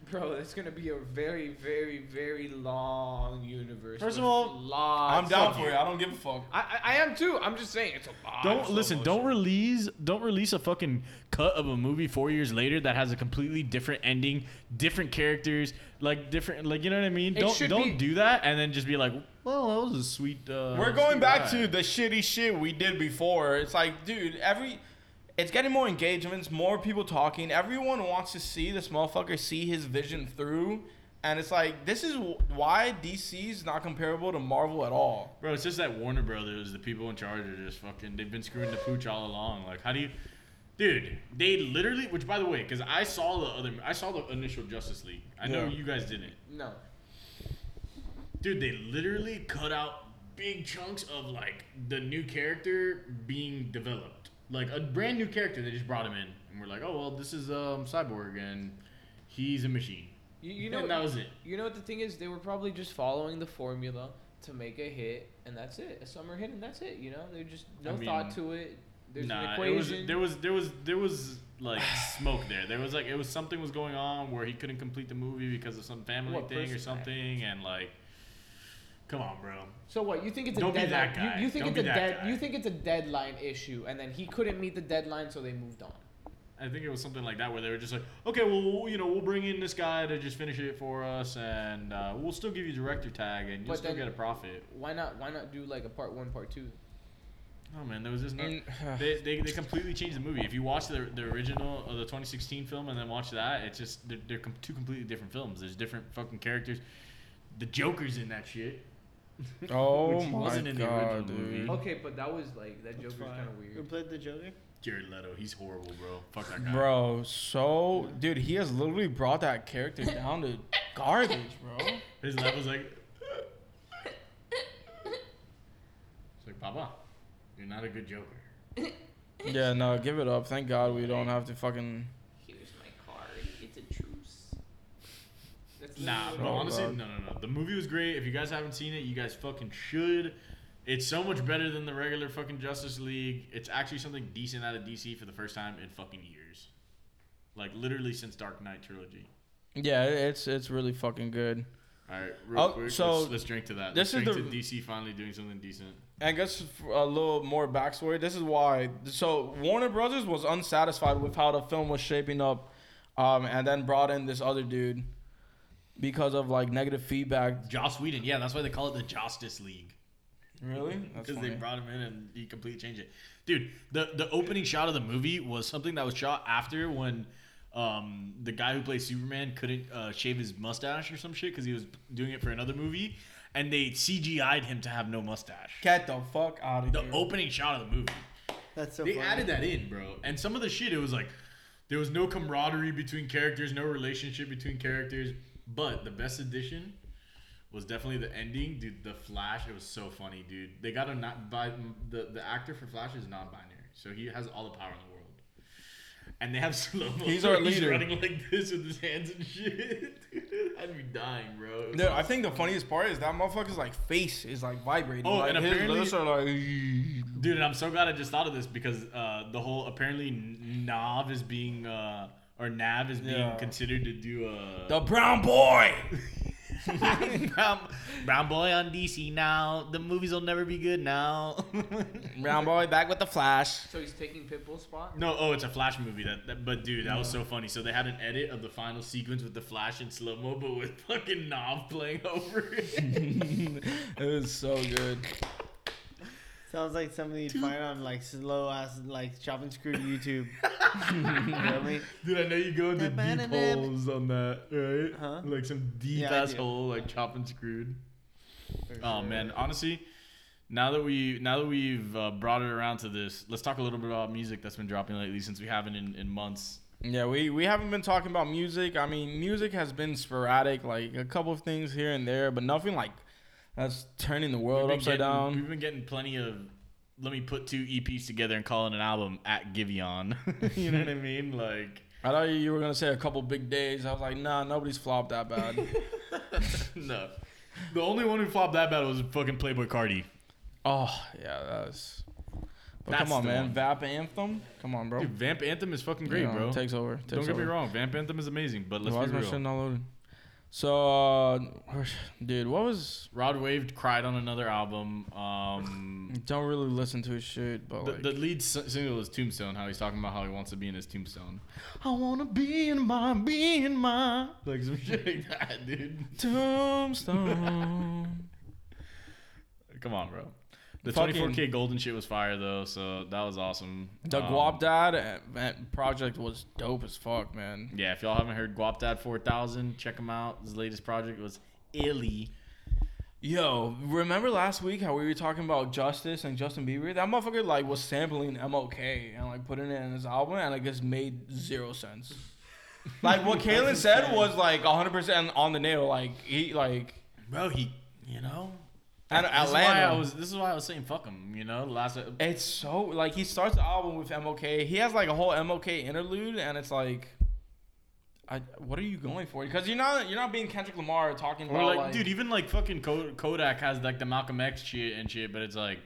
Speaker 5: Bro, it's gonna be a very, very, very long universe.
Speaker 2: First of
Speaker 5: with
Speaker 2: all,
Speaker 5: lots
Speaker 3: I'm down
Speaker 5: of-
Speaker 3: for it. I don't give a fuck.
Speaker 5: I, I, I am too. I'm just saying it's a lot. of
Speaker 2: Don't
Speaker 5: slow
Speaker 2: listen. Don't
Speaker 5: motion.
Speaker 2: release. Don't release a fucking cut of a movie four years later that has a completely different ending, different characters, like different, like you know what I mean.
Speaker 5: It
Speaker 2: don't
Speaker 5: should
Speaker 2: don't
Speaker 5: be-
Speaker 2: do that and then just be like, well, that was a sweet. Uh,
Speaker 3: We're going
Speaker 2: sweet
Speaker 3: back to
Speaker 2: ride."
Speaker 3: the shitty shit we did before. It's like, dude, every it's getting more engagements, more people talking. Everyone wants to see this motherfucker see his vision through. And it's like this is wh- why DC's not comparable to Marvel at all.
Speaker 2: bro. It's just that Warner Brothers, the people in charge, are just fucking. They've been screwing the pooch all along. Like, how do you, dude? They literally. Which, by the way, because I saw the other, I saw the initial Justice League. I know
Speaker 3: Yeah.
Speaker 2: you guys didn't.
Speaker 5: No.
Speaker 2: Dude, they literally cut out big chunks of like the new character being developed. Like a brand new character, they just brought him in, and we're like, oh well, this is um Cyborg, and he's a machine.
Speaker 5: You, you know
Speaker 2: and that was it.
Speaker 5: You know what the thing is? They were probably just following the formula to make a hit, and that's it. A summer hit, and that's it. You know, they just no
Speaker 2: I mean,
Speaker 5: thought to it. There's an
Speaker 2: nah, it was,
Speaker 5: equation.
Speaker 2: there was there was there was
Speaker 5: [sighs]
Speaker 2: like smoke there. There was like it was something was going on where he couldn't complete the movie because of some family
Speaker 5: What
Speaker 2: thing or
Speaker 5: person, man?
Speaker 2: something, and like, come on, bro.
Speaker 5: so what? You think it's a
Speaker 2: Don't be
Speaker 5: deadline?
Speaker 2: that guy.
Speaker 5: You, you think
Speaker 2: Don't
Speaker 5: it's a
Speaker 2: be that
Speaker 5: dead?
Speaker 2: guy.
Speaker 5: You think it's a deadline issue, and then he couldn't meet the deadline, so they moved on.
Speaker 2: I think it was something like that where they were just like, okay, well, we'll- you know, we'll bring in this guy to just finish it for us, and uh, we'll still give you director tag, and you'll
Speaker 5: But
Speaker 2: still
Speaker 5: then-
Speaker 2: get a profit.
Speaker 5: Why not? Why not do like a part one, part two?
Speaker 2: Oh man, there was just no.
Speaker 3: [laughs] Mm.
Speaker 2: they, they, they completely changed the movie. If you watch the, the original, uh, the 2016 film, and then watch that, it's just they're, they're com- two completely different films. There's different fucking characters. The Joker's in that shit.
Speaker 3: Oh
Speaker 2: Which wasn't in the original movie.
Speaker 5: Okay, but that was like that joke was
Speaker 4: Fine.
Speaker 5: kind of
Speaker 4: Who
Speaker 5: weird.
Speaker 4: played the Joker?
Speaker 2: Jared Leto, he's horrible, bro. Fuck that guy.
Speaker 3: Bro, so dude, he has literally brought that character down to garbage, bro. [laughs]
Speaker 2: His laugh was like, [laughs] it's like, Papa, you're not a good Joker.
Speaker 3: Yeah, no, give it up. Thank God we don't have to fucking
Speaker 5: Here's my card. It's a truce. That's
Speaker 2: Nah, but
Speaker 5: So
Speaker 2: honestly,
Speaker 5: good.
Speaker 2: no, no, no. The movie was great. If you guys haven't seen it, you guys fucking should. It's so much better than the regular fucking Justice League. It's actually something decent out of DC for the first time in fucking years. Like literally since Dark Knight trilogy.
Speaker 3: Yeah, it's it's really fucking good.
Speaker 2: All right, real
Speaker 3: Oh,
Speaker 2: quick.
Speaker 3: so
Speaker 2: let's, let's drink to that.
Speaker 3: this
Speaker 2: Let's
Speaker 3: is
Speaker 2: drink
Speaker 3: the-
Speaker 2: to DC finally doing something decent.
Speaker 3: I guess f- a little more backstory. This is why. So Warner Brothers was unsatisfied with how the film was shaping up, um, and then brought in this other dude because of like negative feedback.
Speaker 2: Joss Whedon, yeah, that's why they call it the Justice League.
Speaker 3: Really? That's
Speaker 2: because they
Speaker 3: funny.
Speaker 2: brought him in and he completely changed it. Dude, the the opening shot of the movie was something that was shot after when um, the guy who plays Superman couldn't uh, shave his mustache or some shit because he was doing it for another movie, and they CGI'd him to have no mustache.
Speaker 3: Get the fuck out of
Speaker 2: The
Speaker 3: here.
Speaker 2: opening shot of the movie.
Speaker 4: That's so.
Speaker 2: They
Speaker 4: funny.
Speaker 2: added that in, bro. And some of the shit, it was like there was no camaraderie between characters, no relationship between characters. But the best addition was definitely the ending, dude. The Flash, it was so funny, dude. They got a not by the the actor for Flash is non-binary, so he has all the power in the world. And they have [laughs] slow mo.
Speaker 3: He's our leader.
Speaker 2: running like this with his hands and shit. [laughs] Dude, I'd be dying, bro. It was
Speaker 3: Dude, I think the funniest part is that motherfucker's like face is like vibrating.
Speaker 2: Oh,
Speaker 3: Like,
Speaker 2: and
Speaker 3: his
Speaker 2: apparently-
Speaker 3: lips are
Speaker 2: [laughs]
Speaker 3: like.
Speaker 2: Dude, and I'm so glad I just thought of this because uh, the whole apparently Nav is being uh, or Nav is being
Speaker 3: Yeah.
Speaker 2: considered to do
Speaker 3: [laughs]
Speaker 2: a [laughs]
Speaker 3: The brown boy.
Speaker 2: brown, brown boy on DC now. The movies will never be good now. [laughs]
Speaker 3: brown boy back with the flash. [laughs]
Speaker 5: So he's taking Pitbull's spot.
Speaker 2: no, oh, it's a Flash movie. That, that but dude, that was so funny. So they had an edit of the final sequence with the Flash in slow mo, but with [laughs] fucking Nav playing [laughs] over
Speaker 3: [laughs]
Speaker 2: it.
Speaker 3: it was so good.
Speaker 4: Sounds like something you'd find on like slow ass like chop and screw YouTube. you know me?
Speaker 2: dude, I know you go into deep
Speaker 4: Ba-ba-da-dam.
Speaker 2: holes on that, right?
Speaker 4: Huh?
Speaker 2: Like some deep
Speaker 4: Yeah, I
Speaker 2: asshole,
Speaker 4: do.
Speaker 2: like chopping screwed.
Speaker 4: For
Speaker 2: [laughs] Oh
Speaker 4: sure.
Speaker 2: man, honestly, now that we now that we've uh, brought it around to this, let's talk a little bit about music that's been dropping lately since we haven't in, in months.
Speaker 3: Yeah, we, we haven't been talking about music. I mean, music has been sporadic, like a couple of things here and there, but nothing like that's turning the
Speaker 2: We've
Speaker 3: world
Speaker 2: been
Speaker 3: upside
Speaker 2: getting-
Speaker 3: down.
Speaker 2: We've been getting plenty of let me put two EPs together and call it an album at Giveon. [laughs] you know what I mean? Like [laughs]
Speaker 3: I thought you were gonna say a couple big days. I was like, nah, nobody's flopped that bad.
Speaker 2: [laughs] no. The only one who flopped that bad was fucking Playboy Cardi.
Speaker 3: oh yeah, that's. But
Speaker 2: That's
Speaker 3: come on,
Speaker 2: the
Speaker 3: man,
Speaker 2: one.
Speaker 3: Vap Anthem. Come on, bro.
Speaker 2: Dude, Vamp Anthem is fucking great,
Speaker 3: You know,
Speaker 2: bro.
Speaker 3: Takes over. Takes
Speaker 2: Don't get
Speaker 3: over.
Speaker 2: me wrong, Vamp Anthem is amazing, but let's
Speaker 3: Why is
Speaker 2: be
Speaker 3: my
Speaker 2: real.
Speaker 3: shit not loading? So, uh, dude, what was?
Speaker 2: Rod Wave cried on another album.
Speaker 3: [laughs]
Speaker 2: Um,
Speaker 3: Don't really listen to his shit, but
Speaker 2: The,
Speaker 3: like,
Speaker 2: the lead s- single is Tombstone. How he's talking about how he wants to be in his tombstone. I wanna be in my, be in my, like some [laughs] shit like that, dude. [laughs]
Speaker 3: Tombstone.
Speaker 2: Come on, bro. The
Speaker 3: Fucking-
Speaker 2: 24K golden shit was fire though, so that was awesome.
Speaker 3: The
Speaker 2: Um,
Speaker 3: Guap Dad eh, man, project was dope as fuck, man.
Speaker 2: Yeah, if y'all haven't heard Guap Dad 4000, check him out. His latest project was Illy.
Speaker 3: Yo, remember last week how we were talking about Justice and Justin Bieber? That motherfucker like was sampling MLK and like putting it in his album, and it just made zero [laughs] sense. Like what Kalen said was like 100 percent on the nail. Like he like
Speaker 2: Bro, he, you know,
Speaker 3: and
Speaker 2: This is why I
Speaker 3: Atlanta.
Speaker 2: was. This is why I was saying fuck him. You know, last.
Speaker 3: it's so like he starts the album with MLK. He has like a whole MLK interlude, and it's like. I, what are you going for? Because you're not you're not being Kendrick Lamar talking
Speaker 2: Or
Speaker 3: about
Speaker 2: like, dude, even like fucking Ko- Kodak has like the Malcolm X shit and shit, but it's like,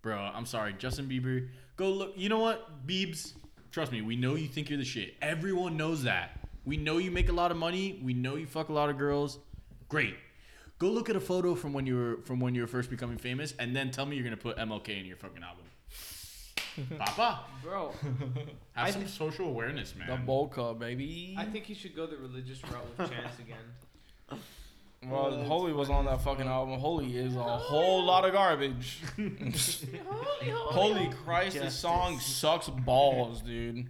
Speaker 2: bro, I'm sorry, Justin Bieber, go look. You know what, Biebs? Trust me, we know you think you're the shit. Everyone knows that. We know you make a lot of money. We know you fuck a lot of girls. Great. Go look at a photo from when you were from when you were first becoming famous, and then tell me you're gonna put MLK in your fucking album. Papa,
Speaker 5: Bro,
Speaker 2: have
Speaker 5: I
Speaker 2: some
Speaker 5: thi-
Speaker 2: social awareness, man.
Speaker 3: the Bolka baby.
Speaker 5: I think he should go the religious route with Chance [laughs] again.
Speaker 3: Well,
Speaker 4: Well,
Speaker 3: Holy was on that fucking album. Holy is a whole lot of garbage. Holy Christ, this
Speaker 4: Justice.
Speaker 3: song sucks balls, dude.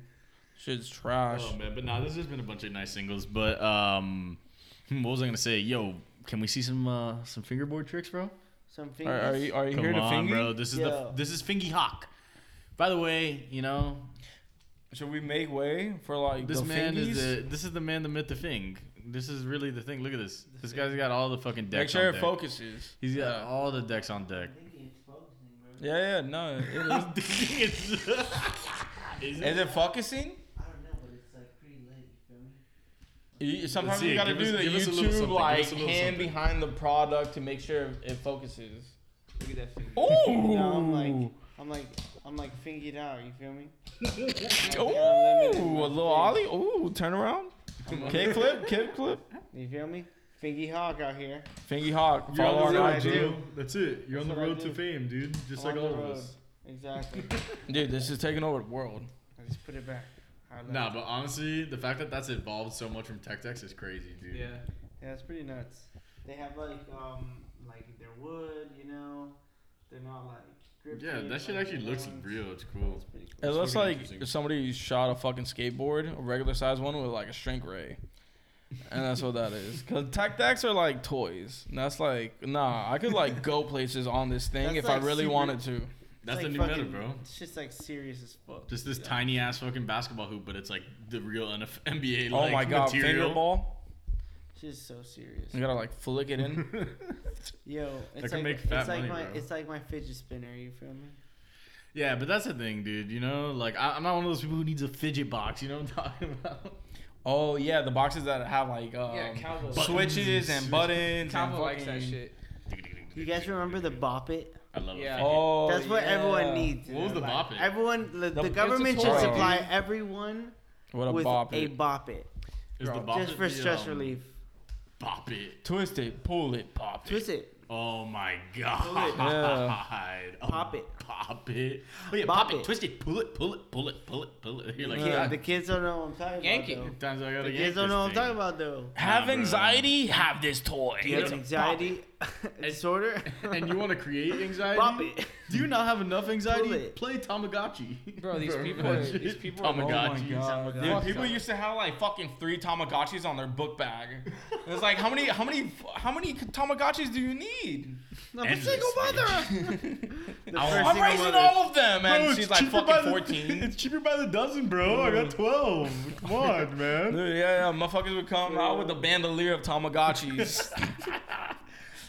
Speaker 3: Shit's trash.
Speaker 2: Oh man, but nah, this has been a bunch of nice singles. But um, [laughs] hmm, what was I gonna say? Yo, can we see some uh some fingerboard tricks, bro?
Speaker 4: Some
Speaker 3: Are,
Speaker 4: fingers.
Speaker 3: are you are you
Speaker 2: Come
Speaker 3: here to
Speaker 2: on,
Speaker 3: finger?
Speaker 2: bro. This is the
Speaker 4: Yo.
Speaker 2: this is Fingy Hawk. By the way, you know
Speaker 3: Should we make way for like
Speaker 2: this
Speaker 3: the
Speaker 2: man
Speaker 3: Oh, fingies?
Speaker 2: is the this is the man, the myth, the thing. This is really the thing. Look at this. This guy's got all the fucking decks.
Speaker 3: Make sure
Speaker 2: on
Speaker 3: it
Speaker 2: deck.
Speaker 3: focuses.
Speaker 2: He's got all the decks on [laughs] deck.
Speaker 3: Yeah, yeah, no. It
Speaker 2: I'm [laughs]
Speaker 3: is.
Speaker 2: thinking it's- Is it-
Speaker 3: is it focusing? You- Sometimes you
Speaker 2: see,
Speaker 3: gotta
Speaker 2: give
Speaker 3: do
Speaker 2: us-
Speaker 3: the
Speaker 2: give us a little something,
Speaker 3: YouTube
Speaker 2: give
Speaker 3: like
Speaker 2: us a little
Speaker 3: hand
Speaker 2: something.
Speaker 3: behind the product to make sure it focuses.
Speaker 4: Look at that finger.
Speaker 2: Oh!
Speaker 3: Ooh.
Speaker 4: Now I'm like, I'm like, I'm like fingered out. You
Speaker 2: [laughs]
Speaker 4: feel me?
Speaker 3: Ooh,
Speaker 4: Unlimited
Speaker 3: a little ollie. Ooh, turn around. Kick flip, kick flip.
Speaker 4: You feel me? Fingy hog out here.
Speaker 3: Fingy hawk.
Speaker 2: You're on
Speaker 3: Follow our
Speaker 2: the
Speaker 4: what I
Speaker 2: road,
Speaker 3: IG.
Speaker 2: Joe. That's it. You're on the
Speaker 4: That's what I
Speaker 2: road to
Speaker 4: do.
Speaker 2: fame, dude. Just
Speaker 4: I'm
Speaker 2: like
Speaker 4: on
Speaker 2: all
Speaker 4: the
Speaker 2: of
Speaker 4: road.
Speaker 2: us.
Speaker 4: Exactly.
Speaker 2: [laughs]
Speaker 3: Dude, this is taking over the world.
Speaker 4: I just put it back. I love
Speaker 2: Nah,
Speaker 4: it.
Speaker 2: but honestly, the fact that that's evolved so much from Tech Dex is crazy, dude.
Speaker 5: Yeah.
Speaker 4: Yeah, it's pretty nuts. They have like um like their wood, you know. They're not like grippy.
Speaker 2: Yeah, that shit actually looks real. It's cool.
Speaker 4: It's pretty
Speaker 3: It
Speaker 4: cool.
Speaker 3: looks
Speaker 2: fucking
Speaker 3: like
Speaker 2: interesting.
Speaker 3: somebody shot a fucking skateboard, a regular size one with like a shrink ray. And that's what that is. Cause tech decks are like toys. And that's like, nah, I could like
Speaker 2: [laughs]
Speaker 3: go places on this thing
Speaker 4: That's
Speaker 3: if
Speaker 4: like
Speaker 3: I really
Speaker 4: super-
Speaker 3: wanted to.
Speaker 2: That's
Speaker 4: like
Speaker 2: the new meta,
Speaker 4: fucking-
Speaker 2: bro.
Speaker 4: It's just like serious as fuck.
Speaker 2: Just this tiny ass fucking basketball hoop, but it's like the real NF- [laughs] NBA. Like,
Speaker 3: oh my god,
Speaker 2: material. [laughs]
Speaker 3: finger ball.
Speaker 4: She's so serious.
Speaker 3: You gotta like flick
Speaker 2: [laughs]
Speaker 3: it in.
Speaker 4: Yo, it's
Speaker 2: can
Speaker 4: like
Speaker 2: make fat
Speaker 4: it's like
Speaker 2: money,
Speaker 4: my
Speaker 2: bro.
Speaker 4: it's like my fidget spinner. You feel me?
Speaker 2: Yeah, but that's the thing, dude. You know, like I, I'm not one of those people who needs a fidget box. You know what I'm talking about?
Speaker 3: Oh yeah, the boxes that have like um,
Speaker 5: Yeah, Calvo.
Speaker 3: switches
Speaker 2: Buttons. [laughs]
Speaker 3: and buttons.
Speaker 5: Calvo
Speaker 3: and
Speaker 5: likes that
Speaker 3: fucking-
Speaker 5: shit.
Speaker 4: You guys remember the Bop It?
Speaker 2: I love
Speaker 5: Yeah.
Speaker 2: it.
Speaker 3: Oh,
Speaker 4: That's what
Speaker 3: yeah.
Speaker 4: everyone needs.
Speaker 2: What was the
Speaker 4: Like,
Speaker 2: Bop It?
Speaker 4: Everyone, the, the
Speaker 3: it's a
Speaker 4: government should
Speaker 5: toy.
Speaker 4: supply everyone
Speaker 3: What a
Speaker 4: with
Speaker 3: bop!
Speaker 4: a
Speaker 3: it.
Speaker 4: Bop It,
Speaker 2: Is the
Speaker 5: Bro,
Speaker 2: bop
Speaker 4: just
Speaker 2: it
Speaker 4: for
Speaker 2: the,
Speaker 4: stress
Speaker 2: um, [laughs]
Speaker 4: relief.
Speaker 2: Bop it.
Speaker 3: Twist it, pull it, pop it.
Speaker 4: Twist it,
Speaker 2: Oh my god.
Speaker 3: Yeah.
Speaker 2: [laughs] Oh,
Speaker 4: Pop it.
Speaker 2: Pop it. Oh yeah,
Speaker 4: Bop
Speaker 2: pop it.
Speaker 4: it.
Speaker 2: Twist it. Pull it. Pull it. Pull it. Pull it. Pull it. [laughs] You're like,
Speaker 4: Kid-
Speaker 3: Yeah.
Speaker 2: yeah.
Speaker 4: the kids don't know what I'm talking
Speaker 5: Yankee.
Speaker 4: about.
Speaker 2: Times I
Speaker 4: Though.
Speaker 2: gotta
Speaker 4: The
Speaker 2: yank
Speaker 4: kids don't
Speaker 2: this
Speaker 4: know what I'm
Speaker 2: thing.
Speaker 4: talking about though.
Speaker 3: Have
Speaker 2: Nah, bro.
Speaker 3: anxiety, have this toy.
Speaker 4: Do you have anxiety [laughs] disorder?
Speaker 2: [laughs] And you want to create anxiety?
Speaker 4: Bop it.
Speaker 2: Do you not have enough
Speaker 4: Pull
Speaker 2: anxiety?
Speaker 4: it.
Speaker 2: Play Tamagotchi. [laughs]
Speaker 5: Bro, these people are- these people are- oh my
Speaker 2: Tamagotchi.
Speaker 3: God, dude,
Speaker 5: Fuck
Speaker 3: people
Speaker 5: that.
Speaker 3: used to have like fucking three Tamagotchis on their book bag. It's like how many, how many, how many Tamagotchis do you need?
Speaker 4: No, but
Speaker 2: Endless,
Speaker 4: single mother.
Speaker 2: [laughs]
Speaker 4: The first
Speaker 3: I'm
Speaker 4: single
Speaker 3: raising
Speaker 4: mother.
Speaker 3: all of them, and
Speaker 2: Bro, it's
Speaker 3: she's like
Speaker 2: cheaper by
Speaker 3: fucking
Speaker 2: the- [laughs]
Speaker 3: fourteen.
Speaker 2: It's cheaper by the dozen, bro. I
Speaker 5: Mm.
Speaker 2: got twelve. Come on,
Speaker 5: [laughs]
Speaker 2: man.
Speaker 3: Dude, yeah, yeah, motherfuckers would come out with a bandolier of Tamagotchis.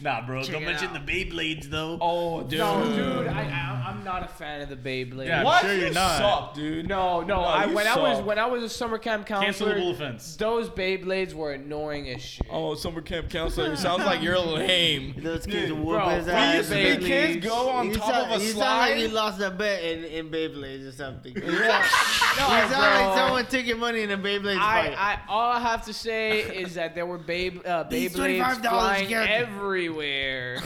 Speaker 2: Nah, bro.
Speaker 5: Check it out.
Speaker 2: the Beyblades though.
Speaker 3: oh, dude.
Speaker 5: No, dude, I, I I'm not a fan of the Beyblade.
Speaker 2: Yeah, I'm
Speaker 3: what?
Speaker 2: sure
Speaker 3: you
Speaker 2: you're not.
Speaker 3: suck, dude.
Speaker 5: No, no. I,
Speaker 3: you
Speaker 5: when I was
Speaker 3: suck.
Speaker 5: when I was a summer camp
Speaker 2: Cancelable
Speaker 5: counselor,
Speaker 2: offense.
Speaker 5: those Beyblades were annoying as shit.
Speaker 3: Oh, summer camp counselor. It sounds like you're lame.
Speaker 4: Those kids
Speaker 5: Dude,
Speaker 4: whoop
Speaker 5: bro,
Speaker 4: his
Speaker 5: we
Speaker 4: ass.
Speaker 5: used to be
Speaker 4: Beyblades.
Speaker 3: kids, go on
Speaker 4: You
Speaker 3: top
Speaker 4: sound-
Speaker 3: of a
Speaker 4: you sound like
Speaker 3: slide.
Speaker 4: you lost a bet in, in Beyblades or something.
Speaker 3: [laughs]
Speaker 4: You sound,
Speaker 5: No,
Speaker 4: you sound like
Speaker 5: bro.
Speaker 4: someone took your money in a Beyblades
Speaker 5: I,
Speaker 4: fight.
Speaker 5: I all I have to say is that there were babe uh,
Speaker 4: These
Speaker 5: Beyblades
Speaker 4: $25
Speaker 5: flying
Speaker 3: [laughs]
Speaker 4: character.
Speaker 5: everywhere.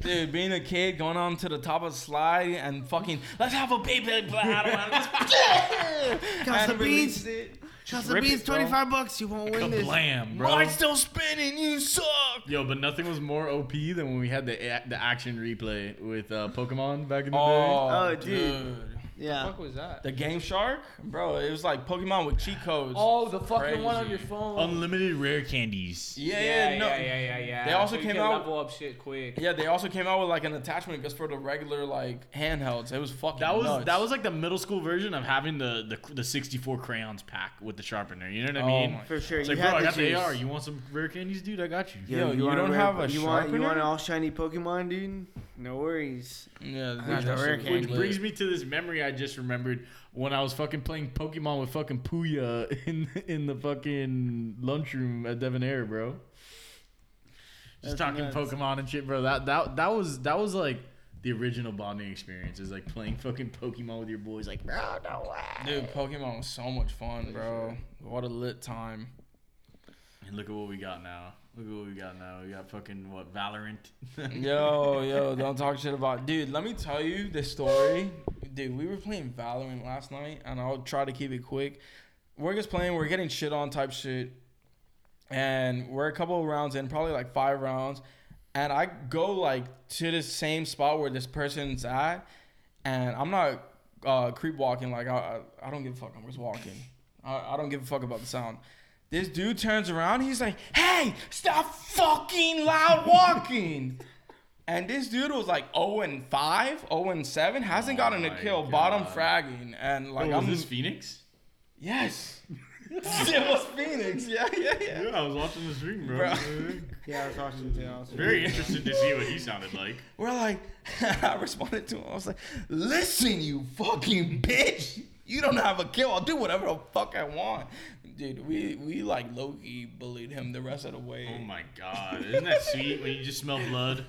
Speaker 3: Dude, being a kid, going on to the top of the slide and fucking, let's have a baby
Speaker 2: [laughs]
Speaker 3: bladder. and let's-"
Speaker 4: [laughs] Got some
Speaker 3: And release
Speaker 4: beans.
Speaker 3: it.
Speaker 4: Got some
Speaker 3: rip
Speaker 4: beans,
Speaker 3: it, bro.
Speaker 4: 25 bucks. You won't win this.
Speaker 2: Kablam, bro.
Speaker 3: Mine's still spinning, you suck.
Speaker 2: Yo, but nothing was more OP than when we had the a- the action replay with uh, Pokemon back in the
Speaker 4: Oh, dude.
Speaker 5: the
Speaker 4: Yeah.
Speaker 5: fuck was that?
Speaker 3: The Game Shark? Bro, it was like Pokemon with cheat codes.
Speaker 5: Oh, the fucking one on
Speaker 3: crazy.
Speaker 5: your phone.
Speaker 2: day. Unlimited rare candies.
Speaker 3: yeah, yeah, no.
Speaker 5: yeah, yeah, yeah, yeah.
Speaker 3: They also
Speaker 5: So you
Speaker 3: came
Speaker 5: can
Speaker 3: out-
Speaker 5: level up shit quick.
Speaker 3: Yeah, they also came out with like an attachment just for the regular like handhelds. It was fucking.
Speaker 2: That was
Speaker 3: nuts.
Speaker 2: that was like the middle school version of having the, the the 64 crayons pack with the sharpener. You know what I
Speaker 3: Oh
Speaker 2: mean?
Speaker 3: my-
Speaker 4: For sure.
Speaker 2: It's
Speaker 4: you
Speaker 2: like, bro, I
Speaker 4: had
Speaker 2: got
Speaker 4: the juice.
Speaker 2: the AR. You want some rare candies, dude? I got you.
Speaker 3: Yeah. Yo, you
Speaker 4: want
Speaker 3: don't
Speaker 4: rare-
Speaker 3: have a
Speaker 4: you want, you
Speaker 3: sharpener?
Speaker 4: want an all shiny Pokemon, dude? No worries.
Speaker 3: Yeah, that-
Speaker 4: Which
Speaker 3: that
Speaker 4: are
Speaker 3: shit
Speaker 4: rare
Speaker 3: was
Speaker 4: candy.
Speaker 2: Which
Speaker 3: lit.
Speaker 2: brings me to this memory I just remembered when I was fucking playing Pokemon with fucking Puya [laughs] in in the fucking lunchroom at Devonair, bro. Just
Speaker 4: That's
Speaker 2: talking
Speaker 4: nuts.
Speaker 2: Pokemon and shit, bro. That that that was that was like the original bonding experience is like playing fucking Pokemon with your boys, like bro, no way.
Speaker 3: Dude, Pokemon was so much fun, bro. What a lit time.
Speaker 2: And look at what we got now. Look at what we got now. We got fucking what Valorant. [laughs]
Speaker 3: Yo, yo, don't talk shit about. Dude, let me tell you this story. Dude, we were playing Valorant last night, and I'll try to keep it quick. We're just playing, we're getting shit on type shit. And we're a couple of rounds in, probably like five rounds. And I go like to the same spot where this person's at, and I'm not uh, creep walking. Like I, I, I don't give a fuck. I'm just walking. I, I don't give a fuck about the sound. This dude turns around. He's like, "Hey, stop fucking
Speaker 2: [laughs]
Speaker 3: loud walking." And this dude was like 0 and 5, 0 and 7, hasn't
Speaker 2: Oh
Speaker 3: gotten a
Speaker 2: my
Speaker 3: kill, bottom
Speaker 2: God.
Speaker 3: fragging. And like,
Speaker 2: Bro, was
Speaker 3: I'm
Speaker 2: this Phoenix?
Speaker 3: Yes. [laughs] it was Phoenix. Yeah, yeah, yeah.
Speaker 2: I was watching the stream, [laughs]
Speaker 3: Bro.
Speaker 4: Yeah, I was watching too. I was
Speaker 2: Very interested to see what he sounded like.
Speaker 3: We're like, [laughs] I responded to him. I was like, listen, you fucking bitch. You don't have a kill. I'll do whatever the fuck I want. dude, we we like Loki bullied him the rest of the
Speaker 2: Oh
Speaker 3: way.
Speaker 2: my god, isn't that sweet when you just smell blood?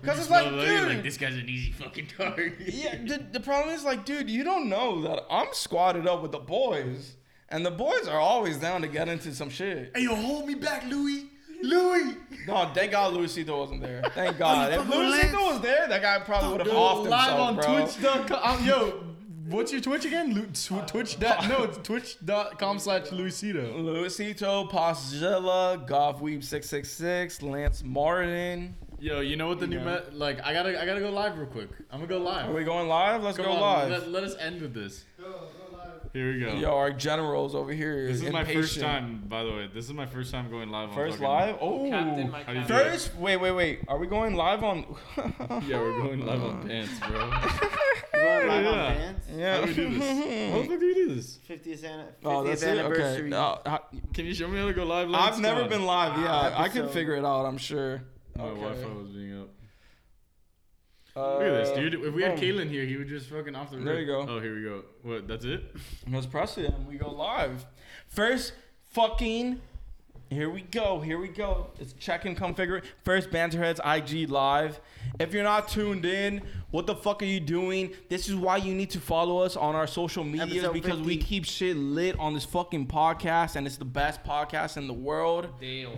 Speaker 3: Because it's
Speaker 2: Smell
Speaker 3: like,
Speaker 2: blood, you're
Speaker 3: dude,
Speaker 2: like this guy's an easy fucking target.
Speaker 3: [laughs] yeah. The, the problem is like, dude, you don't know that I'm squatted up with the boys, and the boys are always down to get into some shit.
Speaker 2: Hey, yo, hold me back, Louis. Louis,
Speaker 3: No, thank God Luisito wasn't there.
Speaker 2: [laughs] Oh,
Speaker 3: Thank God. if
Speaker 2: fucking
Speaker 3: Luisito
Speaker 2: relax.
Speaker 3: was there, that guy probably would have
Speaker 2: Yo,
Speaker 3: offed himself, bro.
Speaker 2: Twitch.com. Um, yo, what's your Twitch again? Lu- tw- Twitch. Dot, no, it's twitch.com slash Luisito.
Speaker 3: Luisito, Poszilla, Goffweeb666, Lance Martin.
Speaker 2: Yo, you know what the new
Speaker 3: Yeah.
Speaker 2: me- like? I gotta, I gotta go live real quick. I'm gonna go live.
Speaker 3: Are we going live? Let's
Speaker 2: Come
Speaker 3: go
Speaker 2: on,
Speaker 3: live.
Speaker 2: Let, let us end with this. Here we go.
Speaker 3: Yo, our generals over here.
Speaker 2: this is my first
Speaker 3: impatient.
Speaker 2: time, by the way. This is my first time going live. on
Speaker 3: First
Speaker 2: fucking-
Speaker 3: live? Oh.
Speaker 5: Captain, my
Speaker 2: How do you
Speaker 5: captain.
Speaker 2: do it?
Speaker 3: First, wait, wait, wait. Are we going live on?
Speaker 2: [laughs] Yeah, we're going live
Speaker 3: [laughs]
Speaker 2: on pants, bro. How
Speaker 4: Run live on
Speaker 2: Yeah.
Speaker 4: fans.
Speaker 2: do
Speaker 3: yeah.
Speaker 2: we
Speaker 3: [laughs]
Speaker 2: do this? How the fuck do we do this?
Speaker 4: 50th, an- 50th
Speaker 3: Oh, that's it. Okay.
Speaker 4: anniversary.
Speaker 3: Uh, I-
Speaker 2: Can you show me how to go live?
Speaker 3: I've never been live. Yeah, I can
Speaker 4: Episode.
Speaker 3: figure it out. I'm sure.
Speaker 2: My
Speaker 3: Okay.
Speaker 2: Wi-Fi was being up. Look at this,
Speaker 3: Uh,
Speaker 2: dude. If we had
Speaker 3: boom.
Speaker 2: Kalen here, he would just fucking off the
Speaker 3: There
Speaker 2: rip.
Speaker 3: you go.
Speaker 2: Oh, here we go. What? That's it?
Speaker 3: Let's press it and we go live. First fucking here we go, here we go. It's check and configure. First Banterheads IG live. If you're not tuned in, what the fuck are you doing? This is why you need to follow us on our social medias
Speaker 4: Episode
Speaker 3: because
Speaker 4: 50.
Speaker 3: we keep shit lit on this fucking podcast and it's the best podcast in
Speaker 2: [laughs]
Speaker 3: the world.
Speaker 5: Damn.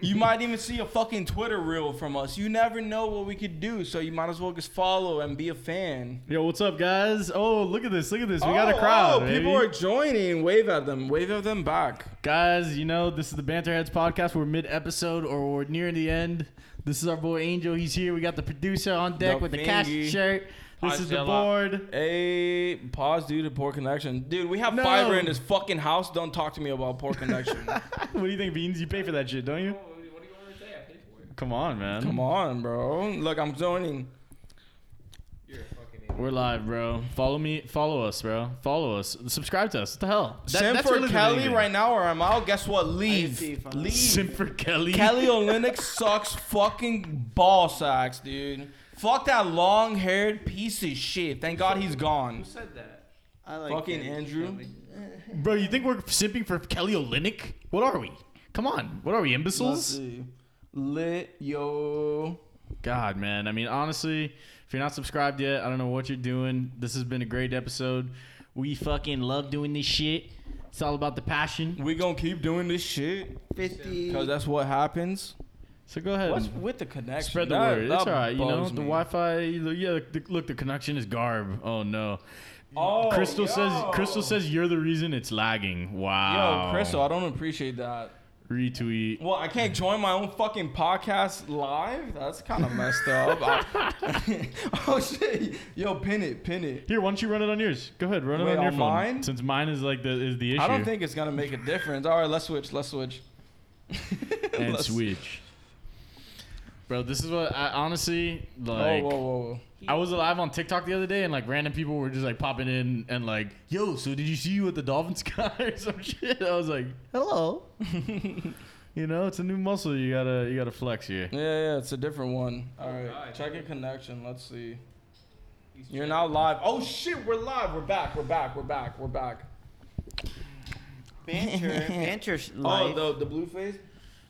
Speaker 3: you might even see a fucking Twitter reel from us. You never know what we could do, so you might as well just follow and be a fan.
Speaker 2: Yo, what's up, guys? Oh, look at this. Look at this. We
Speaker 3: oh,
Speaker 2: got a crowd.
Speaker 3: Oh,
Speaker 2: baby.
Speaker 3: people are joining. Wave at them. Wave at them back.
Speaker 2: Guys, you know, this is the Banterheads podcast. We're mid episode or we're nearing the end. This is our boy Angel. He's here. We got the producer on deck
Speaker 3: The
Speaker 2: with the cast
Speaker 3: thingy.
Speaker 2: shirt. This
Speaker 5: Hi,
Speaker 2: is the
Speaker 5: Zilla.
Speaker 2: board. [laughs]
Speaker 3: Hey, pause due to poor connection. Dude, we have
Speaker 2: No.
Speaker 3: fiber in this fucking house. Don't talk to me about poor connection.
Speaker 2: What do you think, Beans? You pay for that shit, don't you? Come on, man.
Speaker 3: Come on, bro. Look, I'm joining.
Speaker 2: We're live, bro. Follow me. Follow us, bro. Follow us. Subscribe to us. What the hell? That-
Speaker 3: Send
Speaker 2: that's
Speaker 3: for
Speaker 2: really the main
Speaker 3: Kelly
Speaker 2: thing.
Speaker 3: right now or I'm out. Guess what? Leave.
Speaker 4: see if I'm-
Speaker 3: Leave.
Speaker 2: Send for Kelly.
Speaker 3: Kelly Olynyk sucks fucking ball sacks, dude. Fuck that long haired piece of shit. Thank God he's gone.
Speaker 5: Who said that?
Speaker 4: I like
Speaker 3: Fucking
Speaker 4: Kelly.
Speaker 3: Andrew.
Speaker 4: Kelly.
Speaker 2: Bro, you think we're simping for Kelly Olynyk? What are we? Come on. What are we, imbeciles?
Speaker 3: Lit, yo.
Speaker 2: God, man. I mean, honestly, if you're not subscribed yet, I don't know what you're doing. This has been a great episode. We fucking love doing this shit. It's all about the passion.
Speaker 3: We gonna keep doing this shit
Speaker 4: 50.
Speaker 3: because that's what happens.
Speaker 2: So go ahead.
Speaker 3: What's
Speaker 2: and
Speaker 3: with the connection?
Speaker 2: Spread the
Speaker 3: That-
Speaker 2: word. It's
Speaker 3: that
Speaker 2: all right. You know,
Speaker 3: bugs
Speaker 2: the
Speaker 3: me.
Speaker 2: Wi-Fi. Yeah, the, look, the connection is garb. Oh no.
Speaker 3: Oh,
Speaker 2: Crystal says.
Speaker 3: yo.
Speaker 2: Crystal says you're the reason it's lagging. Wow.
Speaker 3: Yo, Crystal, I don't appreciate that.
Speaker 2: Retweet.
Speaker 3: Well, I can't join my own fucking podcast live. That's kind of messed up. I- [laughs] oh shit. Yo, pin it, pin it.
Speaker 2: Here, why don't you run it on yours? Go ahead, run it
Speaker 3: Wait,
Speaker 2: on your
Speaker 3: on
Speaker 2: phone.
Speaker 3: mine?
Speaker 2: Since mine is like the is the issue.
Speaker 3: I don't think it's gonna make a difference. All right, let's switch. Let's switch. [laughs]
Speaker 2: and
Speaker 3: Let's-
Speaker 2: Switch. Bro, this is what I honestly
Speaker 3: Oh,
Speaker 2: like.
Speaker 3: whoa, whoa, whoa.
Speaker 2: I was alive on TikTok the other day, and like random people were just like popping in and like, "Yo, so did you see you at the Dolphins [laughs] guy or some shit?" I was like, "Hello." you know, it's a new muscle. You gotta you gotta flex here.
Speaker 3: Yeah, yeah, it's a different one. All right,
Speaker 5: God.
Speaker 3: check your connection. Let's see. You're now live. Oh shit, we're live. We're back. We're back. We're back. We're back. [laughs]
Speaker 4: Banter. Banter sh-
Speaker 3: Oh,
Speaker 4: life.
Speaker 3: the the blue face.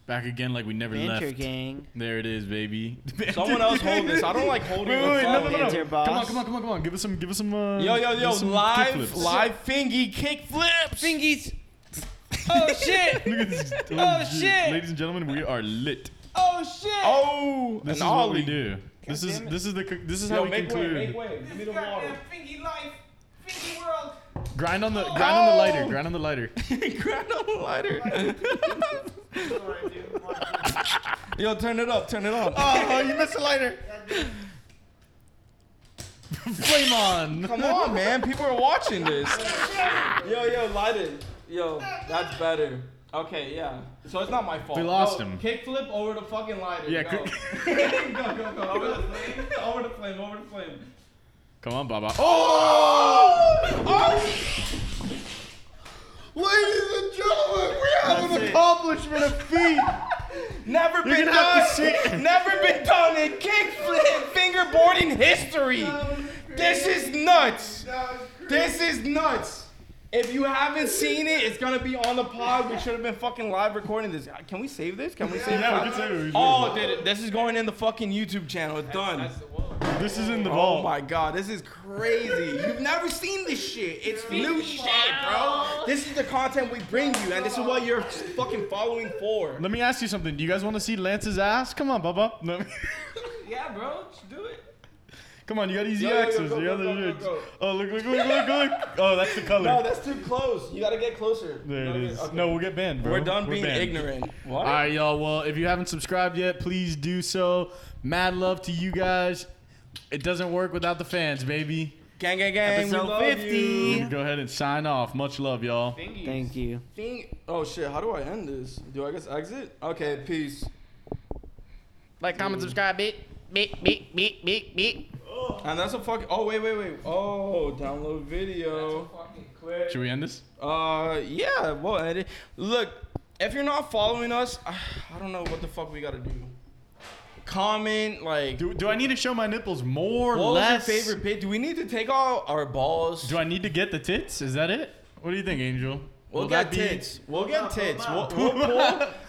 Speaker 2: Back again, like we never
Speaker 4: Banter
Speaker 2: left.
Speaker 4: gang.
Speaker 2: There it is, baby. [laughs]
Speaker 3: Someone else hold this. I don't like holding.
Speaker 2: Wait,
Speaker 3: the
Speaker 2: wait, no,
Speaker 3: phone.
Speaker 2: no, no,
Speaker 4: Banter
Speaker 2: no.
Speaker 4: boss.
Speaker 2: Come on, come on, come on, come on. Give us some, give us some. Uh,
Speaker 3: Yo, yo,
Speaker 2: give
Speaker 3: yo,
Speaker 2: us some
Speaker 3: live,
Speaker 2: kickflips.
Speaker 3: live fingy kick flips.
Speaker 4: Fingies.
Speaker 3: [laughs] Oh shit.
Speaker 2: Look at
Speaker 3: [laughs]
Speaker 2: this.
Speaker 3: Oh, shit.
Speaker 2: Ladies and gentlemen, we are lit.
Speaker 3: oh shit. Oh,
Speaker 2: This is
Speaker 3: an
Speaker 2: what we
Speaker 3: ollie.
Speaker 2: do. This is
Speaker 4: damn it.
Speaker 2: this is the co- this is
Speaker 3: Yo,
Speaker 2: how we
Speaker 3: make
Speaker 2: conclude.
Speaker 3: way,
Speaker 2: [laughs]
Speaker 3: make way. Give me the water.
Speaker 5: Fingy life. Fingy world.
Speaker 2: Grind on the grind on the lighter.
Speaker 3: Oh!
Speaker 2: Grind on the
Speaker 3: [laughs]
Speaker 2: lighter. [laughs]
Speaker 3: Grind on the lighter. [laughs] Yo, turn it up, turn it up.
Speaker 2: oh, you missed the lighter. Flame on.
Speaker 3: Come on, man. People are watching this. yo, yo, light it. Yo, that's better. Okay, yeah. So it's not my fault.
Speaker 2: We lost
Speaker 3: Yo,
Speaker 2: him.
Speaker 3: Kickflip over the fucking lighter.
Speaker 2: Yeah,
Speaker 3: go. go, go, go. Over the flame. Over the flame. Over the flame.
Speaker 2: [laughs] Come on, Baba. Oh,
Speaker 3: Oh! Ladies and gentlemen, we have an accomplishment of feet. Never been
Speaker 2: gonna have
Speaker 3: done.
Speaker 2: to see-
Speaker 3: Never been done in kickflip fingerboarding history. This is nuts. This is nuts. If you haven't seen it, it's gonna be on the pod. We should have been fucking live recording this. Can we save this? Can we save
Speaker 2: Yeah, we
Speaker 3: this?
Speaker 2: can save it. We can
Speaker 3: Oh,
Speaker 2: save
Speaker 3: did it. This is going in the fucking YouTube channel. It's done.
Speaker 2: This is in the
Speaker 3: oh
Speaker 2: vault.
Speaker 3: my god, this is crazy. You've never seen this shit. It's new shit, bro. This is the content we bring you, and this is what you're fucking following for.
Speaker 2: Let me ask you something. Do you guys want to see Lance's ass? Come on, Bubba. Let me-
Speaker 5: Yeah, bro, just do it.
Speaker 2: [laughs] Come on, you got easy
Speaker 3: Yo, yo, yo,
Speaker 2: access.
Speaker 3: go,
Speaker 2: you
Speaker 3: go,
Speaker 2: got the
Speaker 3: go, go,
Speaker 2: shits.
Speaker 3: go.
Speaker 2: Oh, look, look, look, look, look. Oh, that's the color.
Speaker 3: No, that's too close. You gotta get closer.
Speaker 2: there it
Speaker 3: Okay,
Speaker 2: is.
Speaker 3: okay.
Speaker 2: No, we'll get banned, bro.
Speaker 3: We're done being
Speaker 2: banned.
Speaker 3: ignorant. What?
Speaker 2: All right, y'all. Well, if you haven't subscribed yet, please do so. Mad love to you guys. It doesn't work without the fans, baby.
Speaker 3: Gang, gang, gang. we
Speaker 4: Episode
Speaker 3: love
Speaker 4: 50.
Speaker 3: you.
Speaker 2: Go ahead and sign off. Much love, y'all.
Speaker 4: Thank you.
Speaker 3: Thing- Oh shit! How do I end this? Do I guess exit? Okay, peace.
Speaker 6: Like, comment, subscribe, beep, beep, beep, beep, beep, beep.
Speaker 3: And that's a fucking. Oh wait, wait, wait. Oh, download video.
Speaker 2: Should we end this?
Speaker 3: Uh, yeah. Well, edit. Look, if you're not following us, I I don't know what the fuck we gotta do. Comment like.
Speaker 2: Do, do I need to show my nipples more?
Speaker 3: what
Speaker 2: less?
Speaker 3: was your favorite pic? Do we need to take all our balls?
Speaker 2: Do I need to get the tits? Is that it? What do you think, Angel?
Speaker 3: We'll
Speaker 2: Will that
Speaker 3: get
Speaker 2: be-
Speaker 3: tits. We'll get tits. We'll,
Speaker 2: out. [laughs]
Speaker 3: we'll pull.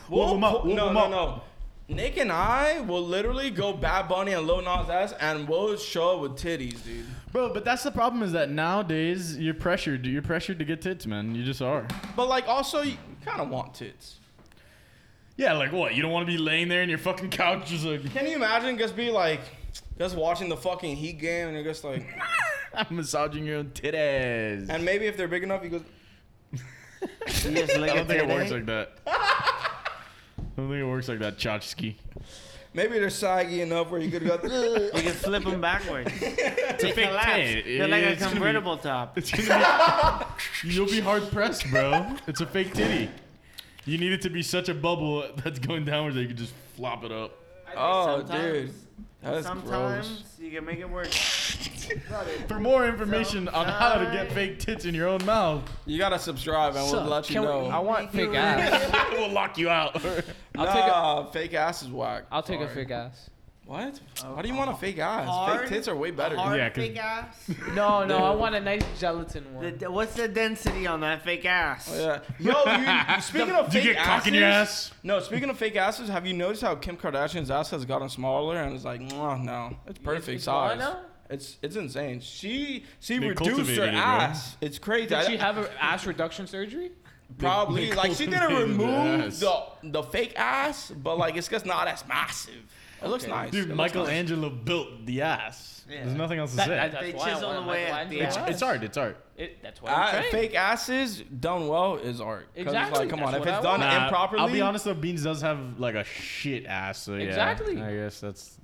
Speaker 3: We'll
Speaker 2: Whoop 'em up,
Speaker 3: pull-
Speaker 2: whoop
Speaker 3: No,
Speaker 2: 'em
Speaker 3: no,
Speaker 2: up.
Speaker 3: no. Nick and I will literally go Bad Bunny and Lil Nas X, and we'll show up with titties, dude.
Speaker 2: Bro, but that's the problem is that nowadays you're pressured. You're pressured to get tits, man. You just are.
Speaker 3: But like, also, you kind of want tits.
Speaker 2: Yeah, like what? You don't want to be laying there in your fucking couch just like, [laughs]
Speaker 3: Can you imagine just be like, just watching the fucking Heat game, and you're just like,
Speaker 2: I'm massaging your own titties.
Speaker 3: and maybe if they're big enough, you go.
Speaker 4: Yes, like
Speaker 2: I don't think it works
Speaker 4: today.
Speaker 2: like [laughs] that. I don't think it works like that, Chachki.
Speaker 3: Maybe they're saggy enough where you could go. "Ugh."
Speaker 4: You can flip
Speaker 2: [laughs]
Speaker 4: them backwards.
Speaker 2: It's a fake
Speaker 4: Collapse.
Speaker 2: tit.
Speaker 4: They're like a
Speaker 2: It's gonna be-
Speaker 4: convertible top.
Speaker 2: It's gonna [laughs] be. You'll be hard pressed, bro. It's a fake titty. You need it to be such a bubble that's going downwards that you can just flop it up.
Speaker 3: oh,
Speaker 4: Sometimes-
Speaker 3: dude, that's
Speaker 4: Sometimes
Speaker 3: gross.
Speaker 4: you can make it work.
Speaker 2: For more information on how to get
Speaker 4: Sometimes-
Speaker 2: fake tits in your own mouth,
Speaker 3: You gotta subscribe, and we'll
Speaker 2: Suck.
Speaker 3: let you
Speaker 5: Can we, I
Speaker 3: know.
Speaker 5: want fake ass.
Speaker 2: [laughs] we'll lock you [laughs] out.
Speaker 5: I'll take a,
Speaker 3: nah, fake ass is whack.
Speaker 5: I'll take a
Speaker 3: Sorry.
Speaker 5: fake ass.
Speaker 3: What? Why do you want a fake ass?
Speaker 4: Hard-
Speaker 3: fake tits are way better.
Speaker 4: Hard
Speaker 2: Yeah, 'cause-
Speaker 4: fake ass.
Speaker 5: No, no, I want a nice gelatin
Speaker 4: The
Speaker 5: one.
Speaker 4: d- what's the density on that fake ass?
Speaker 3: Oh, Yeah. [laughs] Yo, you, speaking
Speaker 2: [laughs]
Speaker 3: of
Speaker 2: Do
Speaker 3: fake
Speaker 2: Oh, you get cock in your ass?
Speaker 3: asses- No, speaking of fake asses, have you noticed how Kim Kardashian's ass has gotten smaller and it's like, "Mwah, no, it's perfect
Speaker 5: it's
Speaker 3: size.
Speaker 5: smaller now?
Speaker 3: It's it's insane. She she
Speaker 2: They
Speaker 3: reduced
Speaker 2: cultivated
Speaker 3: her
Speaker 2: it, bro.
Speaker 3: ass. It's crazy.
Speaker 5: Did
Speaker 3: I-
Speaker 5: she have an ass reduction surgery?
Speaker 3: probably
Speaker 2: they
Speaker 3: like she didn't
Speaker 2: cultivated
Speaker 3: remove
Speaker 2: the ass.
Speaker 3: the the fake ass, but like it's just not as massive. It looks nice. It
Speaker 2: Dude,
Speaker 3: looks nice.
Speaker 2: Michelangelo built the ass. There's nothing else to
Speaker 5: That,
Speaker 2: say.
Speaker 5: that, that's
Speaker 4: They
Speaker 5: why I
Speaker 4: chiseled
Speaker 5: want
Speaker 4: away
Speaker 5: Michael
Speaker 4: at the
Speaker 5: Angelo's
Speaker 4: ass.
Speaker 2: it's art. It's art.
Speaker 5: It, that's why
Speaker 3: Ah,
Speaker 5: I'm trying.
Speaker 3: fake asses done well is art. 'Cause,
Speaker 5: Exactly,
Speaker 3: Like, come on, if
Speaker 5: that's what
Speaker 3: it's
Speaker 5: I
Speaker 3: done
Speaker 5: want.
Speaker 2: Nah,
Speaker 3: improperly,
Speaker 2: I'll be honest though, Beans does have like a shit ass. So yeah,
Speaker 5: Exactly.
Speaker 2: I guess that's.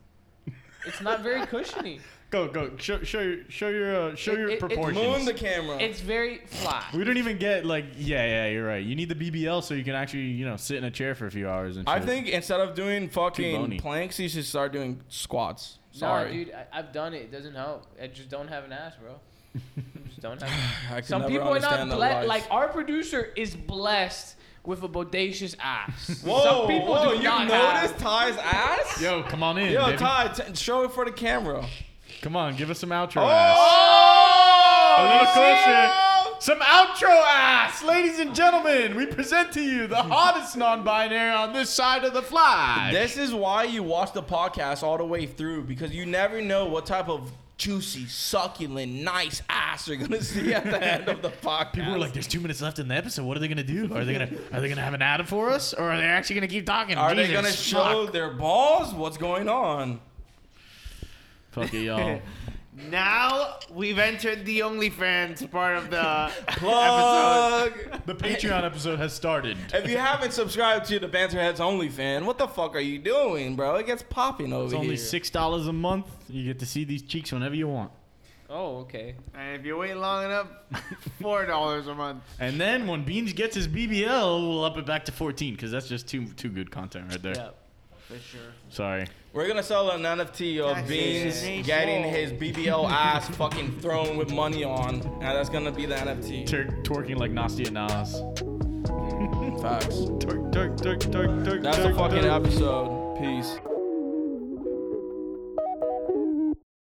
Speaker 5: It's not very cushiony.
Speaker 3: [laughs]
Speaker 2: Go go show show your show your uh, show
Speaker 5: It-
Speaker 2: your
Speaker 5: it- it-
Speaker 2: proportions.
Speaker 3: Moon the camera.
Speaker 5: It's very flat.
Speaker 2: we don't even get like yeah yeah you're right. You need the BBL so you can actually you know sit in a chair for a few hours and.
Speaker 3: I
Speaker 2: shit.
Speaker 3: think instead of doing fucking
Speaker 2: bony.
Speaker 3: planks, you should start doing squats.
Speaker 5: Sorry,
Speaker 3: Sorry,
Speaker 5: dude, I, I've done it. It doesn't help. I just don't have an ass,
Speaker 3: [laughs]
Speaker 5: bro. I just don't have.
Speaker 3: I can
Speaker 5: Some
Speaker 3: never
Speaker 5: people are not
Speaker 3: understand that
Speaker 5: blessed.
Speaker 3: life.
Speaker 5: Like our producer is blessed with a bodacious ass.
Speaker 3: whoa,
Speaker 5: Some people
Speaker 3: whoa,
Speaker 5: do
Speaker 3: you
Speaker 5: not
Speaker 3: noticed Ty's
Speaker 5: have.
Speaker 3: ass?
Speaker 2: Yo, come on in.
Speaker 3: Yo,
Speaker 2: baby.
Speaker 3: Ty, t- show it for the camera.
Speaker 2: Come on, give us some outro ass.
Speaker 3: Oh,
Speaker 2: A little
Speaker 3: you
Speaker 2: closer.
Speaker 3: see?
Speaker 2: Some outro ass, ladies and gentlemen. We present to
Speaker 3: [laughs]
Speaker 2: you the hottest non-binary on this side of the fly.
Speaker 3: This is why you watch the podcast all the way through because you never know what type of juicy, succulent, nice ass you're gonna see at the end of the
Speaker 2: [laughs]
Speaker 3: podcast.
Speaker 2: People were like, "There's two minutes left in the episode. What are they gonna do? Are they gonna are they gonna have an ad for us, or are they actually gonna keep talking?
Speaker 3: are
Speaker 2: Jesus,
Speaker 3: they gonna show their balls? What's going on?
Speaker 2: Fuck, Fuck it, y'all.
Speaker 3: [laughs]
Speaker 4: Now we've entered the OnlyFans part of the episode.
Speaker 3: Plug.
Speaker 2: the Patreon episode has started.
Speaker 3: If you haven't subscribed to the Banterheads OnlyFan, what the fuck are you doing, bro? It gets popping over
Speaker 2: It's only
Speaker 3: here.
Speaker 2: six dollars a month. You get to see these cheeks whenever you want.
Speaker 5: Oh, okay.
Speaker 4: And if you wait long enough, four dollars a month.
Speaker 2: And then when Beans gets his BBL, we'll up it back to fourteen because that's just too too good content right there.
Speaker 5: Yeah.
Speaker 4: For sure.
Speaker 2: Sorry.
Speaker 3: We're gonna sell an NFT of
Speaker 4: Taxes.
Speaker 3: Beans
Speaker 4: Taxes.
Speaker 3: getting his BBL ass fucking thrown with money on, and that's gonna be the NFT.
Speaker 2: Tur- twerking like Nasty and Nas.
Speaker 3: Facts.
Speaker 2: Twerk, twerk, twerk, twerk, twerk,
Speaker 3: That's the
Speaker 2: twerk,
Speaker 3: fucking
Speaker 2: twerk.
Speaker 3: episode. Peace.